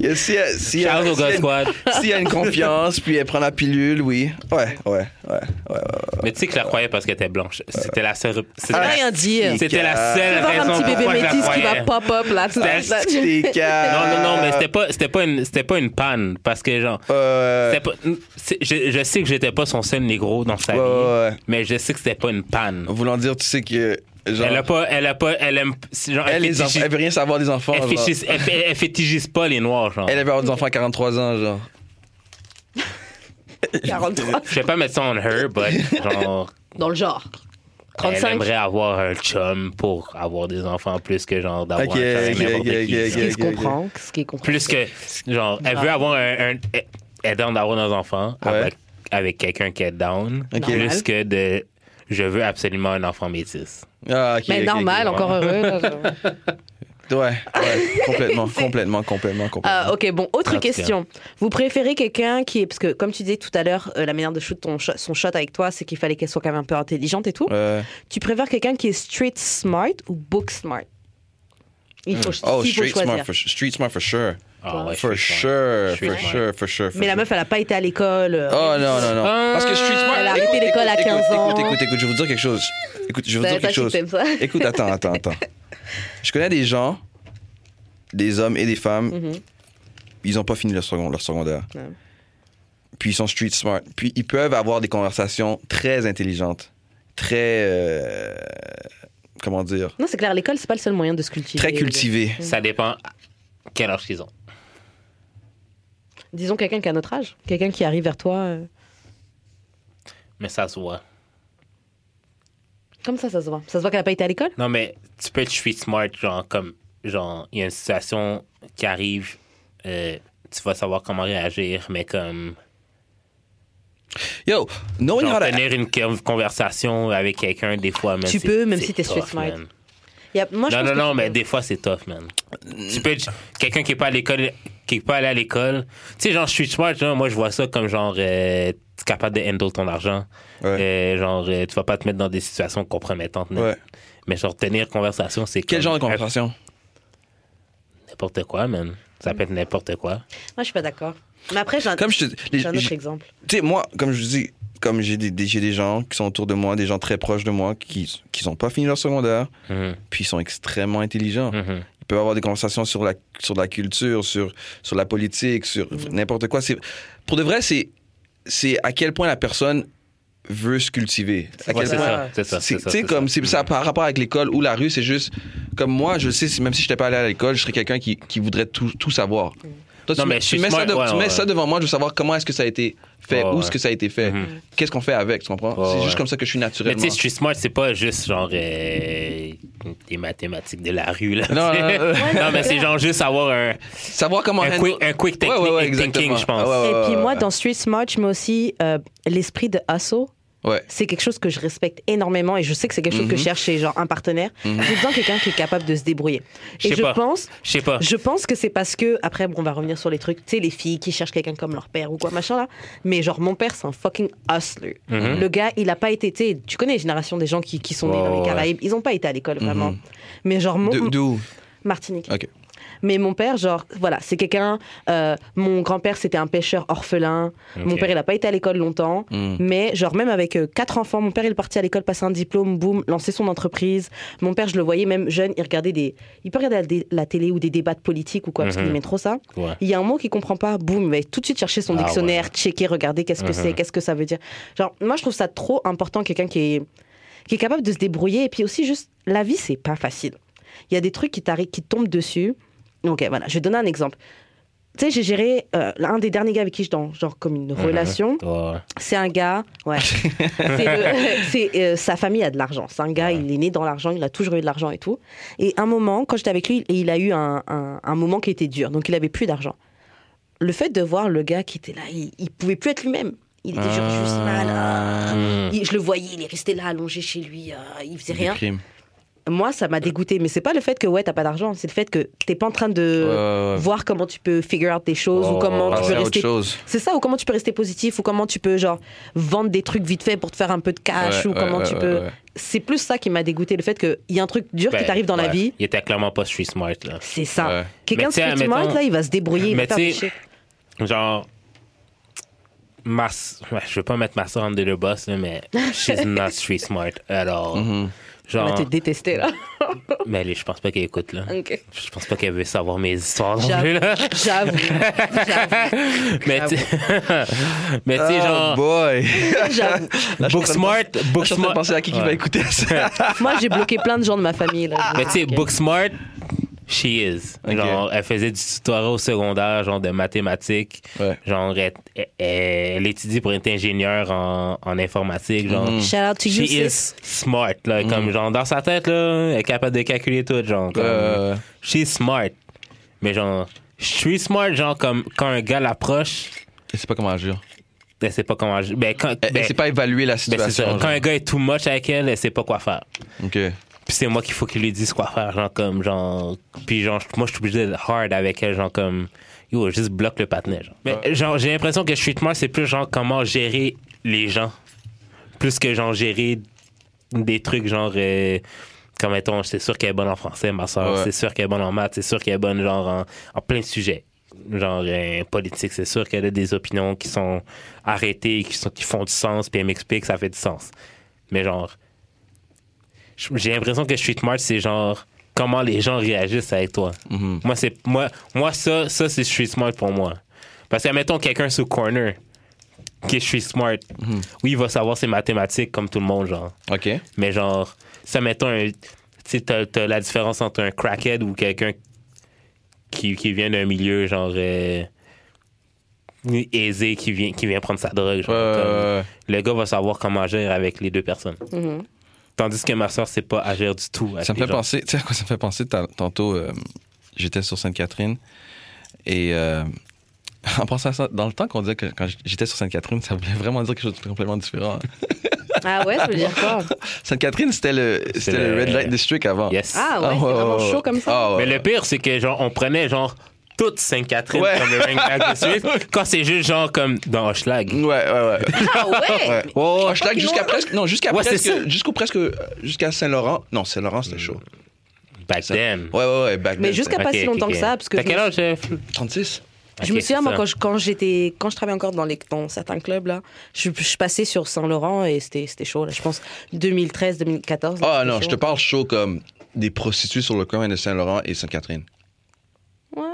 si, si, si-
Shout out au
si-
God Squad.
S'il y a une confiance, puis elle prend la pilule, oui. Ouais, ouais, ouais. ouais, ouais.
Mais tu sais que je la croyais parce qu'elle était blanche. C'était la seule. C'était
Ça veut
la-
rien dire.
c'était la seule
Tu vas voir
raison
un petit bébé
pourquoi je la
métis qui
croyais.
va pop up là.
C'était-
T'es
Non,
calme.
non, non, mais c'était pas, c'était pas, une, c'était pas une panne. Parce que, genre,
Euh,
c'était pas- c'est- je, je sais que j'étais pas son seul négro dans sa
Ouais,
vie,
ouais, ouais.
mais je sais que c'était pas une panne.
voulant dire, tu sais que. Genre,
Elle a pas, elle a pas, elle aime, c'est genre,
elle, les
fétichise-
enfants- elle veut rien savoir des enfants.
elle
genre.
fétichise- elle fé- elle fétichise pas les noirs, genre.
Elle veut avoir des enfants à 43 ans, genre.
43
Je vais pas mettre ça en her, but genre,
dans le genre.
elle
35.
aimerait avoir un chum pour avoir des enfants plus que genre d'avoir
Ok,
un chum avec n'importe
ok, ok,
qui, genre.
ok,
Ce qui
ok.
se comprend, ce qui est compris.
Plus que, genre, elle veut avoir un, un elle est down d'avoir nos enfants
Ouais.
avec, avec quelqu'un qui est down,
Ok.
plus que de, je veux absolument un enfant métis.
Ah, ok,
Mais
ok, ok.
normal, encore heureux. là, genre.
Ouais, ouais,
[LAUGHS]
complètement, complètement, complètement, complètement.
Ah, ok, bon, autre
Ah,
question. Vous préférez quelqu'un qui est. Parce que, comme tu disais tout à l'heure, euh, la manière de shoot ton shot- son shot avec toi, c'est qu'il fallait qu'elle soit quand même un peu intelligente et tout.
Euh,
Tu préfères quelqu'un qui est street smart ou book smart Il faut, s'il
oh,
faut
street
choisir.
smart, for, su- street smart for sure.
Ah ouais,
for,
je suis
sure
Je suis
for
smart.
sure, for sure, for
Mais la
sure.
meuf, elle a pas été à l'école. euh,
Oh non, non, non. Parce que Street Smart.
Elle a arrêté l'école à 15
écoute,
ans.
Écoute, écoute, écoute, je vais vous dire quelque chose. Écoute, je vais vous
Ça,
dire
ça,
quelque
je
chose.
t'aime ça. [LAUGHS]
Écoute, attends, attends, attends. Je connais des gens, des hommes et des femmes,
Mhm.
ils n'ont pas fini leur, second- leur secondaire.
Ouais.
Puis ils sont street smart. Puis ils peuvent avoir des conversations très intelligentes, très. euh, comment dire
Non, c'est clair, l'école, c'est pas le seul moyen de se cultiver.
Très cultivées.
Ça dépend quel âge qu'ils ont.
Disons quelqu'un qui a notre âge. Quelqu'un qui arrive vers toi. euh,
Mais ça se voit.
Comme ça, ça se voit. Ça se voit qu'elle a pas été à l'école
Non, mais tu peux être street smart, genre, comme, genre, il y a une situation qui arrive, euh, tu vas savoir comment réagir, mais comme,
Yo, knowing
genre,
how to.
tenir une con- conversation avec quelqu'un, des fois, même
Tu
c'est-
peux, même
c'est
si t'es street
tough,
smart.
man.
Il y a- Moi, je
Non,
pense
non,
que-
non, mais des fois, c'est tough, man.
Mm.
Tu peux être quelqu'un qui est pas à l'école, qui est pas allé à l'école. Tu sais, genre, street smart, genre, moi, je vois ça comme, genre, euh, t'es capable de handle ton argent. Euh, genre, euh, tu vas pas te mettre dans des situations compromettantes. man.
Ouais.
Mais genre, tenir conversation, c'est
Quel
comme
genre de
un-
conversation
N'importe quoi, man. Ça peut être n'importe quoi.
Moi, je suis pas d'accord. Mais après, j'ai un,
Comme je te. les-
j'ai un
j'ai-
autre exemple.
tu sais, moi, comme je dis, comme j'ai des, des- j'ai des gens qui sont autour de moi, des gens très proches de moi, qui qui n'ont pas fini leur secondaire,
Mhm,
puis ils sont extrêmement intelligents.
mhm.
Ils peuvent avoir des conversations sur la, sur la culture, sur, sur la politique, sur
Mm.
n'importe quoi. C'est- Pour de vrai, c'est c'est à quel point la personne veut se cultiver. À
Ouais,
quel
c'est
point-
ça, c'est ça.
c'est-
c'est ça,
Tu
c'est
sais, comme
ça.
c'est ça par rapport avec l'école ou la rue, c'est juste comme moi, je sais, si- même si je n'étais pas allé à l'école, je serais quelqu'un qui, qui voudrait tout, tout savoir.
Mm.
Toi,
Non,
tu,
mais je
tu
suis
mets, ça,
smart,
de-
ouais,
tu mets
ouais.
ça devant moi, je veux savoir comment est-ce que ça a été fait,
Ouais,
où
ouais.
est-ce que ça a été fait,
Mhm.
qu'est-ce qu'on fait avec, tu comprends?
Ouais,
c'est
ouais.
juste comme ça que je suis
Mais
naturellement.
tu sais, street smart, c'est pas juste genre euh, des mathématiques de la rue, là.
Non, non, non, non.
Non, mais c'est genre juste avoir un,
Savoir comment...
un,
handle-
quick, un quick
Ouais,
technique
ouais, ouais,
thinking,
exactement.
je pense.
Ah, ouais, ouais,
et puis
ouais,
moi,
Euh.
ouais.
dans Street Smart, je mets aussi euh, l'esprit de assaut.
Ouais.
c'est quelque chose que je respecte énormément et je sais que c'est quelque
Mhm.
chose que je cherche chez genre un partenaire. J'ai besoin de quelqu'un qui est capable de se débrouiller.
Je
Et
sais
je
pas. Ah.
pense,
Je sais pas.
je pense que c'est parce que après bon, on va revenir sur les trucs, tu sais les filles qui cherchent quelqu'un comme leur père ou quoi machin là, mais genre mon père c'est un fucking hustler.
Mhm.
Le gars, il a pas été, tu sais, tu connais les générations des gens qui, qui sont nés dans les
Ouais, Mhm. ouais.
Caraïbes, ils ont pas été à l'école vraiment. Mais genre mon
De- D'où?
Martinique.
Ok.
Mais mon père, genre, voilà, c'est quelqu'un. euh, mon grand-père, c'était un pêcheur orphelin. Mon
Ok.
père, il n'a pas été à l'école longtemps.
Mm.
Mais, genre, même avec euh, quatre enfants, mon père, il est parti à l'école, passer un diplôme, boum, lancer son entreprise. Mon père, je le voyais même jeune, il regardait des. Il peut regarder la, dé- la télé ou des débats de politique ou quoi, parce
Mm-hmm.
Mhm.
qu'il aimait trop ça.
Ouais.
Il y a un mot qu'il comprend pas, boum, il va tout de suite chercher son
Ah
dictionnaire, checker, regarder qu'est-ce que
Mhm.
c'est, qu'est-ce que ça veut dire. Genre, moi, je trouve ça trop important, quelqu'un qui est, qui est capable de se débrouiller. Et puis aussi, juste, la vie, c'est pas facile. Il y a des trucs qui, t'arri- qui te tombent dessus. Ok, voilà, je vais donner un exemple. Tu sais, j'ai géré euh, un des derniers gars avec qui je dans genre comme une
Uh-huh.
relation.
Ouais.
C'est un gars,
[LAUGHS]
ouais. C'est le- c'est, euh, sa famille a de l'argent. C'est un gars, il est né dans l'argent, il a toujours eu de l'argent et tout. Et un moment, quand j'étais avec lui, il a eu un, un- un moment qui était dur, donc il avait plus d'argent. Le
Ah.
fait de voir le gars qui était là, il, il pouvait plus être lui-même. Il était genre juste là, là.
Mm.
ah. Il- je je le voyais, il est resté là, allongé chez lui, euh, il faisait rien.
Déprime.
Moi, ça m'a dégoûté. Mais c'est pas le fait que, ouais, t'as pas d'argent. C'est le fait que t'es pas en train
Euh,
de
Ouais, ouais, ouais.
voir comment tu peux figure out des choses ou
Oh,
comment tu
Passer
peux
à Ah autre
rester.
chose.
C'est ça, ou comment tu peux rester positif, ou comment tu peux, genre, vendre des trucs vite fait pour te faire un peu de cash,
Ouais,
ou comment
ouais,
tu
ouais,
peux.
ouais.
C'est plus ça qui m'a dégoûté, le fait qu'il y a un truc dur qui
Ben,
t'arrive dans la
ouais.
vie.
Il était clairement pas street smart, là.
C'est ça.
Ouais.
Quelqu'un
Mais
de
tu sais,
street smart,
admettons-
là, il va se débrouiller, il va
Mais
faire
tu
des
sais-
shit.
Genre, ma... s- ouais, je veux pas mettre ma soeur under the bus, là, mais she's not street smart at all.
Mm-hmm. Mhm.
On va
Genre,
te détester,
[LAUGHS]
là.
mais elle est- je pense pas qu'elle écoute, là.
Ok.
Je pense pas qu'elle veut savoir mes histoires non plus,
J'avoue.
là.
J'avoue. J'avoue.
Mais tu [LAUGHS] mais tu sais,
Oh
genre,
boy!
J'avoue.
book smart, book
Je suis en train de
smart.
penser à qui qui
Ouais.
va écouter ça.
Moi, j'ai bloqué plein de gens de ma famille, là.
Mais tu sais,
Ok.
book smart, she is.
Ah, Ok.
Genre, elle faisait du tutorat au secondaire, genre de mathématiques.
Ouais.
Genre, elle, elle- elle étudie pour être ingénieure en, en informatique. Genre,
Mm-hmm.
Shout out to you,
Hmm. she
sis.
is smart. Là, Comme genre, dans sa tête, là, elle est capable de calculer tout. Genre, comme,
Euh.
she's smart. Mais genre, je suis smart, genre, comme quand un gars l'approche,
Elle sait pas comment agir.
elle sait pas comment. agir. Ben, quand,
Elle,
ben,
elle sait pas évaluer la
ben, c'est ça.
situation.
Quand un gars est too much avec elle, elle sait pas quoi faire.
genre. Ok.
Puis c'est moi qu'il faut qu'il lui dise quoi faire, genre comme genre. Puis genre moi je suis obligé d'être hard avec elle, genre comme yo juste bloque le patinet. Genre. Mais genre j'ai l'impression que street smart c'est plus genre comment gérer les gens, plus que genre gérer des trucs genre euh, comme mettons c'est sûr qu'elle est bonne en français ma soeur,
Ouais.
c'est sûr qu'elle est bonne en maths, c'est sûr qu'elle est bonne genre en, en plein de sujets. Genre euh, politique, c'est sûr qu'elle a des opinions qui sont arrêtées, qui, sont, qui font du sens, puis elle m'explique que ça fait du sens. Mais genre, j'ai l'impression que street smart c'est genre comment les gens réagissent avec toi. Moi c'est moi moi ça ça c'est street smart pour moi. Parce que mettons quelqu'un sous corner qui est street smart.
Mhm.
Oui, il va savoir ses mathématiques comme tout le monde genre.
Ok.
Mais genre ça mettons un tu sais t'as t'as la différence entre un crackhead ou quelqu'un qui, qui vient d'un milieu genre euh, aisé qui vient qui vient prendre sa drogue genre,
Ouais,
comme-
ouais, ouais.
le gars va savoir comment agir avec les deux personnes.
Mhm.
Tandis que ma soeur, c'est pas agir du tout. avec
Ça me
les
fait
gens.
penser, tu sais à quoi ça me fait penser ta- tantôt, euh, j'étais sur Sainte-Catherine et euh, [LAUGHS] en pensant à ça, dans le temps qu'on disait que quand j'étais sur Sainte-Catherine, ça voulait vraiment dire quelque chose de complètement différent. hein.
Ah ouais, ça veut dire
[LAUGHS]
quoi
Sainte-Catherine, c'était le, c'était le
le-
Red Light District avant.
Yes.
Ah ouais, c'est vraiment chaud comme ça.
Ah, ouais.
Mais le pire, c'est que genre, on prenait genre toute Sainte-Catherine
Ouais.
comme le ring back de
[LAUGHS]
Suisse, quand c'est juste genre comme dans Hochelag.
Ouais, ouais, ouais.
Ah ouais,
Ouais. Oh, je
fucking
jusqu'à
loin.
presque. Non, jusqu'à
Ouais, c'est
presque.
ça.
Jusqu'au presque. euh, Jusqu'à Saint-Laurent. Non, Saint-Laurent,
Mm,
c'était chaud.
Back then.
Ouais, ouais, ouais. Back
Mais
then,
jusqu'à
c'était
pas
Ok,
si
ok,
longtemps
ok.
que ça, parce que
T'as
je
quel
me-
âge? euh,
36.
Je me
Ok,
souviens,
c'est
moi,
ça.
quand je, quand, j'étais- quand je travaillais encore dans, les, dans certains clubs, là, je, je passais sur Saint-Laurent et c'était c'était chaud. Là. Je pense 2013, 2014. là,
Ah
c'était
non,
chaud.
je te parle chaud comme des prostituées sur le coin de Saint-Laurent et Sainte-Catherine.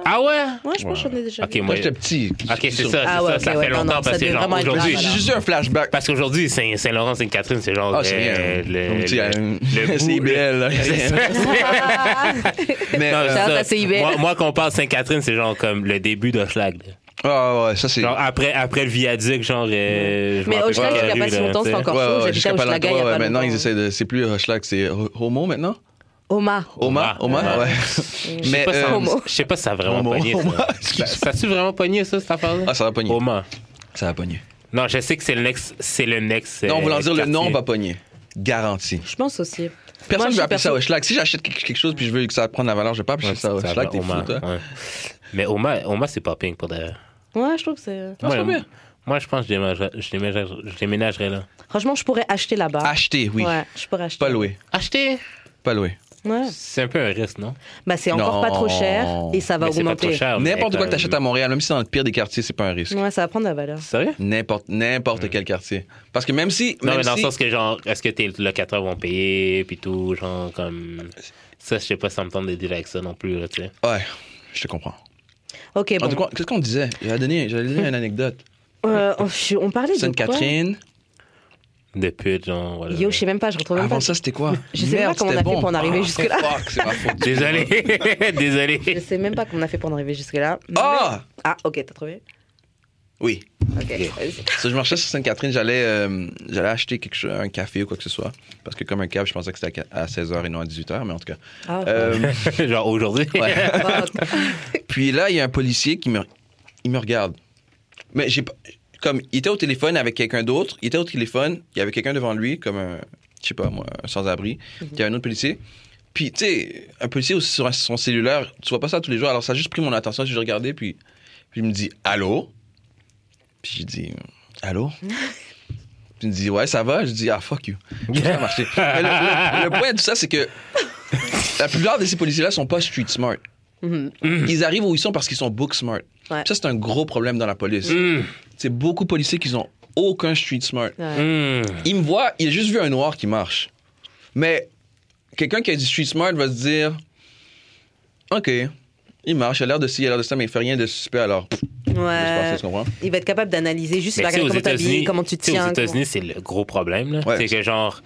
Ah ouais?
Ouais, je pense que j'en ai déjà
Ok,
vu.
Moi,
moi.
j'étais petit.
Ok, c'est
Sur-
ça, c'est
Ah ouais,
ça,
ok,
ça
ouais,
fait
non, non,
longtemps
ça
parce que
devait
genre
vraiment être
aujourd'hui,
là,
J'ai
voilà.
juste eu un flashback.
parce qu'aujourd'hui Saint- Saint-Laurent, Sainte-Catherine, c'est genre
Ah, c'est rien.
euh,
On
le,
dit, euh, [LAUGHS]
le, le
c'est
bout- le-
belle.
[LAUGHS] C'est ça.
Mais
Non,
euh,
c'est
Shout out
ça.
à CIBL.
Moi, moi, quand on parle Sainte-Catherine, c'est genre comme le début d'Hochelag. là.
ah ouais, ça c'est.
Genre après, après le viaduc, genre. euh, je
Mais
m'en rappelle
Hochelag, il y
plus
a
quelle
pas
rue,
si
là,
longtemps,
tu
c'est
sais.
encore chaud. J'habitais à
jusqu'à
Hochelaga il y a
Palanquin, ouais,
pas
maintenant ils
longtemps.
essaient de. C'est plus Hochelag, c'est Ho- Homo maintenant?
Oma. Mm.
Oma?
Oma.
Oma, ouais.
Je sais
Oh, Mais.
pas si ça-
euh,
Homo.
Je sais pas si ça a vraiment
Homo,
pogné.
Homo,
Ça,
excuse-moi.
ça a-tu vraiment pogné, ça, cette affaire-là?
Ah, ça va pogner.
Au Mans.
Ça va pogner.
Non, je sais que c'est le next. C'est le next.
Non,
euh,
voulant dire le
quartier.
nom va pogner. Garanti.
Je pense aussi.
Personne ne
je suis
va appeler ça
perso-
Hochelag. Si j'achète quelque quelque chose puis je veux que ça prenne la valeur, je vais pas appeler ça
Ça va,
Hochelag, t'es
au
fou,
Mans,
toi.
ouais. Mais Oma, Oma c'est pas pink pour d'ailleurs.
Ouais, je trouve que c'est.
Ah, c'est
moi,
pas bien.
moi, je pense que je déménagerais, je déménagerais- je déménagerais là.
Franchement, je pourrais acheter là-bas.
Ah.
Acheter, Ah, oui.
Ouais, je pourrais acheter.
Pas louer.
Acheter,
Pas louer.
Ouais.
c'est un peu un risque, non?
Bah, c'est encore
Non.
pas trop cher et ça va
Mais
Ah, bah,
c'est pas trop
augmenter.
cher. Ah, mais
N'importe
quand
quoi que t'achètes à
même.
Montréal, même si c'est dans le pire des quartiers, c'est pas un risque.
Ouais, ça va prendre la valeur.
Sérieux?
N'importe n'importe quel quartier. Parce que même si.
Non,
même
mais dans
si-
le sens que, genre, est-ce que tes locataires vont payer, puis tout, genre, comme. Ça, je sais pas, ça me tente de dire avec ça non plus, là, tu sais.
Ouais, je te comprends.
Ok,
En tout
bon.
cas, qu'est-ce qu'on disait J'allais donner, j'allais donner une anecdote.
Euh, on, [LAUGHS] je- on parlait de. quoi
Sainte-Catherine.
De pute, genre, voilà.
Yo, je sais même pas, je retrouve même
Avant
pas.
ça, c'était quoi
[LAUGHS] Je sais
Merde,
pas comment on
c'était
a fait
bon.
pour en arriver
Ah,
jusque-là.
Fuck, c'est ma faute.
[LAUGHS] Désolé.
Je [LAUGHS]
Désolé.
sais même pas comment on a fait pour en arriver jusque-là.
Ah
Mais- Ah, ok, t'as trouvé
Oui.
Ok, vas-y.
Ça, je marchais sur Sainte-Catherine, j'allais euh, j'allais acheter quelque chose, un café ou quoi que ce soit. Parce que comme un câble, je pensais que c'était à 16h et non à 18h, mais en tout cas.
Ah,
Euh,
genre, aujourd'hui. [LAUGHS]
[LAUGHS]
ouais. [LAUGHS]
fuck.
Puis là, il y a un policier qui me, il me regarde. Mais j'ai pas- comme il était au téléphone avec quelqu'un d'autre, il était au téléphone, il y avait quelqu'un devant lui, comme un, je sais pas moi, un sans-abri, il y avait un autre policier. Puis, tu sais, un policier aussi sur un- son cellulaire, tu vois pas ça tous les jours, alors ça a juste pris mon attention, j'ai regardé, puis, puis il me dit Allô Puis j'ai dit Allô Puis il me dit Ouais, ça va Je dis Ah, fuck you. Puis ça a marché. Mais le, le- le point de ça, c'est que la plupart de ces policiers-là sont pas street smart.
Mhm.
Ils arrivent où ils sont parce qu'ils sont book smart.
Ouais. Mm.
Ça, c'est un gros problème dans la police.
Hum,
C'est beaucoup de policiers qui n'ont aucun street smart.
Ouais.
Hmm.
Il me voit, il a juste vu un noir qui marche. Mais quelqu'un qui a du street smart va se dire OK, il marche, il a l'air de ci, il a l'air de ça, mais il fait rien de suspect alors. pff, laisse passer,
Ouais.
tu comprends?
Il va être capable d'analyser juste
Mais
la
tu sais,
comment t'habilles, comment tu te
tu sais,
tiens.
Aux États-Unis, c'est le gros problème. là.
Ouais.
C'est que, genre,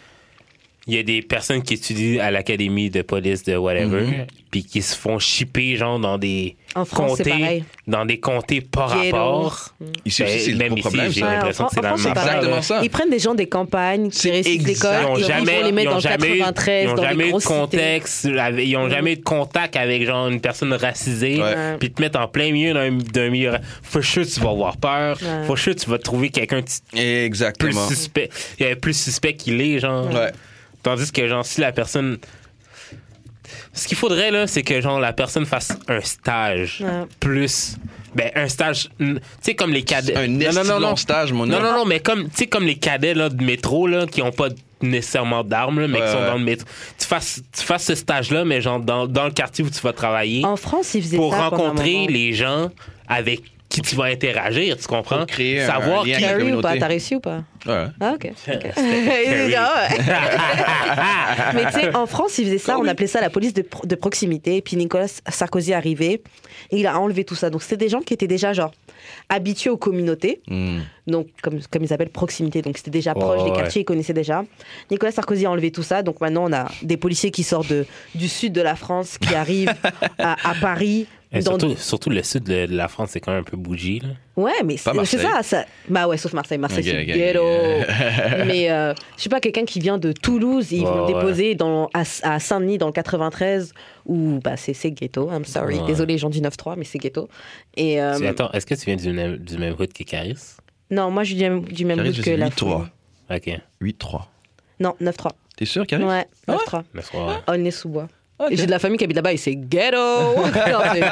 il y a des personnes qui étudient à l'académie de police de whatever, puis qui se font shipper, genre, dans des
Mhm. En France, c'est
comtés,
pareil.
dans des comtés par
Ghetto.
rapport.
Ici
Ben,
aussi, c'est le
même
gros
ici,
problème.
j'ai-
ça.
Ouais,
l'impression
en-
que c'est
Ah, en
la
France,
même
pareil.
Exactement ça.
Ils prennent des gens des campagnes qui
C'est
réussissent
exact.
d'école,
Ils
ils,
ont
vont- ils vont
jamais,
les
ils
mettre
ont
dans
jamais,
le 93,
ils ont
dans
jamais
les
eu de
grosses cités.
contexte, avec- ils ont jamais eu de contact avec genre une personne racisée,
Ouais.
puis te mettre en plein milieu d'un- d'un milieu. Faut sure tu vas avoir peur,
Ouais.
faut sure tu vas trouver quelqu'un de plus
Exactement.
suspect, euh, plus suspect qu'il est, genre.
Ouais.
Tandis que, genre, si la personne. Ce qu'il faudrait, là, c'est que, genre, la personne fasse un stage.
Ouais.
Plus. Ben, un stage. Tu sais, comme les cadets.
Un
non,
esti
non,
de
non,
long
non.
stage, mon
Non,
homme.
non, non, mais comme, tu sais, comme les cadets, là, de métro, là, qui ont pas nécessairement d'armes, là, mais
Ouais,
qui sont
ouais.
dans le métro. Tu fasses, tu fasses ce stage-là, mais, genre, dans, dans le quartier où tu vas travailler.
En France, ils faisaient
pour
ça pendant un
rencontrer
moment.
les gens avec qui tu vas interagir, tu comprends?
Pour créer un
Savoir
lien
qui.
avec la
Carrie ou pas
communauté.
T'as réussi ou pas
Ouais.
Ah, ok. ok. [LAUGHS]
Carrie.
Ah, ouais.
[LAUGHS]
Mais tu sais, en France, ils faisaient ça, on appelait ça la police de, pro- de proximité. Puis Nicolas Sarkozy est arrivé, il a enlevé tout ça. Donc c'était des gens qui étaient déjà, genre, habitués aux communautés,
Hmm.
donc comme, comme ils appellent proximité. Donc c'était déjà
Ouais,
proche des
ouais.
quartiers, ils connaissaient déjà. Nicolas Sarkozy a enlevé tout ça. Donc maintenant, on a des policiers qui sortent de, du sud de la France,
[LAUGHS]
qui arrivent à, à Paris.
Et
dans-
surtout, surtout le sud de de la France, c'est quand même un peu bougie. Là.
Ouais, mais c'est
Marseille.
c'est ça, ça. Bah ouais, sauf Marseille. Marseille,
Ok,
c'est
ok,
ghetto.
[LAUGHS]
ok.
mais euh, je sais pas, quelqu'un qui vient de Toulouse, ils
Ouais,
vont
ouais.
déposer dans, à, à Saint-Denis dans le 93, où bah, c'est c'est ghetto. I'm sorry.
Ouais.
Désolé, les gens du 9-3, mais c'est ghetto. Et, euh,
Tu- Attends, est-ce que tu viens du même, du même hood que Caris?
non, moi, je suis du même- du même
Carrie,
bout
je
que
dis
la.
8-3.
Ok.
8-3.
Non, 9-3.
T'es sûr,
Ah
Carrie?
Ouais, 9-3.
Mais c'est
Hein?
pas-
Aulnay-sous-Bois.
Ok.
Et J'ai de la famille qui habite là-bas et c'est
[LAUGHS]
ghetto. [LAUGHS] Non, c'est ghetto.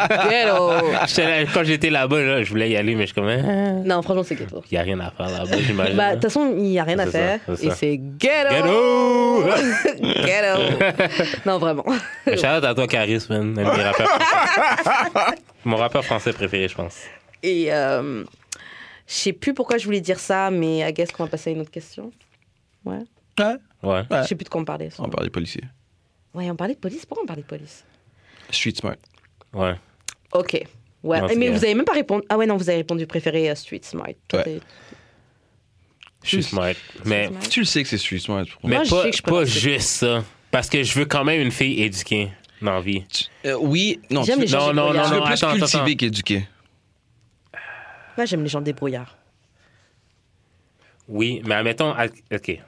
Ah, J'étais là- Quand j'étais là-bas, là, je voulais y aller, mais je suis comme, il
Non, franchement, c'est ghetto.
n'y a rien à faire là-bas,
[LAUGHS]
j'imagine.
Bah, de toute façon, il n'y a rien à
C'est ça,
faire.
c'est
et
ça.
c'est
Ghetto!
[LAUGHS] Ghetto. non, vraiment.
Shout out à toi, Caris, man. un de mes rappeurs préférés.
[LAUGHS]
Mon rappeur français préféré, je pense.
Et euh, je sais plus pourquoi je voulais dire ça, mais I guess qu'on va passer à une autre question.
Ouais.
Ouais. Ah.
Ouais.
Je sais plus de quoi on parlait.
On parle des policiers.
Ouais, on parlait de police. Pourquoi on parlait de police
Street smart.
Ouais.
Ok. Ouais. Eh,
Non, c'est
mais
bien.
vous avez même pas répondu. Ah ouais, non, vous avez répondu préféré euh, Street Smart. Toi,
Ouais.
t'es-
Je suis smart. Mais,
Smart.
Tu le sais que c'est street smart.
mais
Moi, je
pas,
sais que je
pas
préfère-
juste ça. Parce que je veux quand même une fille éduquée dans la vie.
Tu- euh, oui, non, tu,
J'aime les
tu
gens
Non, non, non,
débrouillards.
non,
veux plus
attends, attends,
cultiver
attends.
qu'éduquer.
Moi, j'aime les gens débrouillards.
Oui, mais admettons, à- OK.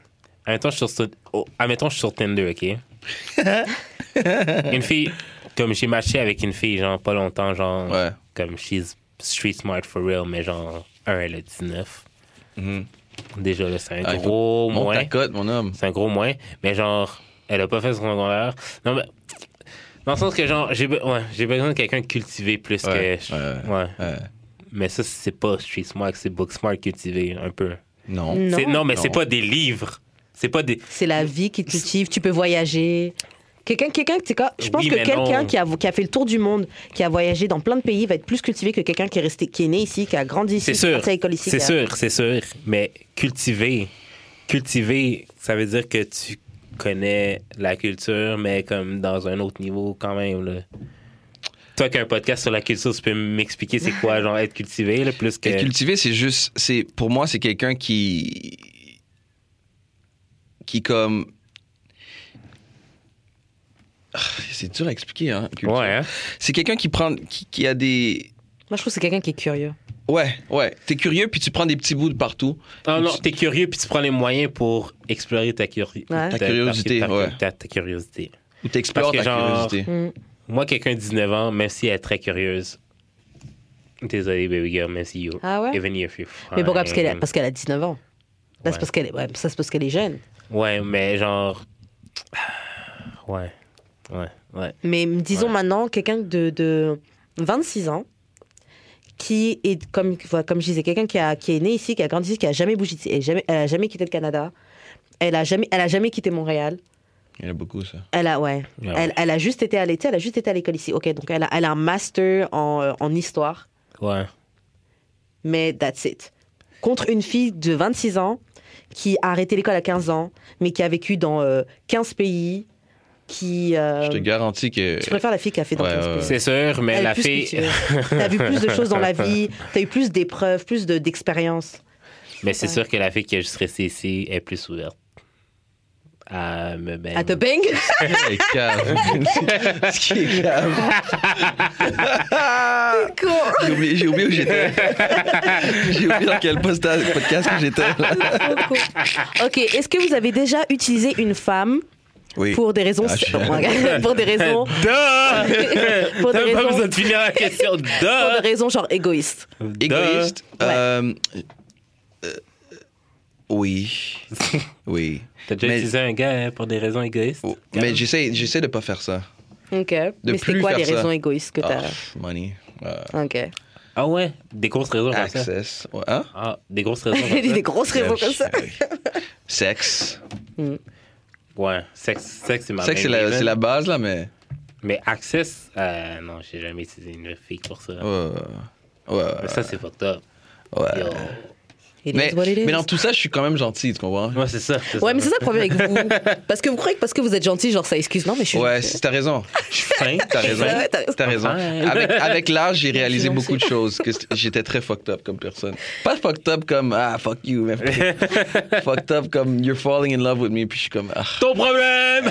Admettons, je suis sur, oh, admettons, je suis sur Tinder, OK? une fille, comme j'ai matché avec une fille, genre, pas longtemps, genre,
Ouais.
comme she's street smart for real, mais genre, un, elle a 19.
Mhm.
Déjà, là, c'est un
Ah, il faut-
gros
Monte
moins.
ta cote, mon homme.
C'est un gros moins, mais genre, elle a pas fait son secondaire. Non, mais. Dans le sens que, genre, j'ai be- ouais, j'ai besoin de quelqu'un de cultivé plus
Ouais,
que.
ouais,
ouais.
Euh,
Mais ça, c'est pas street smart, c'est book smart cultivé, un peu.
non.
Non.
C'est- non mais c'est
Non.
pas des livres. C'est pas des.
C'est la vie qui te cultive. Tu peux voyager. Quelqu'un, quelqu'un, tu sais quoi, je pense
Oui,
que
mais
quelqu'un
non.
qui a, qui a fait le tour du monde, qui a voyagé dans plein de pays, va être plus cultivé que quelqu'un qui est resté, qui est né ici, qui a grandi ici,
C'est
qui est
sûr.
parti à l'école ici.
C'est
qui a-
sûr, c'est sûr. Mais cultiver, cultiver, ça veut dire que tu connais la culture, mais comme dans un autre niveau quand même. Là. Toi qui as un podcast sur la culture, tu peux m'expliquer c'est quoi genre être cultivé là, plus que.
Être cultivé, c'est juste, c'est pour moi, c'est quelqu'un qui, qui comme, Ah, c'est dur à expliquer, hein. culture.
Ouais, hein?
C'est quelqu'un qui prend, qui, qui a des,
Moi, je trouve que c'est quelqu'un qui est curieux.
ouais, ouais. T'es curieux puis tu prends des petits bouts de partout.
Ah, Non, non, t'es curieux puis tu prends les moyens pour explorer ta, curi-
Ouais.
ta,
Ta curiosité,
ta- ta-
ouais.
ta- ta curiosité.
Ou t'explores
Parce
ta
que genre-
curiosité.
Mm.
Moi, quelqu'un de 19 ans, même si elle est très curieuse, Désolé, baby girl, mais si you.
Ah ouais?
Even if you fine.
Mais pourquoi? Parce qu'elle a, parce qu'elle a 19 ans. Là,
Ouais.
c'est parce qu'elle est, ouais, ça, c'est parce qu'elle est jeune.
Ouais, mais genre. Ouais. Ouais. Ouais.
Mais m- disons
Ouais.
maintenant quelqu'un de, de 26 ans qui est, comme, voilà, comme je disais, quelqu'un qui, a- qui est né ici, qui a grandi ici, qui a jamais bougé d'ici, elle n'a jamais, elle a jamais quitté le Canada, elle a jamais, elle a jamais quitté Montréal.
Il y en a beaucoup, ça.
Elle a, ouais.
Ah
Elle, elle a juste été à l'été, elle a juste été à l'école ici. Ok, donc elle a, elle a un master en, euh, en histoire,
Ouais.
mais that's it. Contre une fille de 26 ans qui a arrêté l'école à 15 ans, mais qui a vécu dans euh, 15 pays, qui. euh,
Je te garantis que.
je préfère la fille qui a fait dans
Ouais,
15
ouais,
pays.
ouais.
C'est sûr, mais
Elle
la
a plus
fille.
que tu veux. T'as vu plus de choses dans la vie, t'as eu plus d'épreuves, plus de- d'expériences.
Mais c'est
Ouais.
sûr que la fille qui est juste restée ici est plus ouverte. À me
Eh
bang.
À te bang
[LAUGHS] Hey,
[LAUGHS]
cave. Ce qui est cave.
Cool.
J'ai oublié, j'ai oublié
[LAUGHS]
où j'étais. J'ai oublié dans quel posta- podcast que j'étais. là.
[LAUGHS] Ok, est-ce que vous avez déjà utilisé une femme
Oui.
pour des raisons... [LAUGHS]
Ah, je-
pour des
[LAUGHS]
raisons...
Duh!
pour, des
T'as pas besoin
raisons
de
[LAUGHS]
finir la question. Duh!
pour des raisons genre égoïstes.
Duh!
Égoïste.
Ouais.
euh, euh,
[LAUGHS]
oui. Oui.
T'as déjà
Mais-
utilisé un gars hein, pour des raisons égoïstes?
Oh, Mais j'essaie, j'essaie de pas faire ça.
Ok. Mais c'était
plus
quoi
faire
les
ça.
raisons égoïstes que
Ah,
t'as
pff, money. euh,
Ok.
Ah ouais? Des grosses raisons comme ça.
access. Ouais, Hein?
Ah, des grosses raisons
[LAUGHS] Il dit des
comme
grosses
ça.
raisons
Euh,
comme ça.
oui. Sexe.
Ouais, sexe, sexe c'est ma
Sexe, c'est
main
la,
even.
c'est la base, là, mais.
Mais access, euh, non, j'ai jamais utilisé une fille pour ça.
Ouais.
Mais
Ouais.
ça, c'est fucked up.
ouais.
Yo.
It
Mais,
is what it is.
mais dans tout ça, je suis quand même gentil, tu comprends?
Euh, Ouais, c'est ça. c'est
Ouais, mais c'est ça le problème avec
[LAUGHS]
vous. Parce que vous croyez que parce que vous êtes gentil, genre ça excuse. Non, mais je suis.
Ouais, si t'as raison.
Je suis fin.
T'as raison.
Ouais, t'as raison.
T'as raison.
Fine.
Avec, avec l'âge, j'ai réalisé
Sinon,
beaucoup de choses. que c't- J'étais très fucked up comme personne. Pas fucked up comme ah fuck you, mais
[LAUGHS]
fucked up comme you're falling in love with me. Puis je suis comme ah.
Ton problème!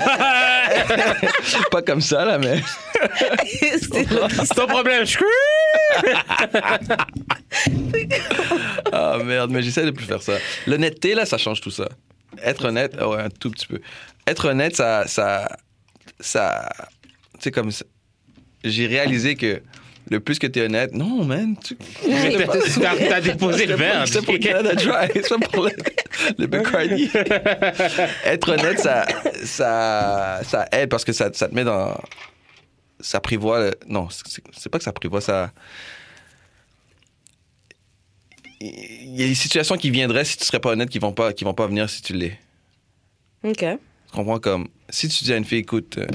[LAUGHS]
pas comme ça là, mais
[LAUGHS] C'est le-
c'est ton problème. Screw!
ah merde, mais j'essaie de plus faire ça. L'honnêteté là, ça change tout ça. Être honnête, ah ouais, un tout petit peu. Être honnête, ça, ça, ça, tu sais comme ça. j'ai réalisé que le plus que t'es honnête, non man, tu,
Mais t'as- T'as t'as déposé le verre.
C'est pour Canada Dry, c'est pour le, le Bacardi. Être honnête, ça, ça, ça aide parce que ça, ça te met dans. Ça prévoit. le- Non, c'est c'est pas que ça prévoit, ça. Il y a des situations qui viendraient si tu serais pas honnête qui vont pas, qui vont pas venir si tu l'es.
Ok.
Tu comprends comme si tu dis à une fille, écoute, euh,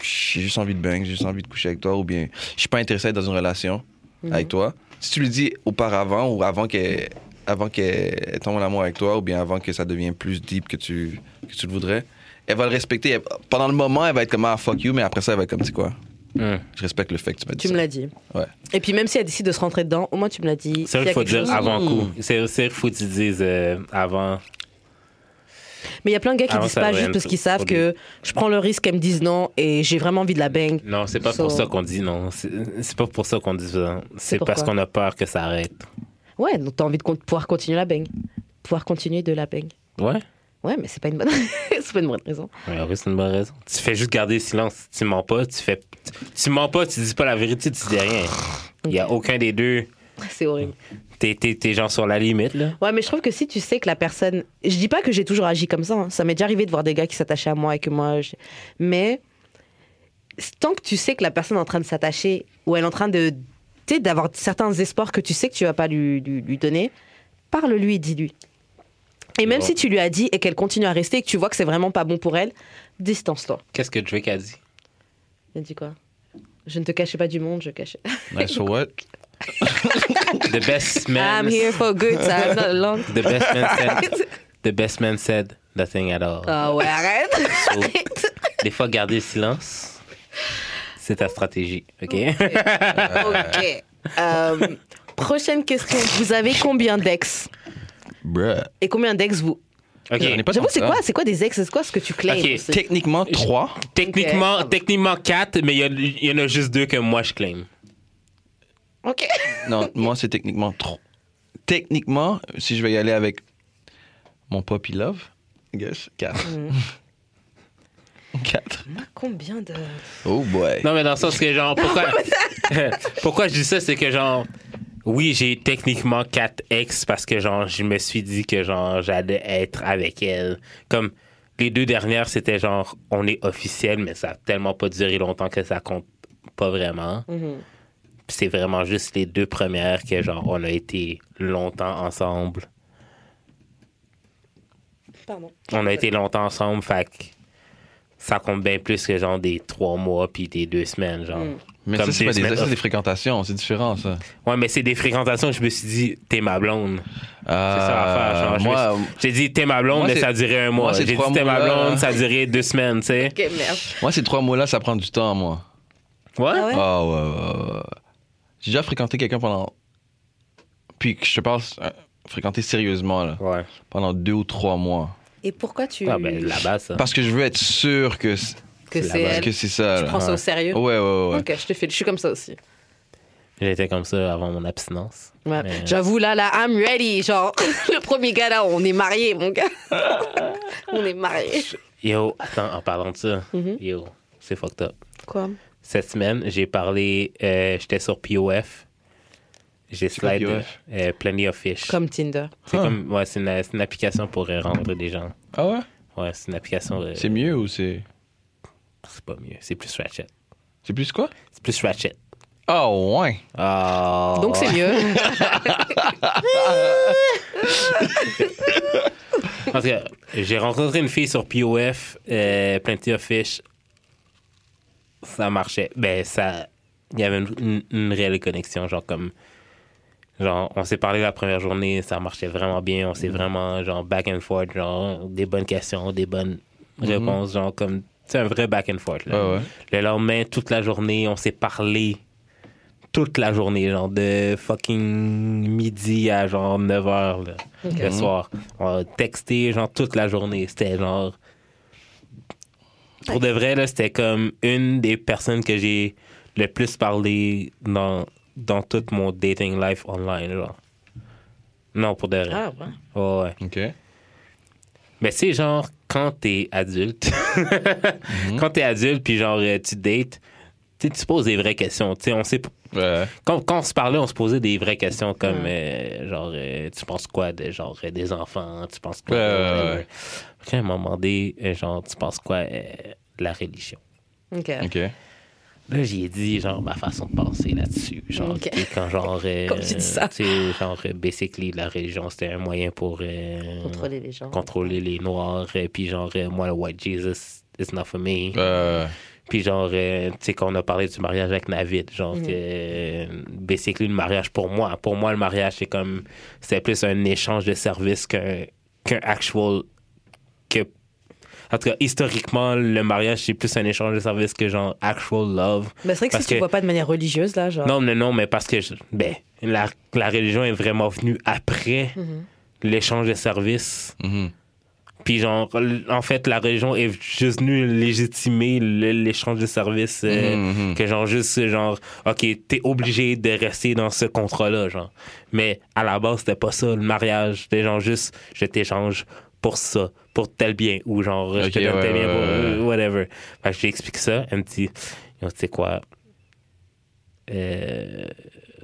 j'ai juste envie de bang, j'ai juste envie de coucher avec toi, ou bien je suis pas intéressé à être dans une relation
Mhm.
avec toi. Si tu lui dis auparavant ou avant qu'elle avant qu'elle tombe en amour avec toi, ou bien avant que ça devienne plus deep que tu que tu le voudrais, elle va le respecter. Elle- pendant le moment, elle va être comme ah fuck you, mais après ça, elle va être comme tu sais quoi.
Hum.
Je respecte le fait que tu m'as dit.
Tu me
ça.
l'as dit.
Ouais.
Et puis même si elle décide de se rentrer dedans, au moins tu me l'as dit.
C'est
S'il y
vrai
a
qu'il faut
quelque
dire
chose-
avant coup. C'est c'est vrai qu'il faut que tu dises euh, avant.
Mais il y a plein de gars qui
Avant,
disent
ça
pas
devrait
juste
être
parce qu'ils savent
au
que je prends le risque qu'elles me disent non et j'ai vraiment envie de la bang.
Non, c'est pas
So-
pour ça qu'on dit non. C'est c'est pas pour ça qu'on dit ça. C'est parce
pourquoi
qu'on a peur que ça arrête.
Ouais, donc t'as envie de con- pouvoir continuer la bang. Pouvoir continuer de la bang.
Ouais?
Ouais, mais c'est pas une bonne, [LAUGHS] c'est pas une bonne raison.
Ouais, en vrai, c'est une bonne raison. Tu fais juste garder le silence. Tu mens pas, tu fais. tu- Tu mens pas, tu dis pas la vérité, tu dis rien. Il y a aucun des deux.
C'est horrible.
T'es, t'es, t'es genre sur la limite, là.
Ouais, mais je trouve que si tu sais que la personne. Je dis pas que j'ai toujours agi comme ça. hein. Ça m'est déjà arrivé de voir des gars qui s'attachaient à moi et que moi. je- Mais tant que tu sais que la personne est en train de s'attacher ou elle est en train de. Tu sais, d'avoir certains espoirs que tu sais que tu vas pas lui, lui, lui donner, parle-lui et dis-lui. Et même
Bon.
si tu lui as dit et qu'elle continue à rester et que tu vois que c'est vraiment pas bon pour elle, distance-toi.
Qu'est-ce que Drake a dit?
Elle dit quoi Je ne te cachais pas du monde, je cachais. [LAUGHS]
Nice for what?
The best man.
I'm here for good time, not long.
The best man said. The best man said nothing at all.
Ah ouais, arrête
So, des fois, garder le silence, c'est ta stratégie, OK?
Ok. Euh, prochaine question. Vous avez combien d'ex
Bruh.
Et combien d'ex vous
J'en ai
OK.
pas
J'avoue,
tant
c'est
que
quoi,
ça.
c'est quoi des ex C'est quoi ce que tu claims
Ok,
c'est-
Techniquement, trois.
Techniquement,
Ok.
techniquement quatre, mais il y a- il y, en a juste deux que moi, je claim.
Ok.
Non, moi, c'est techniquement trop. Techniquement, si je vais y aller avec mon puppy love, I guess, quatre.
Mm.
[LAUGHS] Quatre.
Combien de.
Oh boy.
Non, mais dans le sens que, genre, pourquoi, [LAUGHS] pourquoi je dis ça, c'est que, genre, oui, j'ai techniquement quatre ex parce que, genre, je me suis dit que, genre, j'allais être avec elle. Comme les deux dernières, c'était genre, on est officiel, mais ça a tellement pas duré longtemps que ça compte pas vraiment.
Mhm.
Puis C'est vraiment juste les deux premières que, genre, on a été longtemps ensemble.
Pardon.
On a été longtemps ensemble, fait que ça compte bien plus que, genre, des trois mois puis des deux semaines, genre.
Mm.
Mais
Comme
ça, c'est
deux
pas des,
semaines
ça, c'est
off.
des fréquentations, c'est différent, ça.
Ouais, mais c'est des fréquentations, je me suis dit, t'es ma blonde.
Ah,
l'affaire, genre, je
Moi,
J'ai dit, t'es ma blonde,
Moi,
mais
c'est-
ça durait un mois.
moi, c'est
J'ai dit,
trois
t'es ma
mois, là.
blonde, ça a duré deux semaines, tu sais.
Ok, merde.
moi, ces trois mots-là, ça prend du temps, moi.
Ouais?
Ah ouais?
Ah, ouais, ouais, ouais, ouais. J'ai déjà fréquenté quelqu'un pendant. Puis que je te parle, euh, fréquenté sérieusement, là,
Ouais.
pendant deux ou trois mois.
Et pourquoi tu.
Ah, ben là-bas, ça.
Parce que je veux être sûr que c'est,
que
c'est
c'est
là-bas.
elle.
que c'est ça.
Tu
là.
prends ça au sérieux.
Ouais, ouais, ouais. ouais.
Ok, je te file. Je suis comme ça aussi.
J'étais comme ça avant mon abstinence.
Ouais.
Mais-
J'avoue, là, là, I'm ready. Genre, [LAUGHS] le premier gars, là, on est mariés, mon gars. on est mariés.
Yo, attends, en parlant de ça,
Mhm.
yo, c'est fucked up.
Quoi?
Cette semaine, j'ai parlé, euh, j'étais sur POF. J'ai
C'est quoi,
slide
POF?
euh, Plenty of Fish.
Comme Tinder.
C'est comme, ouais, c'est une, c'est une application pour euh, rentrer des gens.
Ah ouais?
Ouais, c'est une application. euh,
C'est mieux ou c'est.
c'est pas mieux, c'est plus Ratchet.
C'est plus quoi?
C'est plus Ratchet.
Ah, ouais.
Ah.
Donc, c'est mieux.
En tout cas, j'ai rencontré une fille sur POF, euh, Plenty of Fish. Ça marchait. Ben, ça. Il y avait une, une- une réelle connexion, genre comme. Genre, on s'est parlé la première journée, ça marchait vraiment bien. On s'est
Mhm.
vraiment, genre, back and forth, genre, des bonnes questions, des bonnes réponses, genre, comme. C'est un vrai back and forth, là.
Mhm. Ouais, ouais.
Le lendemain, toute la journée, on s'est parlé. Toute la journée, genre de fucking midi à genre 9 h le soir. On a texté, genre toute la journée. C'était genre. Pour de vrai, là, c'était comme une des personnes que j'ai le plus parlé dans, dans tout mon dating life online, genre. Non, pour de vrai.
ah, ouais.
Ouais, ouais.
Ok.
Mais c'est genre quand t'es adulte. [LAUGHS] Quand t'es adulte, puis genre euh, tu dates, tu sais, tu poses des vraies questions. Tu sais, on sait, p-
Ouais.
quand, quand on se parlait, on se posait des vraies questions comme euh, genre euh, tu penses quoi de genre euh, des enfants, tu penses quoi.
Ouais,
de-
ouais, ouais, ouais.
Quelqu'un m'a demandé euh, genre tu penses quoi euh, de la religion.
Ok.
Ok.
Là, j'y ai dit, genre, ma façon de penser là-dessus. Genre,
Ok.
tu sais, quand, genre, euh,
Comme tu dis ça.
tu sais, genre, euh, basically, la religion, c'était un moyen pour euh,
Contrôler les gens.
contrôler les Noirs. Et puis, genre, euh, moi, le White Jesus, it's not for me.
Euh,
Puis, genre, euh, tu sais, quand on a parlé du mariage avec Navid, genre, que, euh, basically, le mariage pour moi, pour moi, le mariage, c'est comme, c'est plus un échange de services qu'un qu'un actual. Que, en tout cas, historiquement, le mariage, c'est plus un échange de services que, genre, actual love.
Mais Bah, c'est vrai que
Parce
si tu
que-
vois pas de manière religieuse, là, genre.
Non, mais non, mais parce que je- ben, la, la religion est vraiment venue après l'échange de services.
mhm.
Puis, genre, l- en fait, la religion est juste venue légitimer le- l'échange de services. euh,
Mhm.
Que, genre, juste, genre, OK, t'es obligé de rester dans ce contrat-là, genre. Mais à la base, c'était pas ça, le mariage. C'était genre juste, je t'échange pour ça, pour tel bien, ou genre, je te
Ok,
donne tel
ouais,
bien
ouais,
pour
ouais, ouais.
whatever. Fait que je lui explique ça, elle me dit, Yo, tu sais quoi, euh,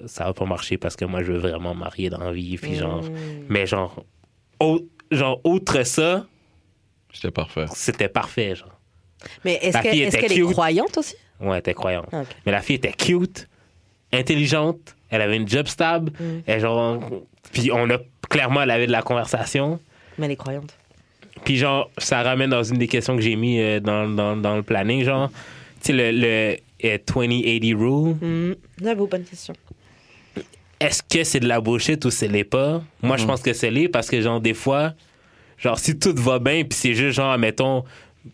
ça va pas marcher parce que moi je veux vraiment me marier dans la vie puis genre
Mm. Hmm.
mais genre au- genre outre ça
C'était parfait.
c'était parfait genre
Mais est-ce
La
qu'elle
fille
est,
était
qu'elle est
cute.
croyante aussi?
ouais elle était croyante
Ah, ok.
mais la fille était cute intelligente elle avait une job stable
Mm.
et genre puis on a clairement elle avait de la conversation
Mais elle est croyante.
Puis genre, ça ramène dans une des questions que j'ai mis euh, dans, dans, dans le planning, genre, tu sais, le, le euh, 20-80 rule.
Hmm. J'avoue, bonne question.
Est-ce que c'est de la bullshit ou c'est l'est pas? Moi,
Mm.
je pense que c'est l'est parce que genre, des fois, genre, si tout va bien, puis c'est juste genre, mettons,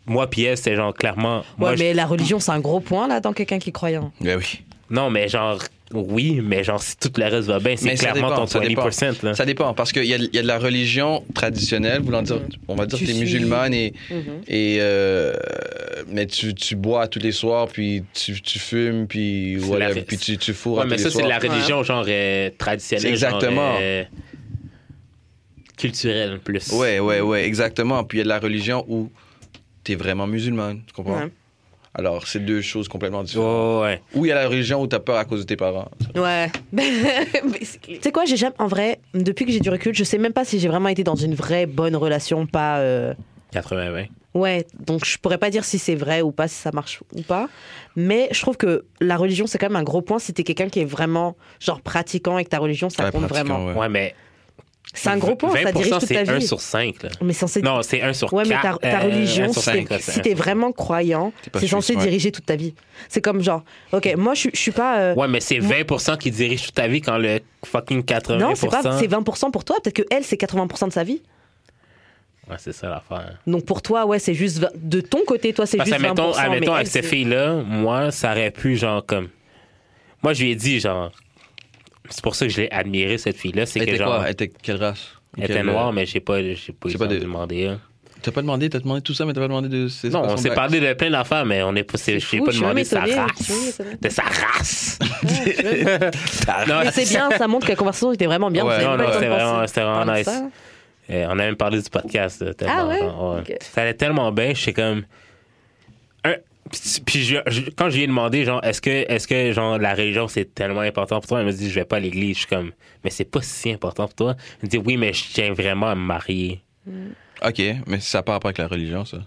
moi, puis elle, c'est genre, clairement,
Ouais,
moi, je-
mais la religion, c'est un gros point, là, dans quelqu'un qui est croyant.
Ben oui.
non, mais genre, oui, mais genre, si tout le reste va bien, c'est
Mais ça
clairement
dépend,
ton
ça dépend.
20%, là.
Ça dépend, parce qu'il y a, il y a de la religion traditionnelle, voulant dire, on va dire
Tu
que t'es
suis-
musulmane et.
Mhm.
et euh, mais tu, tu bois tous les soirs, puis tu, tu fumes, puis,
C'est
voilà,
la-
puis tu, tu fourres
Ouais,
à
mais
tous
ça,
les
c'est de la
soirs.
religion, genre, euh, traditionnelle.
C'est exactement.
genre, euh, culturelle, plus.
Ouais, ouais, ouais, exactement. Puis il y a de la religion où t'es vraiment musulmane, tu comprends?
Ouais.
Alors, c'est deux choses complètement différentes.
Ouais, ouais.
Ou il y a la religion où t'as peur à cause de tes parents.
Ouais. [LAUGHS] tu sais quoi, j'ai jamais, en vrai, depuis que j'ai du recul, je sais même pas si j'ai vraiment été dans une vraie bonne relation, pas. euh,
80-20.
Ouais, donc je pourrais pas dire si c'est vrai ou pas, si ça marche ou pas. Mais je trouve que la religion, c'est quand même un gros point si t'es quelqu'un qui est vraiment, genre, pratiquant et que ta religion, ça
Ouais,
compte
pratiquant,
vraiment.
ouais.
Ouais, mais.
C'est un gros point, ça dirige toute ta
c'est
vie.
1 sur 5. Là.
Mais censé.
Non, c'est 1 sur 4.
Ouais, mais ta, ta religion,
euh, sur
si
cinq,
t'es-
là,
si
c'est
t'es vraiment croyant,
T'es pas
c'est
suisse,
censé
ouais.
diriger toute ta vie. C'est comme genre, ok, moi je suis- je suis pas. euh,
un. Ouais, mais c'est 20 qui dirige toute ta vie quand le fucking 80
non, c'est pas, c'est 20% pour toi. Peut-être que elle, c'est 80% de sa vie.
Ouais, c'est ça l'affaire.
Donc pour toi, ouais, c'est juste 20 de ton côté, toi, c'est
Parce que,
juste 20%.
admettons,
mais
admettons,
elle,
avec cette
c'est-
fille-là, moi, ça aurait pu, genre, comme. Moi, je lui ai dit, genre. C'est pour ça que je l'ai admirée, cette fille-là. C'est
Elle
que,
était
genre.
quoi? Elle était quelle race?
Elle était
Quelle-
noire, mais j'ai pas, j'ai pas eu
j'ai
le
pas
temps de
de-
demander. hein.
T'as pas demandé, t'as demandé tout ça, mais t'as pas demandé de. c'est-
Non, on
son
s'est
bac.
parlé de plein d'affaires, mais on n'est pas,
C'est
c'est- j'ai
fou,
pas
je suis même
demandé de sa
étonnée, je suis même
race.
étonnée.
De sa race.
Ouais, je sais.
[LAUGHS] Non,
Mais c'est bien, ça montre que la conversation était vraiment bien.
Ouais,
vous avez
non,
pas
non,
eu le temps de
c'était vraiment-
penser-
c'était vraiment
parler de
nice.
ça.
[LAUGHS] Eh, on a même parlé du podcast. là, tellement-
Ah ouais?
ouais.
Ok.
Ça allait tellement bien, je sais comme. un- Puis- Puis je- je- quand je lui ai demandé, genre, est-ce que, est-ce que genre, la religion c'est tellement important pour toi, elle me dit, je vais pas à l'église. Je suis comme, mais c'est pas si important pour toi. Elle me dit, oui, mais je tiens vraiment à me marier.
Ok, mais ça part pas avec la religion, ça.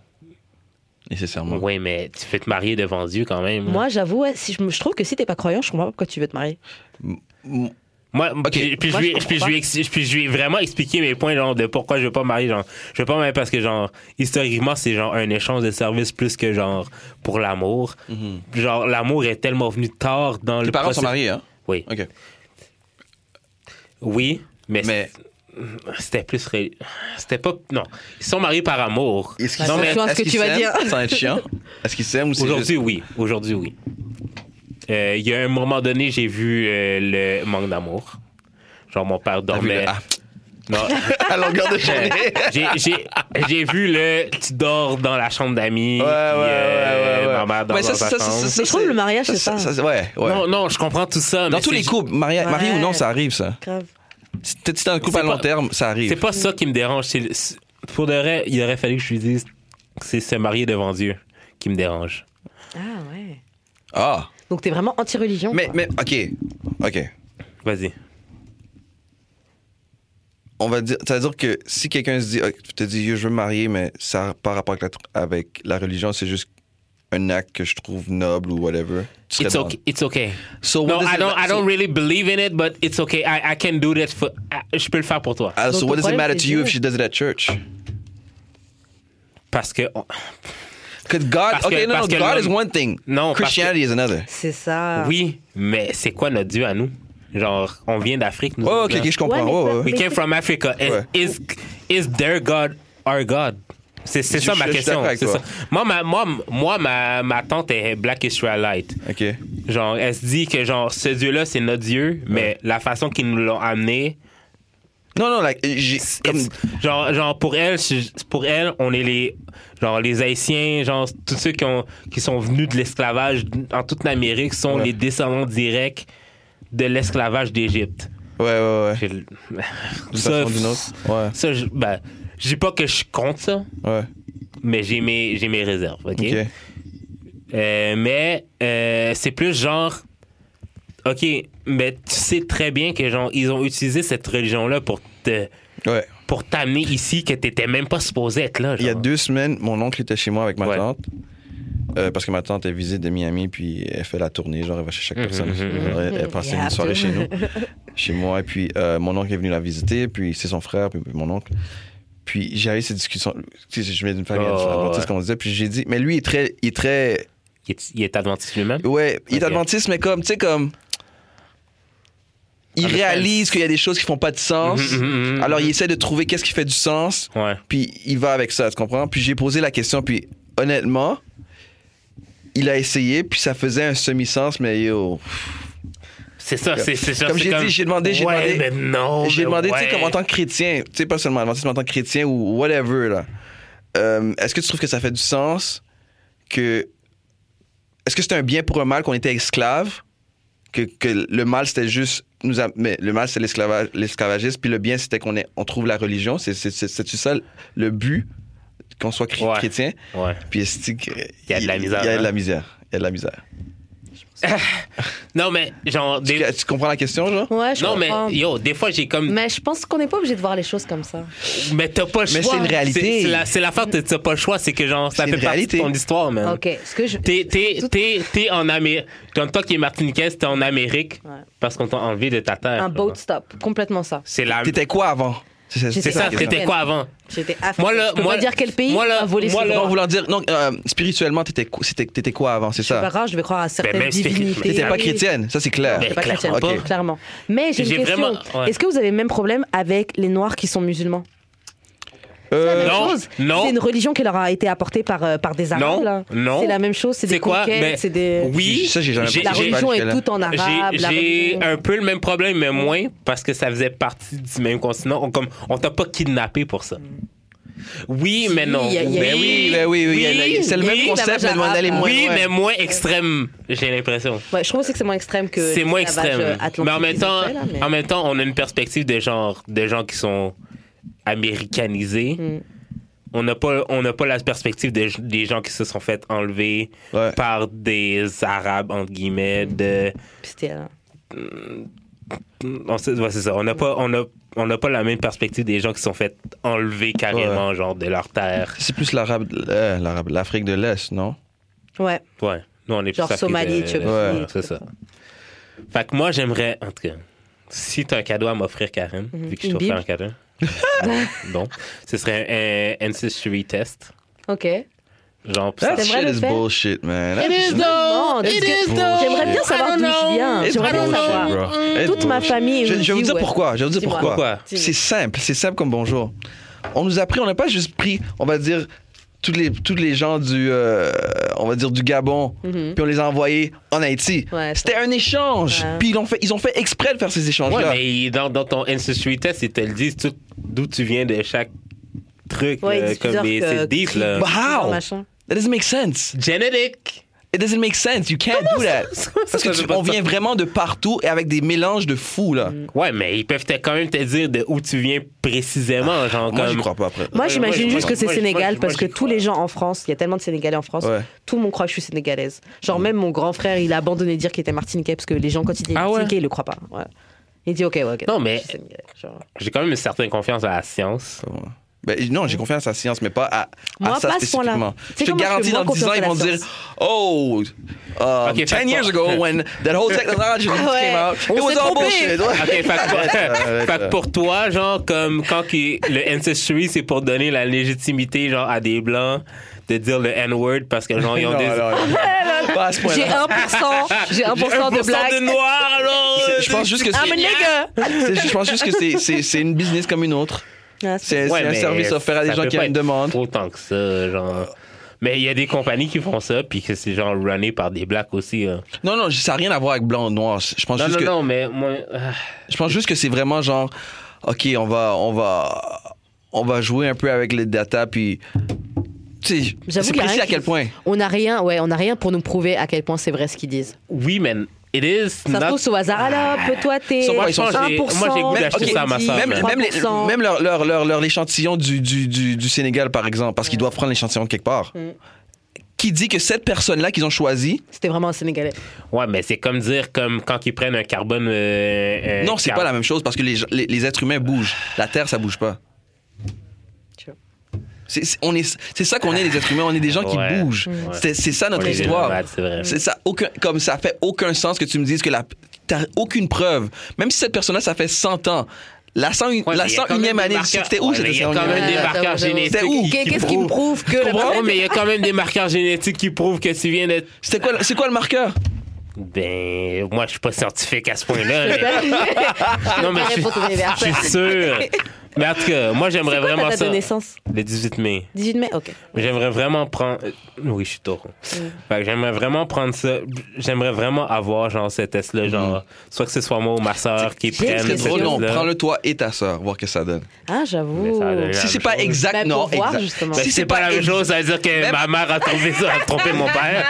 Nécessairement.
Oui, mais tu peux te marier devant Dieu quand même.
Moi, j'avoue, ouais, si je, me- je trouve que si t'es pas croyant, je comprends pas pourquoi tu veux te marier.
M-
Moi, puis, puis
Moi,
je
je
lui,
comprends
puis je lui ex- puis je lui ai vraiment expliqué mes points genre, de pourquoi je veux pas me marier. Genre, je veux pas me marier parce que, genre, historiquement, c'est genre un échange de services plus que genre pour l'amour. Genre, l'amour est tellement venu tard dans
Mhm. Tes
le
parents
process-
sont mariés, hein?
Oui.
Ok.
Oui, mais,
Mais.
c'était plus. ré- C'était pas. Non. Ils sont mariés par amour.
Est-ce
Non,
s'aiment?
mais- Attention à Bah, ce
Est-ce
que
qu'ils
tu vas
s'aiment
dire.
Sans être chiant. Est-ce qu'ils s'aiment ou c'est
Aujourd'hui,
juste...
oui. Aujourd'hui, oui. Euh, Il y a un moment donné, j'ai vu euh, le manque d'amour. Genre, mon père
T'as vu
dormait.
le- ah, [LAUGHS]
Non.
à longueur de journée.
j'ai, j'ai, j'ai vu le tu dors dans la chambre d'amis.
Ouais, ouais, ouais,
puis, euh,
euh, ouais, ouais.
Ma mère dort
Ouais,
dans sa chambre.
Mais je trouve
c'est-
le mariage, c'est ça.
c'est- Ouais, ouais.
Non, non, je comprends tout ça.
Dans
mais
tous
c'est
les
ju-
couples, marié,
Ouais.
marié ou non, ça arrive, ça.
Grave.
Si t'es si t'es dans un couple
C'est
à long
pas-
terme, ça
C'est
arrive.
pas ça qui me dérange. c'est le- c'est- pour de vrai, il aurait fallu que je lui dise que c'est se marier devant Dieu qui me dérange.
Ah ouais.
Ah,
Donc t'es vraiment anti-religion.
mais,
quoi.
mais, ok. Ok.
Vas-y.
On va dire, c'est-à-dire que si quelqu'un se dit, ah, tu te dis, Yo, je veux me marier, mais ça par rapport avec la, avec la religion, c'est juste un acte que je trouve noble ou whatever. Tu serais
It's
down.
okay. It's okay.
So
No,
what does
I
it
don't,
ma-
I don't
so-
really believe in it, but it's okay. I, I can do that. For, ah, je peux le faire pour toi.
Ah, so
Donc,
what
ton
does it matter
problème,
to
c'est
you if
Dieu.
she does it at church?
Parce que.
Because God,
Parce que-
okay, no, no,
parce que
God
l'homme-
is one thing.
Non, parce
Christianity is another.
C'est
Ah.
ça.
Oui, mais c'est quoi notre Dieu à nous? Genre, on vient d'Afrique, nous.
Ouais,
autres,
ok,
là.
ok, je comprends.
Ouais, mais-
Ouais, ouais,
We
ouais.
came from Africa. And
Ouais.
Is, is their God our God? C'est c'est
Je-
ça
je-
ma
je suis
question.
d'accord avec
c'est
toi.
ça. Moi, ma, moi, m- moi ma, ma tante est black Israelite.
Ok.
Genre, elle se dit que genre, ce Dieu-là, c'est notre Dieu, mais la façon qu'ils nous l'ont amené,
Non, non, like, j'ai.
c'est-
Comme,
genre, genre, pour elle, c'est- pour elle, on est les, genre, les Haïtiens, genre, tous ceux qui, ont, qui sont venus de l'esclavage en toute l'Amérique sont
Ouais.
les descendants directs de l'esclavage d'Égypte.
ouais, ouais, ouais.
J'ai le-
D'une
Ça,
façon ou d'une autre. Ouais,
Ça, je, ben, je dis pas que je compte ça,
ouais.
mais j'ai mes, j'ai mes réserves, OK?
Ok.
Euh, mais euh, c'est plus genre... OK, mais tu sais très bien que genre ils ont utilisé cette religion-là pour te
Ouais.
pour t'amener ici que t'étais même pas supposé être là.
Il y a
genre.
deux semaines, mon oncle était chez moi avec ma
Ouais.
tante. Euh, parce que ma tante, elle visite de Miami, puis elle fait la tournée, genre elle va chez
Mhm,
chaque personne. Genre, elle, elle passait
Yeah,
une soirée
dude.
chez nous, chez moi, et puis euh, mon oncle est venu la visiter, puis c'est son frère, puis, puis mon oncle. Puis j'avais cette discussion, tu sais, je viens d'une famille
Oh,
adventiste,
ouais.
ce qu'on disait, puis j'ai dit, mais lui, il est très, il est très,
Il est, il est adventiste lui-même.
ouais, il est
Ok.
adventiste, mais comme, tu sais, comme, il
Understand.
réalise qu'il y a des choses qui font pas de sens,
Ah, Mhm, mhm, mhm,
alors il
mhm.
essaie de trouver qu'est-ce qui fait du sens,
Ouais.
puis il va avec ça, tu comprends? Puis j'ai posé la question, puis honnêtement, il a essayé, puis ça faisait un semi-sens, mais yo.
C'est ça, c'est c'est ça.
Comme
c'est
j'ai dit, j'ai demandé, j'ai
ouais,
demandé-
mais non.
j'ai
Oh, mais
demandé, tu
ouais.
sais, comme en tant que chrétien, tu sais, pas seulement adventiste, mais en tant que chrétien ou whatever, là, euh, est-ce que tu trouves que ça fait du sens que. Est-ce que c'était un bien pour un mal qu'on était esclave? Que, que le mal, c'était juste. Nous a- mais le mal, c'est l'esclavage, l'esclavagisme, puis le bien, c'était qu'on est- on trouve la religion. C'est- c'est- c'est- C'est-tu ça le but qu'on soit chr-
Ouais.
chrétien,
Ouais.
puis esti que-
Il y a de la misère,
Il y a
hein.
de la misère. Il y a de la misère.
Non, mais genre.
Tu,
Des...
tu comprends la question, genre?
Ouais, je
Non, mais
comprends. Mais,
yo, des fois, j'ai comme.
je pense qu'on n'est pas obligé de voir les choses comme ça.
Mais t'as pas le choix.
Mais c'est une réalité.
C'est- C'est la- c'est l'affaire, la, t'as pas le choix. C'est que genre, ça
C'est
fait partie
une
de
réalité.
ton histoire, man.
Ok, ce que je.
Euh, T'es- T'es
tout-
t'es- t'es en Amérique. Comme toi qui es martiniquaise, t'es en Amérique
Ouais.
parce qu'on t'a enlevé de ta terre.
Un
genre.
boat stop, complètement ça.
C'est la.
T'étais quoi avant? C'est
C'est
J'étais
ça,
la question.
t'étais quoi avant?
J'étais africaine.
Moi, là,
je peux
moi,
pas dire quel pays
moi, là,
a volé
moi,
ce
là,
Non,
droit.
voulant dire, non, euh, spirituellement, t'étais quoi, c'était- t'étais quoi avant, c'est
Je suis pas
ça?
rare, je vais croire à certaines
même si t'es-
divinités.
Ben, mais
T'étais pas
Oui.
chrétienne, ça c'est clair.
Pas
clairement
chrétienne,
pas.
clairement. Mais j'ai une
J'ai
question.
vraiment- ouais.
Est-ce que vous avez le même problème avec les Noirs qui sont musulmans C'est la
Euh,
même
non,
chose.
non.
C'est une religion qui leur a été apportée par, euh, par des Arabes.
Non,
là.
non.
C'est la même chose, c'est des
C'est quoi?
conquêtes,
Mais-
c'est des...
Oui,
Ça, j'ai jamais
La
j'ai-
religion
j'ai-
est toute en arabe.
J'ai
la
j'ai
religion-
un peu le même problème, mais moins, parce que ça faisait partie du même continent. On, comme, on t'a pas kidnappé pour ça. Oui, mais non.
il y a- il y a-
Mais oui,
Ben oui, oui, il y a-
oui,
c'est le même
oui,
concept,
la
mais
vache
on allait
arabe.
moins
Oui,
loin.
mais moins extrême, j'ai l'impression.
Ouais, je trouve aussi que c'est moins extrême que...
C'est moins
l'esclavage,
extrême.
euh, atlantique
mais en même
qu'ils ont
temps,
fait, là, mais-
en même temps, on a une perspective de genre de gens qui sont américanisés.
Mm.
On n'a pas on n'a pas la perspective de- des gens qui se sont fait enlever
Ouais.
par des arabes entre guillemets de
Puis c'était, euh,
on sait- ouais, c'est ça. On n'a pas on a on n'a pas la même perspective des gens qui se sont fait enlever carrément genre de leur terre.
C'est plus l'arabe, euh, l'arabe, l'Afrique de l'Est, non?
Ouais.
Ouais. Nous on est
Genre
plus appris
Somalie,
de-
Tchétchénie,
Ouais,
tout
c'est ça. Fait que moi j'aimerais en tout cas si t'as un cadeau à m'offrir Karen, vu que je
Mhm. Une
t'offre
Bible.
un
[LAUGHS]
cadeau. bon, ce serait un ancestry test.
Ok.
Genre, pour
That
savoir-
That's- vrai,
shit
le
is
fait.
bullshit, man. That
Je me demande, parce que J'aimerais bien savoir d'où je viens.
It's
J'aimerais bien
bullshit,
savoir.
bro. It's
Toute ma
bullshit.
famille. est
Je, je vais vous dire
musulmane.
pourquoi. Je vais vous dire
Dis-moi.
pourquoi.
Pourquoi?
C'est simple. C'est simple comme bonjour. On nous a pris, on n'a pas juste pris, on va dire, tous les, tous les gens du, euh, on va dire, du Gabon,
Mhm.
puis on les a envoyés en Haïti.
Ouais,
C'était un échange.
Ouais.
Puis ils ont, fait, ils ont fait exprès de faire ces
Ouais,
échanges-là.
mais dans, dans ton ancestry test, ils te le disent tout- d'où tu viens de chaque truc.
Ouais,
là,
ils disent
comme
plusieurs,
les-
euh,
c'est deep, là.
Bah, how?
Machin.
That doesn't make sense.
Genetic.
It doesn't make sense. You can't do that. Parce
ça
que
veut
tu-
pas
on
dire-
vient vraiment de partout et avec des mélanges de fous, là.
Ouais, mais ils peuvent te- quand même te dire de où tu viens précisément. Genre,
Moi,
comme...
j'y crois pas après.
Moi,
Ouais,
j'imagine
moi,
juste
moi,
que c'est
moi, moi,
Sénégal
moi,
parce
j'y
que tous
crois.
les gens en France, il y a tellement de Sénégalais en France,
Ouais.
tout le monde croit que je suis sénégalaise. Genre, même mon grand frère, il a abandonné de dire qu'il était martiniquais parce que les gens, quand ils disent
Ah ouais?
martiniquais, ils le croient pas. Ouais. Il dit, ok, ouais, ok.
Non, mais-
je suis sénégalais, genre.
J'ai quand même une certaine confiance à la science.
Ben, non, j'ai confiance à la science, mais pas à, à
Moi,
ça
pas à ce
spécifiquement.
point-là. Tu
Je
sais
te
comment je
garantis,
fais
dans
moins
10 ans, ils vont
confiance à la
dire Oh, um,
Ok,
10
faites
years
pas.
ago, when that whole
[LAUGHS]
technology came out,
On
it was
s'est
all
trompé.
bullshit.
Ok, fait que- fait que pour toi, genre, comme quand qu'il- le ancestry, c'est pour donner la légitimité, genre, à des blancs de dire le N-word parce que, genre, ils ont
Non,
des.
non, non. Pas à ce
[LAUGHS] J'ai
point-là.
1%, j'ai 1%, de
1%
blagues.
de noirs, alors. euh,
Je pense juste que
I'm a
c'est.
nigga!
c'est- Je pense juste que c'est- c'est c'est une business comme une autre.
Ah, c'est-
C'est c'est
Ouais,
un
mais
service offert à des
ça
gens
peut
qui ont
pas
une
être
demande.
Autant que ça, genre. Mais il y a des compagnies qui font ça, puis que c'est genre runné par des blacks aussi. hein.
Non, non, ça n'a rien à voir avec blanc ou noir. Je pense
Non,
juste
non,
que.
non, mais moi. ah,
Je pense juste que c'est vraiment genre, ok, on va, on va, on va jouer un peu avec les data, puis tu sais,
J'avoue
c'est
qu'il y a
précis
rien
à quel
qui-
point.
On n'a rien, ouais, on a rien pour nous prouver à quel point c'est vrai ce qu'ils disent.
Oui, mais it is
Ça se
not.
trouve, c'est au hasard. Ah là, toi, t'es.
Sûrement, ils sont-
1%,
moi, j'ai goût d'acheter
t'es
ça à ma
dix,
sœur,
Même,
mais-
même, les-
3%.
même leur, leur, leur, leur échantillon du, du, du, du Sénégal, par exemple, parce qu'ils doivent prendre l'échantillon de quelque part.
Mm.
Qui dit que cette personne-là qu'ils ont choisie,
C'était vraiment un Sénégalais.
Ouais, mais c'est comme dire, comme quand ils prennent un carbone. euh, euh,
non, c'est
car-
pas la même chose parce que les, les, les êtres humains bougent. La Terre, ça bouge pas.
Sure.
C'est c'est- on est- c'est ça qu'on est, les êtres humains, on est des gens qui
Ouais.
bougent.
Ouais.
C'est c'est ça
On
notre
est des
histoire.
nomades, C'est vrai.
C'est ça, aucun, comme ça fait aucun sens que tu me dises que la, t'as aucune preuve. Même si cette personne-là, ça fait 100 ans. La 100,
Ouais,
la
mais il y a quand
101e
même
année,
des
c'était où
marqueurs.
cette
Ouais, mais il y a
101e
quand même
Ah,
année?
des marqueurs
Attends,
génétiques.
C'était où?
qui-
Qu'est-ce qui me
prouvent-
prouve que.
Tu
la
comprends?
Ouais, mais il y a quand même des marqueurs génétiques qui prouvent que tu viens d'être.
C'était quoi, c'est quoi le marqueur?
Ben, moi, je suis pas scientifique à
[LAUGHS]
ce point-là. mais- non, mais je suis-
pour ton
je
anniversaire.
suis sûr. Mais en tout cas, moi, j'aimerais
Quoi, ta
vraiment
date
ça.
de naissance
Le 18 mai.
18 mai Ok.
J'aimerais vraiment prendre. euh, Oui, je suis taureau.
Mm.
Fait que j'aimerais vraiment prendre ça. J'aimerais vraiment avoir, genre, ce
Mm.
test-là, genre, soit que ce soit moi ou ma soeur qui
J'ai une
prennent
C'est
question.
drôle, non?
test-là.
Prends-le toi et ta sœur, voir que ça donne.
Ah,
Mais
j'avoue.
ça euh, a donné la
Si c'est
même
pas
chose.
exact,
Ben, pour
non,
voir,
exact.
justement.
Ben,
Si
c'est pas la même
ex-
chose, ça veut dire que
Même-
ma mère a trouvé ça, a trompé mon père.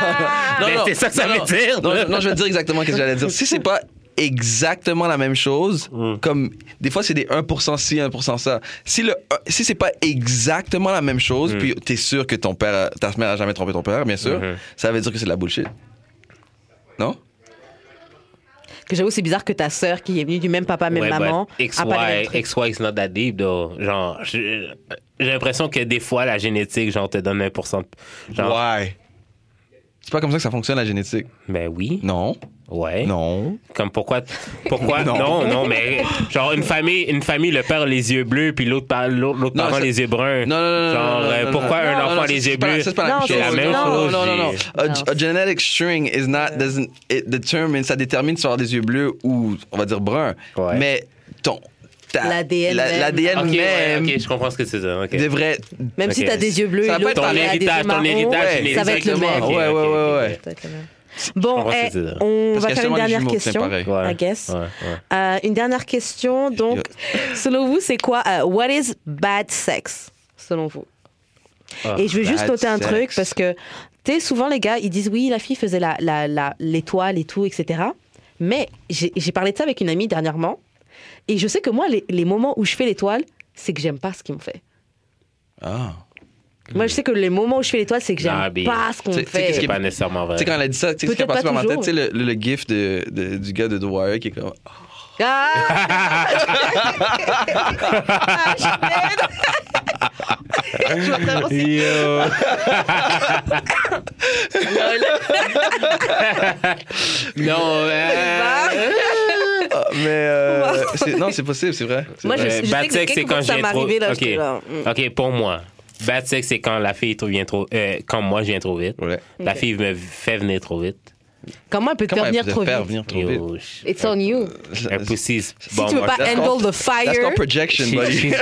Non,
Mais
[LAUGHS]
non,
Ah, ben, c'est ça que ça
non,
veut
non.
dire.
Non,
là.
non, non, je vais te dire exactement ce que j'allais dire. Si c'est pas exactement la même chose, comme des fois c'est des 1% ci, 1% ça. Si le euh, si c'est pas exactement la même chose, puis t'es sûr que ton père, a- ta mère a jamais trompé ton père, bien sûr,
Mhm.
ça veut dire que c'est de la bullshit. Non?
Que j'avoue, c'est bizarre que ta sœur, qui est venue du même papa, même
Ouais, bah,
maman,
but X,
a pas les mêmes
y,
trucs.
X, Y is not that deep, though. Genre, j'ai j'ai l'impression que des fois, la génétique, genre, te donne 1%. de- Genre,
Why? C'est pas comme ça que ça fonctionne la génétique.
ben oui.
Non.
Ouais.
Non.
Comme pourquoi. Pourquoi.
[LAUGHS] Non.
non. non, mais. Genre, une famille, une famille, le père a les yeux bleus, puis l'autre par- l'autre- l'autre
Non,
parent
ça-
les yeux bruns.
Non, non, non, non,
Genre,
non,
euh,
non,
pourquoi
non,
un
non,
enfant
non,
a les
c'est
yeux
pas la-
bleus?
c'est pas la même
Non,
chose.
c'est la même
non,
chose,
Non, non, non.
j'ai-
A,
Non. Euh.
a genetic string is not doesn't it determine ça détermine si tu vas avoir des yeux bleus ou on va dire bruns.
Ouais.
Mais ton ta-
L'ADN
la-
même.
l'ADN
Ok, ouais,
même
ok, je comprends ce que tu dis. ok.
devrait
Même si
Ok.
t'as des yeux bleus et
Ça va pas
l'autre
être
Ton
t'as
a des
héritage,
yeux
ton
marrons,
héritage,
ouais,
ça va être le
exactement.
même.
Ok,
Ouais, ouais,
ok,
ouais,
ok.
ouais.
Ça va être le même. Bon,
comprends ce
eh,
que tu veux
on
dire.
va
Parce qu'il y a
faire une
sûrement des
dernière
jumeaux qui sont
question.
pareils.
Ouais,
I guess.
ouais, ouais.
Euh, une dernière question. Donc, selon vous, c'est quoi euh, What is bad sex, selon vous
Ah,
Et je veux juste
bad
noter un
sex.
truc parce que, tu sais, souvent les gars, ils disent oui, la fille faisait l'étoile la, la, l'étoile et tout, etc. Mais j'ai j'ai parlé de ça avec une amie dernièrement. Et je sais que moi, les, les moments où je fais l'étoile, c'est que j'aime pas ce qu'ils me fait.
Ah.
Moi, je sais que les moments où je fais l'étoile, c'est que j'aime
Ah, ben,
pas ce qu'on
tu
me
sais- tu sais qu'est-ce
fait. [LAUGHS]
qui
C'est pas nécessairement vrai.
Tu sais quand elle a dit ça, tu sais ce qui a
Peut-être
passé
pas
par ma tête,
toujours.
tu sais le, le, le gif de, de- du gars de Dwyer qui est comme
Ah, [LAUGHS]
[LAUGHS] Yo. non, euh,
bah.
Ah, mais euh, c'est- non, c'est possible, c'est vrai. c'est
Moi,
vrai.
je sais-
bad
que
sex,
quelques
Euh, c'est quand
fois, ça
j'ai
m'est
trop.
arrivé, là,
ok,
j'étais là, mm.
ok, pour moi, bad sex, c'est quand la fille trop- vient trop, euh, quand moi je viens trop vite.
Ouais.
La
Ok.
fille me fait venir trop vite.
Comment elle peut te
Comment
faire
elle
venir
peut
trop
faire
vite
venir trop vite?
Yo, sh-
It's on you.
Un pussy. c'est
Si
bon,
tu veux
moi.
pas
that's
handle
called-
the
That's
fire.
called projection,
She-
[LAUGHS]
buddy.
she's,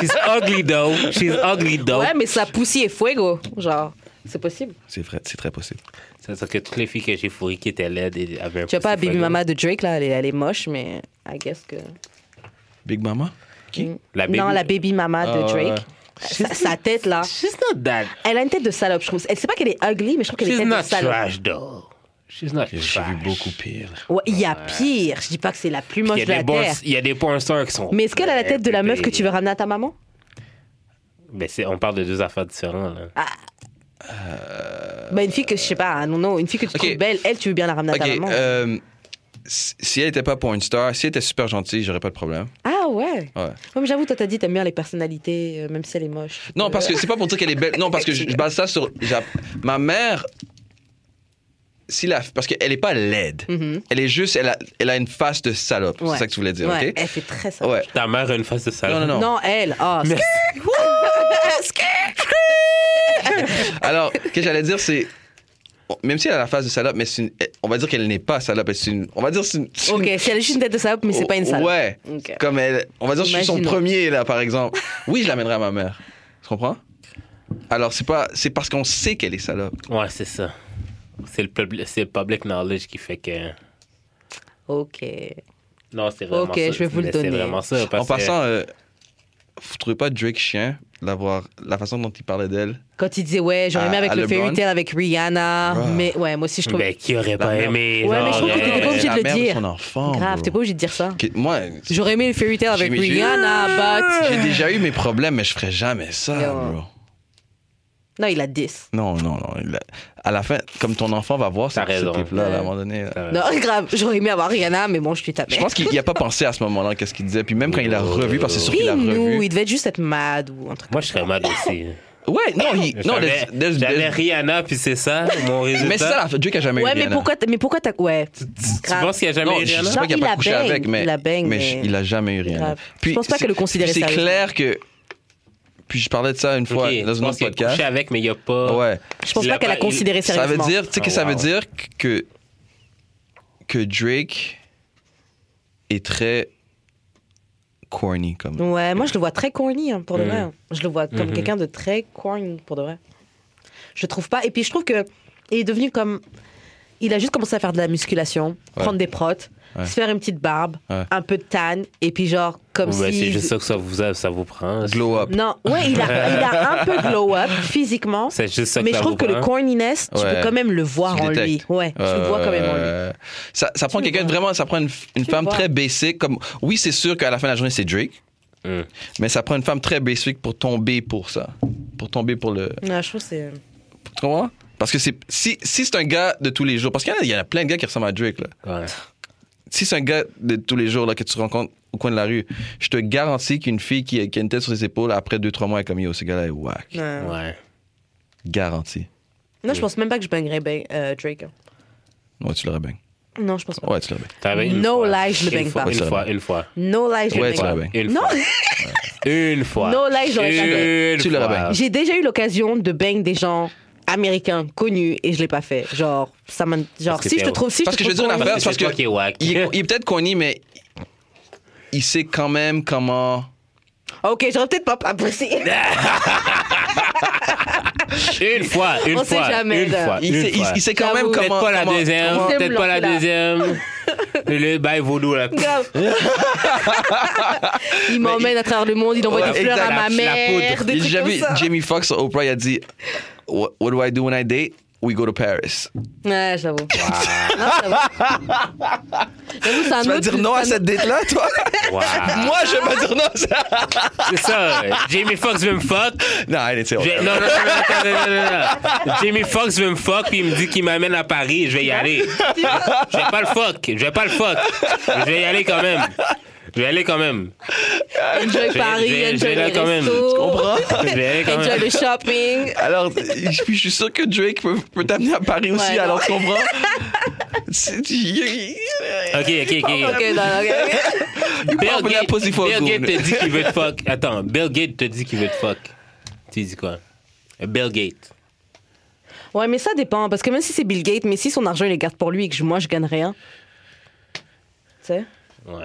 she's ugly though. She's ugly though.
Ouais, mais ça poussie et fuego. Genre, c'est possible.
Ah C'est vrai, c'est très possible.
C'est-à-dire que toutes les filles que j'ai fourries qui étaient laides et avaient un
Tu vois pas
pussy
Baby
faible.
Mama de Drake, là, elle est, elle est moche, mais I guess que. Hmm.
Big Mama? Qui?
La
Non,
baby-
la Baby Mama de
Ah, ouais,
Drake. Sa, sa tête, là.
She's not that.
Elle a une tête de salope, je trouve. Elle sait pas qu'elle est ugly, mais je trouve qu'elle est
She's
une tête de
not
salope.
trash though. She's not trash.
J'ai vu beaucoup pire.
Ouais, il y a pire. Je dis pas que c'est la plus
Il
moche
y a
de la
des bons-
terre.
il y a des porn stars qui sont.
Mais est-ce qu'elle a la tête de la meuf que tu veux ramener à ta maman
Mais c'est- on parle de deux affaires différentes. Là.
Ah. Bah, une fille que je sais pas, hein, non, non, une fille que tu
Ok.
trouves belle, elle, tu veux bien la ramener à
Ok,
ta maman.
euh, si si elle était pas pour une star, si elle était super gentille, j'aurais pas de problème.
Ah ouais.
Ouais.
Ouais, mais j'avoue, toi, t'as dit t'aimes bien les personnalités, euh, même si elle est moche.
Non, parce que c'est pas pour dire qu'elle est belle. Non, parce que je, je base ça sur. j'a- Ma mère. Si la, parce qu'elle est pas laide.
Mhm.
Elle est juste. Elle a, elle a une face de salope.
Ouais.
C'est ça que tu voulais dire,
Ouais,
ok?
elle fait très ça.
Ouais.
Ta mère a une face de salope.
Non, non, non.
Non, elle. Ah,
Mais-
[LAUGHS]
[LAUGHS]
Alors, ce que j'allais dire, c'est. Même si elle a la face de salope, mais c'est une- on va dire qu'elle n'est pas salope. elle- c'est une- on va dire c'est une. c'est une-
Ok, si elle a juste une tête de salope, mais c'est pas une salope.
Oh, Ouais.
Ok.
Comme elle. On va dire, je suis son
Imaginons.
premier, là, par exemple. Oui, je l'amènerai à ma mère. Tu comprends? Alors, c'est pas. C'est parce qu'on sait qu'elle est salope.
Ouais, c'est ça. C'est le, public- c'est le public knowledge qui fait que.
Ok.
Non, c'est vraiment
Ok,
ça.
je vais vous le
Mais
donner.
C'est vraiment ça. parce
en passant, euh, vous trouvez pas Drake chien, l'avoir, la façon dont il parlait d'elle?
Quand il disait, ouais, j'aurais
À-
aimé avec
à
le
Ah, LeBron. Ah.
fairy tale avec Rihanna.
Bruh.
Mais ouais, moi aussi, je
que...
trouve.
Mais ben, qui aurait pas
merde.
aimé.
Ouais, mais
genre,
je trouve que t'étais pas
euh,
obligé de le
la mère
dire.
son enfant.
Grave,
bro.
t'es pas obligé de dire ça.
Que- moi,
J'aurais aimé le fairy tale avec
J'ai- j'ai-
Rihanna, but.
j'ai déjà eu mes problèmes, mais je ferais jamais ça,
Yo.
bro.
Non, il a 10.
Non, non, non. il a- À la fin, comme ton enfant va voir ce
T'as raison.
ce clip-là, là, à un moment donné. là.
T'as
Non, [LAUGHS] grave, j'aurais aimé avoir Rihanna, mais bon, je suis ta
Je
mère.
pense qu'il n'y a pas pensé à ce moment-là, qu'est-ce qu'il disait. Puis même quand il l'a revu, parce que c'est sûr qu'il l'a
nous,
revu.
il devait juste être mad ou un truc.
Moi, je serais mad aussi.
Ouais, [LAUGHS] non, il- non,
J'avais-
there's- there's-
J'avais
there's-
Rihanna, puis c'est ça, mon résultat.
[LAUGHS] mais c'est ça, la- Drake a jamais eu
Ouais, mais
Rihanna.
pourquoi, t'as- mais pourquoi t'as. Ouais.
Tu penses qu'il y a jamais
Non,
eu
je
Rihanna?
sais
Non,
pas qu'il
il
a
la
pas couché
baigne,
avec, mais
il la baigne,
mais je-
mais-
il a jamais eu Rihanna.
Grave. Je pense pas
c'est-
que le considérer
puis C'est
sérieusement.
clair que. Puis je parlais de ça une fois
Ok,
dans
tu penses
un autre
qu'il a
podcast.
couché avec, mais il n'y a pas.
Ouais.
Je pense
Il
pas
l'a
qu'elle a
pas-
considéré
Ça veut
sérieusement.
dire, tu sais,
Ah,
que ça veut
wow.
dire que que Drake est très corny comme.
Ouais, moi je le vois très corny hein, pour de vrai.
Mhm.
Je le vois comme
Mhm.
quelqu'un de très corny pour de vrai. Je trouve pas. Et puis je trouve que il est devenu comme. Il a juste commencé à faire de la musculation, prendre des protes.
Ouais.
se faire une petite barbe,
Ouais.
un peu de tan, et puis genre, comme
Ouais, bah,
si.
ben, C'est juste ça que ça vous, a- ça vous prend.
Glow up.
Non, ouais, il a, il a un peu glow up physiquement.
C'est juste ça
mais je
que hein. ça
trouve
vous
que le
prend.
corniness, tu
Ouais.
peux quand même le voir
Tu le
en lui.
détectes.
Ouais, tu le vois quand même en lui.
Euh, Ça, ça prend
le
quelqu'un de
vois.
vraiment, ça prend une, une
le
femme
vois.
très basic. Comme, oui, c'est sûr qu'à la fin de la journée, c'est Drake.
Mm.
Mais ça prend une femme très basic pour tomber pour ça. Pour tomber pour le.
Non, je trouve que c'est.
Tu comprends? Parce que c'est, si, si c'est un gars de tous les jours, parce qu'il y en a, il y en a plein de gars qui ressemblent à Drake. Là.
Ouais.
Ah.
Si c'est un gars de tous les jours là, que tu rencontres au coin de la rue, je te garantis qu'une fille qui, qui a une tête sur ses épaules, après 2-3 mois, elle est comme yo, ce gars-là est whack.
Ouais.
Ouais.
Garanti.
Non, je pense même pas que je bangerais ben, euh, Drake.
Ouais, tu l'aurais bien.
Non, je pense pas.
Ouais, tu l'aurais bien.
T'as bien une
No
fois.
lie, je le
Une
baigne
fois,
pas.
Une fois, une fois.
No lie, je
Ouais,
le
tu l'as
bangerais
bien.
Une
Non.
fois.
[LAUGHS]
Une fois.
No lie, j'aurais pas
Une
Tu l'aurais
fois.
bien.
J'ai déjà eu l'occasion de bang des gens américains connus et je l'ai pas fait. Genre, ça m'a. Genre,
Parce que
si je te
t'es-
trouve. Si je
parce
te
que je veux
trouve
dire une
corny-
affaire,
C'est
parce
toi
que
qui est wack.
Il est, il est peut-être qu'on y, mais il sait quand même comment.
Ok, j'aurais peut-être pas apprécié.
[LAUGHS] [LAUGHS] Une fois, une
On sait
fois.
jamais,
Une
là.
fois.
Il
une
sait, il-
fois.
il sait quand même
J'avoue.
comment.
Peut-être pas la
comment-
deuxième,
comment-
peut-être pas la
Là. [LAUGHS]
deuxième. Le bail vaudou là. [LAUGHS]
Grave. il m'emmène à travers le monde, il envoie
Ouais,
des fleurs
exact.
à ma
La- la
mère,
poudre.
des
J'ai
trucs
déjà
comme
vu
ça.
Jamie Foxx sur Oprah, il a dit What, what do I do when I date? We go to Paris.
Ouais, j'avoue. Non, j'avoue. J'avoue, c'est un
Tu vas
autre-
dire non
c'est
à
un
cette date-là, [LAUGHS] toi?
Wow.
Moi, je vais pas dire non à ça.
C'est ça. Jamie Foxx veut me fuck.
Non, elle était
J'ai- Non, non, non, non, attends, non, non, non. Jamie Foxx veut me fuck, puis il me dit qu'il m'amène à Paris, je vais y aller. Je vais pas le fuck, je vais pas le fuck. Je vais y aller quand même. Je vais y aller quand même.
Enjoy
J'ai-
Paris,
j'ai-
enjoy
j'ai
le
là quand même.
resto.
Tu comprends? J'ai quand même.
Enjoy le shopping.
[LAUGHS]
[LAUGHS] Alors, je, puis je suis sûr que Drake peut, peut t'amener à Paris aussi,
Ouais, non.
alors tu [LAUGHS] comprends? C'est- il-
Ok, ok, ok.
Ok, non, ok.
parle de la pussy for
Bill
good.
Gates te dit qu'il
[LAUGHS]
veut te fuck. Attends, Bill Gates te dit qu'il veut te fuck. Tu dis quoi? Bill Gates.
Ouais, mais ça dépend, parce que même si c'est Bill Gates, mais si son argent il les garde pour lui et que je- moi je gagne rien, tu sais,
Ouais.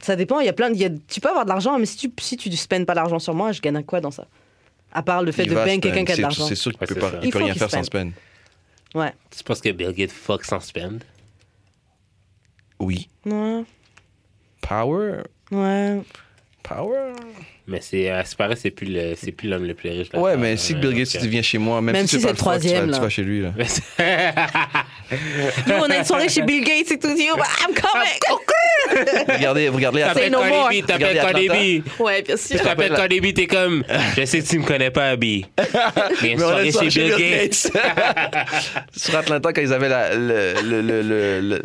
ça dépend. Il y a plein, de- il y a- tu peux avoir de l'argent, mais si tu si tu spends pas l'argent sur moi, je gagne quoi dans ça À part le fait
il
de
va
payer
se
quelqu'un
peindre.
qui a de
C'est-
l'argent.
C'est sûr qu'il
Ouais,
peut,
Ah, c'est
pas-
ça.
il
Il
peut
faut
rien
qu'il
faire
se
sans
peine.
se peine.
Ouais.
Tu penses que Bill Gates fuck sans spend?
Oui.
Ouais.
Power?
Ouais.
Power?
Mais c'est, à ce paraît, c'est plus le, c'est plus l'homme le plus riche. de la
Ouais,
Terre,
mais
hein,
si Bill Gates,
donc,
tu viens chez moi, même,
Même si
si, tu
c'est
veux
le
pas fuck, tu vas-
troisième,
tu
là.
vas chez
[LAUGHS]
lui. Là.
Nous, on a une soirée chez Bill Gates et tout, yo, I'm coming.
regardez, regardez,
Say
T'appelles
no more.
Cardi B, t'appelles
Regardez
Cardi B.
Atlanta.
Ouais, bien sûr.
Tu t'appelles Cardi B, t'es comme, je sais que tu me connais pas,
[LAUGHS]
B. Mais une
Mais on a
soirée
soirée
chez Bill Gates.
[LAUGHS] Sur Atlanta, quand ils avaient la- le, le, le, le, le,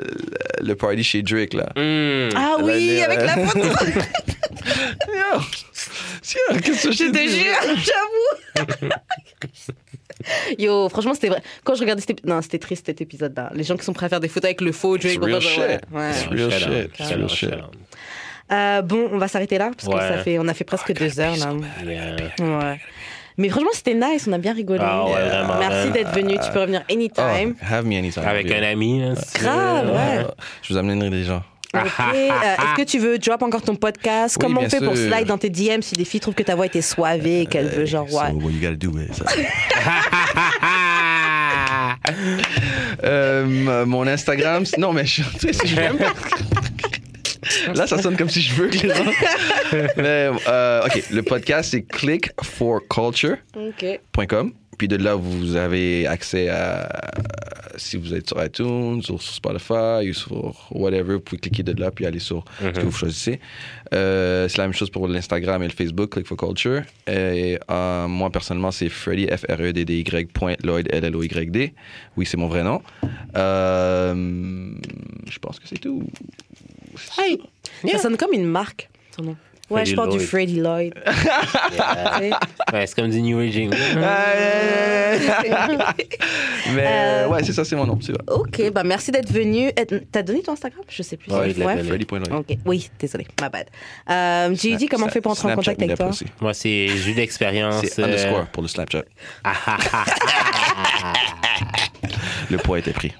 le party chez Drake, là.
Hmm.
Ah oui,
L'année,
avec
euh,
la photo,
[LAUGHS] Yo, yo, qu'est-ce que
je te
dis?
jure, j'avoue. [LAUGHS] Yo, franchement, c'était vrai. Quand je regardais cet épi- Non, c'était triste cet épisode-là. Les gens qui sont prêts à faire des photos avec le faux Drake.
It's real
blablabla.
shit.
Ouais.
It's
Shout out,
real shit,
shout
it's real
out,
shit.
shout out.
Euh, bon, on va s'arrêter là parce que
Ouais. Ah,
ça fait, on a fait presque deux heures là.
Yeah.
Ouais. Mais franchement, c'était nice, on a bien rigolé.
Ah ouais, vraiment,
Merci
man.
d'être venu, tu peux revenir
Oh,
anytime.
have me anytime.
Avec un ami, là, si tu veux.
Grave, ouais.
Ah, Je vous amènerai des gens.
Ok, euh, Est-ce que tu veux drop encore ton podcast
Oui,
Comment on
bien
fait pour
sûr.
slide dans tes DM si des filles trouvent que ta voix était soivée et qu'elles veulent genre ouais.
So what you gotta do is, uh,
Euh, m- mon Instagram, c'est- non mais je, [LAUGHS] tu sais, si je veux me- Là, ça sonne comme si je veux que les gens. Mais, euh, ok, le podcast c'est clickforculture.com.
Ok.
Puis de là, vous avez accès à. Si vous êtes sur iTunes, ou sur Spotify, ou sur whatever, vous pouvez cliquer de là puis aller sur ce que vous choisissez. Euh, c'est la même chose pour l'Instagram et le Facebook, Click for Culture. Et euh, moi, personnellement, c'est Freddy, E F-R-E-D-D-Y, point Lloyd, L-L-O-Y-D. Oui, c'est mon vrai nom. Euh, je pense que c'est tout.
Hey. Ça sonne comme une marque, son nom. Ouais,
Freddy
je parle du
Lloyd.
Freddy Lloyd.
[LAUGHS] Yeah.
tu sais.
Ouais, c'est comme du New Aging.
Mais euh,
Euh,
ouais, c'est ça, c'est mon nom. C'est vrai.
ok, bah merci d'être venu. Euh, T'as donné ton Instagram Je sais plus.
Ouais, il l'a donné.
Freddy, point Lloyd.
Ok, oui, désolé, my bad. Euh, J'ai dit comment on fait pour entrer en
Snapchat,
contact avec
Minneapolis
toi
aussi.
Moi, c'est jus d'expérience.
Ah, C'est
euh,
underscore pour le [LAUGHS] Snapchat. le poids était pris.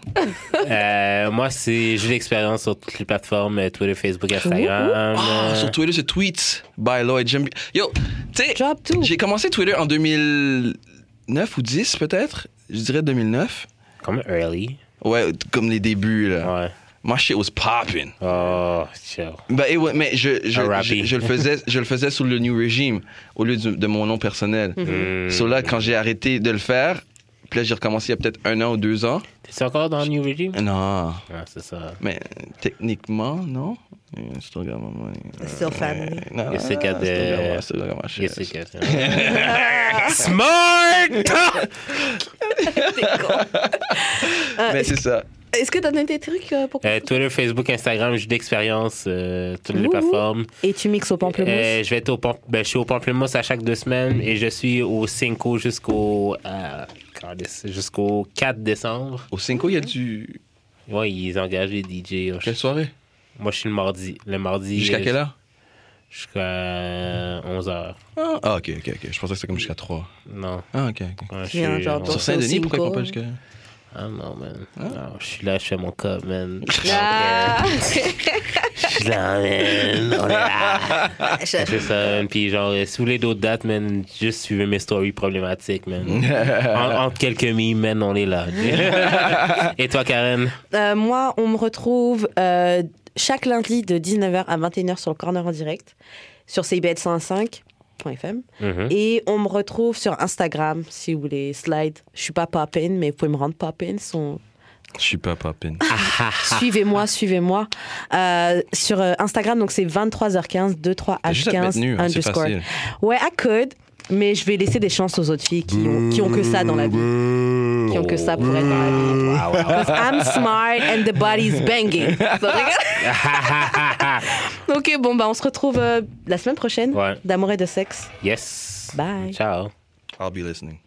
euh, moi, c'est jus d'expérience sur toutes les plateformes euh, Twitter, Facebook, Instagram. euh,
Ah, sur Twitter, c'est Tweets by Lloyd. J'aime bien. Yo, tu sais,
Drop tout.
j'ai commencé Twitter en 2009 ou 10 peut-être. Je dirais 2009.
Comme early.
Ouais, t- comme les débuts là.
Ouais.
my shit was popping.
Oh, chill.
Bah, et ouais, mais je, je,
Arabi.
je, je le faisais, je le faisais sous le New Régime au lieu du- de mon nom personnel. So là, quand j'ai arrêté de le faire, puis là, j'ai recommencé il y a peut-être un an ou deux ans.
T'es encore dans le New Regime?
Non,
Ah, c'est ça.
mais techniquement, non. Yeah, still got my money.
Still family.
Non, euh, non,
You still
non,
got the-
still got my- still got my shit.
Yes, yes,
[LAUGHS]
yes. Smart!
Euh,
Mais c'est ça.
Est-ce que t'as donné des trucs euh, pour.
Euh, Twitter, Facebook, Instagram, jeu d'expérience, euh, toutes les
Ouh.
plateformes.
Et tu mixes au pamplemousse.
Euh, je vais être au Pam- ben, je suis au Pamplemousse à chaque deux semaines et je suis au Cinco jusqu'au euh, calisse, jusqu'au 4 décembre.
Au Cinco, il y a du.
Ouais, ils engagent les DJ. Moi, je-
Quelle soirée
Moi, je suis le mardi. Le mardi.
Jusqu'à
euh,
quelle heure
Jusqu'à 11h.
ah, ah, ok, ok, ok. Je pensais que c'était comme jusqu'à 3.
Non.
Ah, ok, ok.
Ouais, je
Viens,
suis-
genre,
on-
dans-
Sur Saint-Denis, pourquoi ils
Cinco.
font pas jusqu'à.
Ah non, man.
Hein?
Non, je suis là, je fais mon cop, man.
Ah!
Je suis là, man. On est là.
Ah,
Ouais, C'est ça, man. Puis genre, euh, si vous voulez d'autres dates, man, juste suivez mes stories problématiques,
[LAUGHS]
man. En- entre quelques mimes, man, on est là. Et toi, Karen?
Euh, moi, on me retrouve euh, chaque lundi de 19h à 21h sur le corner en direct, sur cibl105.fm.
Mm-hmm.
Mhm.
Et on me retrouve sur Instagram, si vous voulez, slide. Je suis pas Poppin, mais vous pouvez me rendre Poppin. Son...
Je suis pas poppin.
[LAUGHS] Suivez-moi, suivez-moi. Euh, sur euh, Instagram, donc c'est 23h15,
T'as juste à te
23h15,
mettre nu, hein, c'est
underscore.
facile.
Ouais, I could, mais je vais laisser des chances aux autres filles qui ont, qui ont que ça dans la vie. Qui ont que ça pour être dans la vie.
Wow, wow.
Because I'm smart and the body's
[LAUGHS]
banging. Ça rigole? ok, bon, bah, on se retrouve euh, la semaine prochaine
Ouais.
d'amour et de sexe.
Yes.
Bye.
Ciao.
I'll be listening.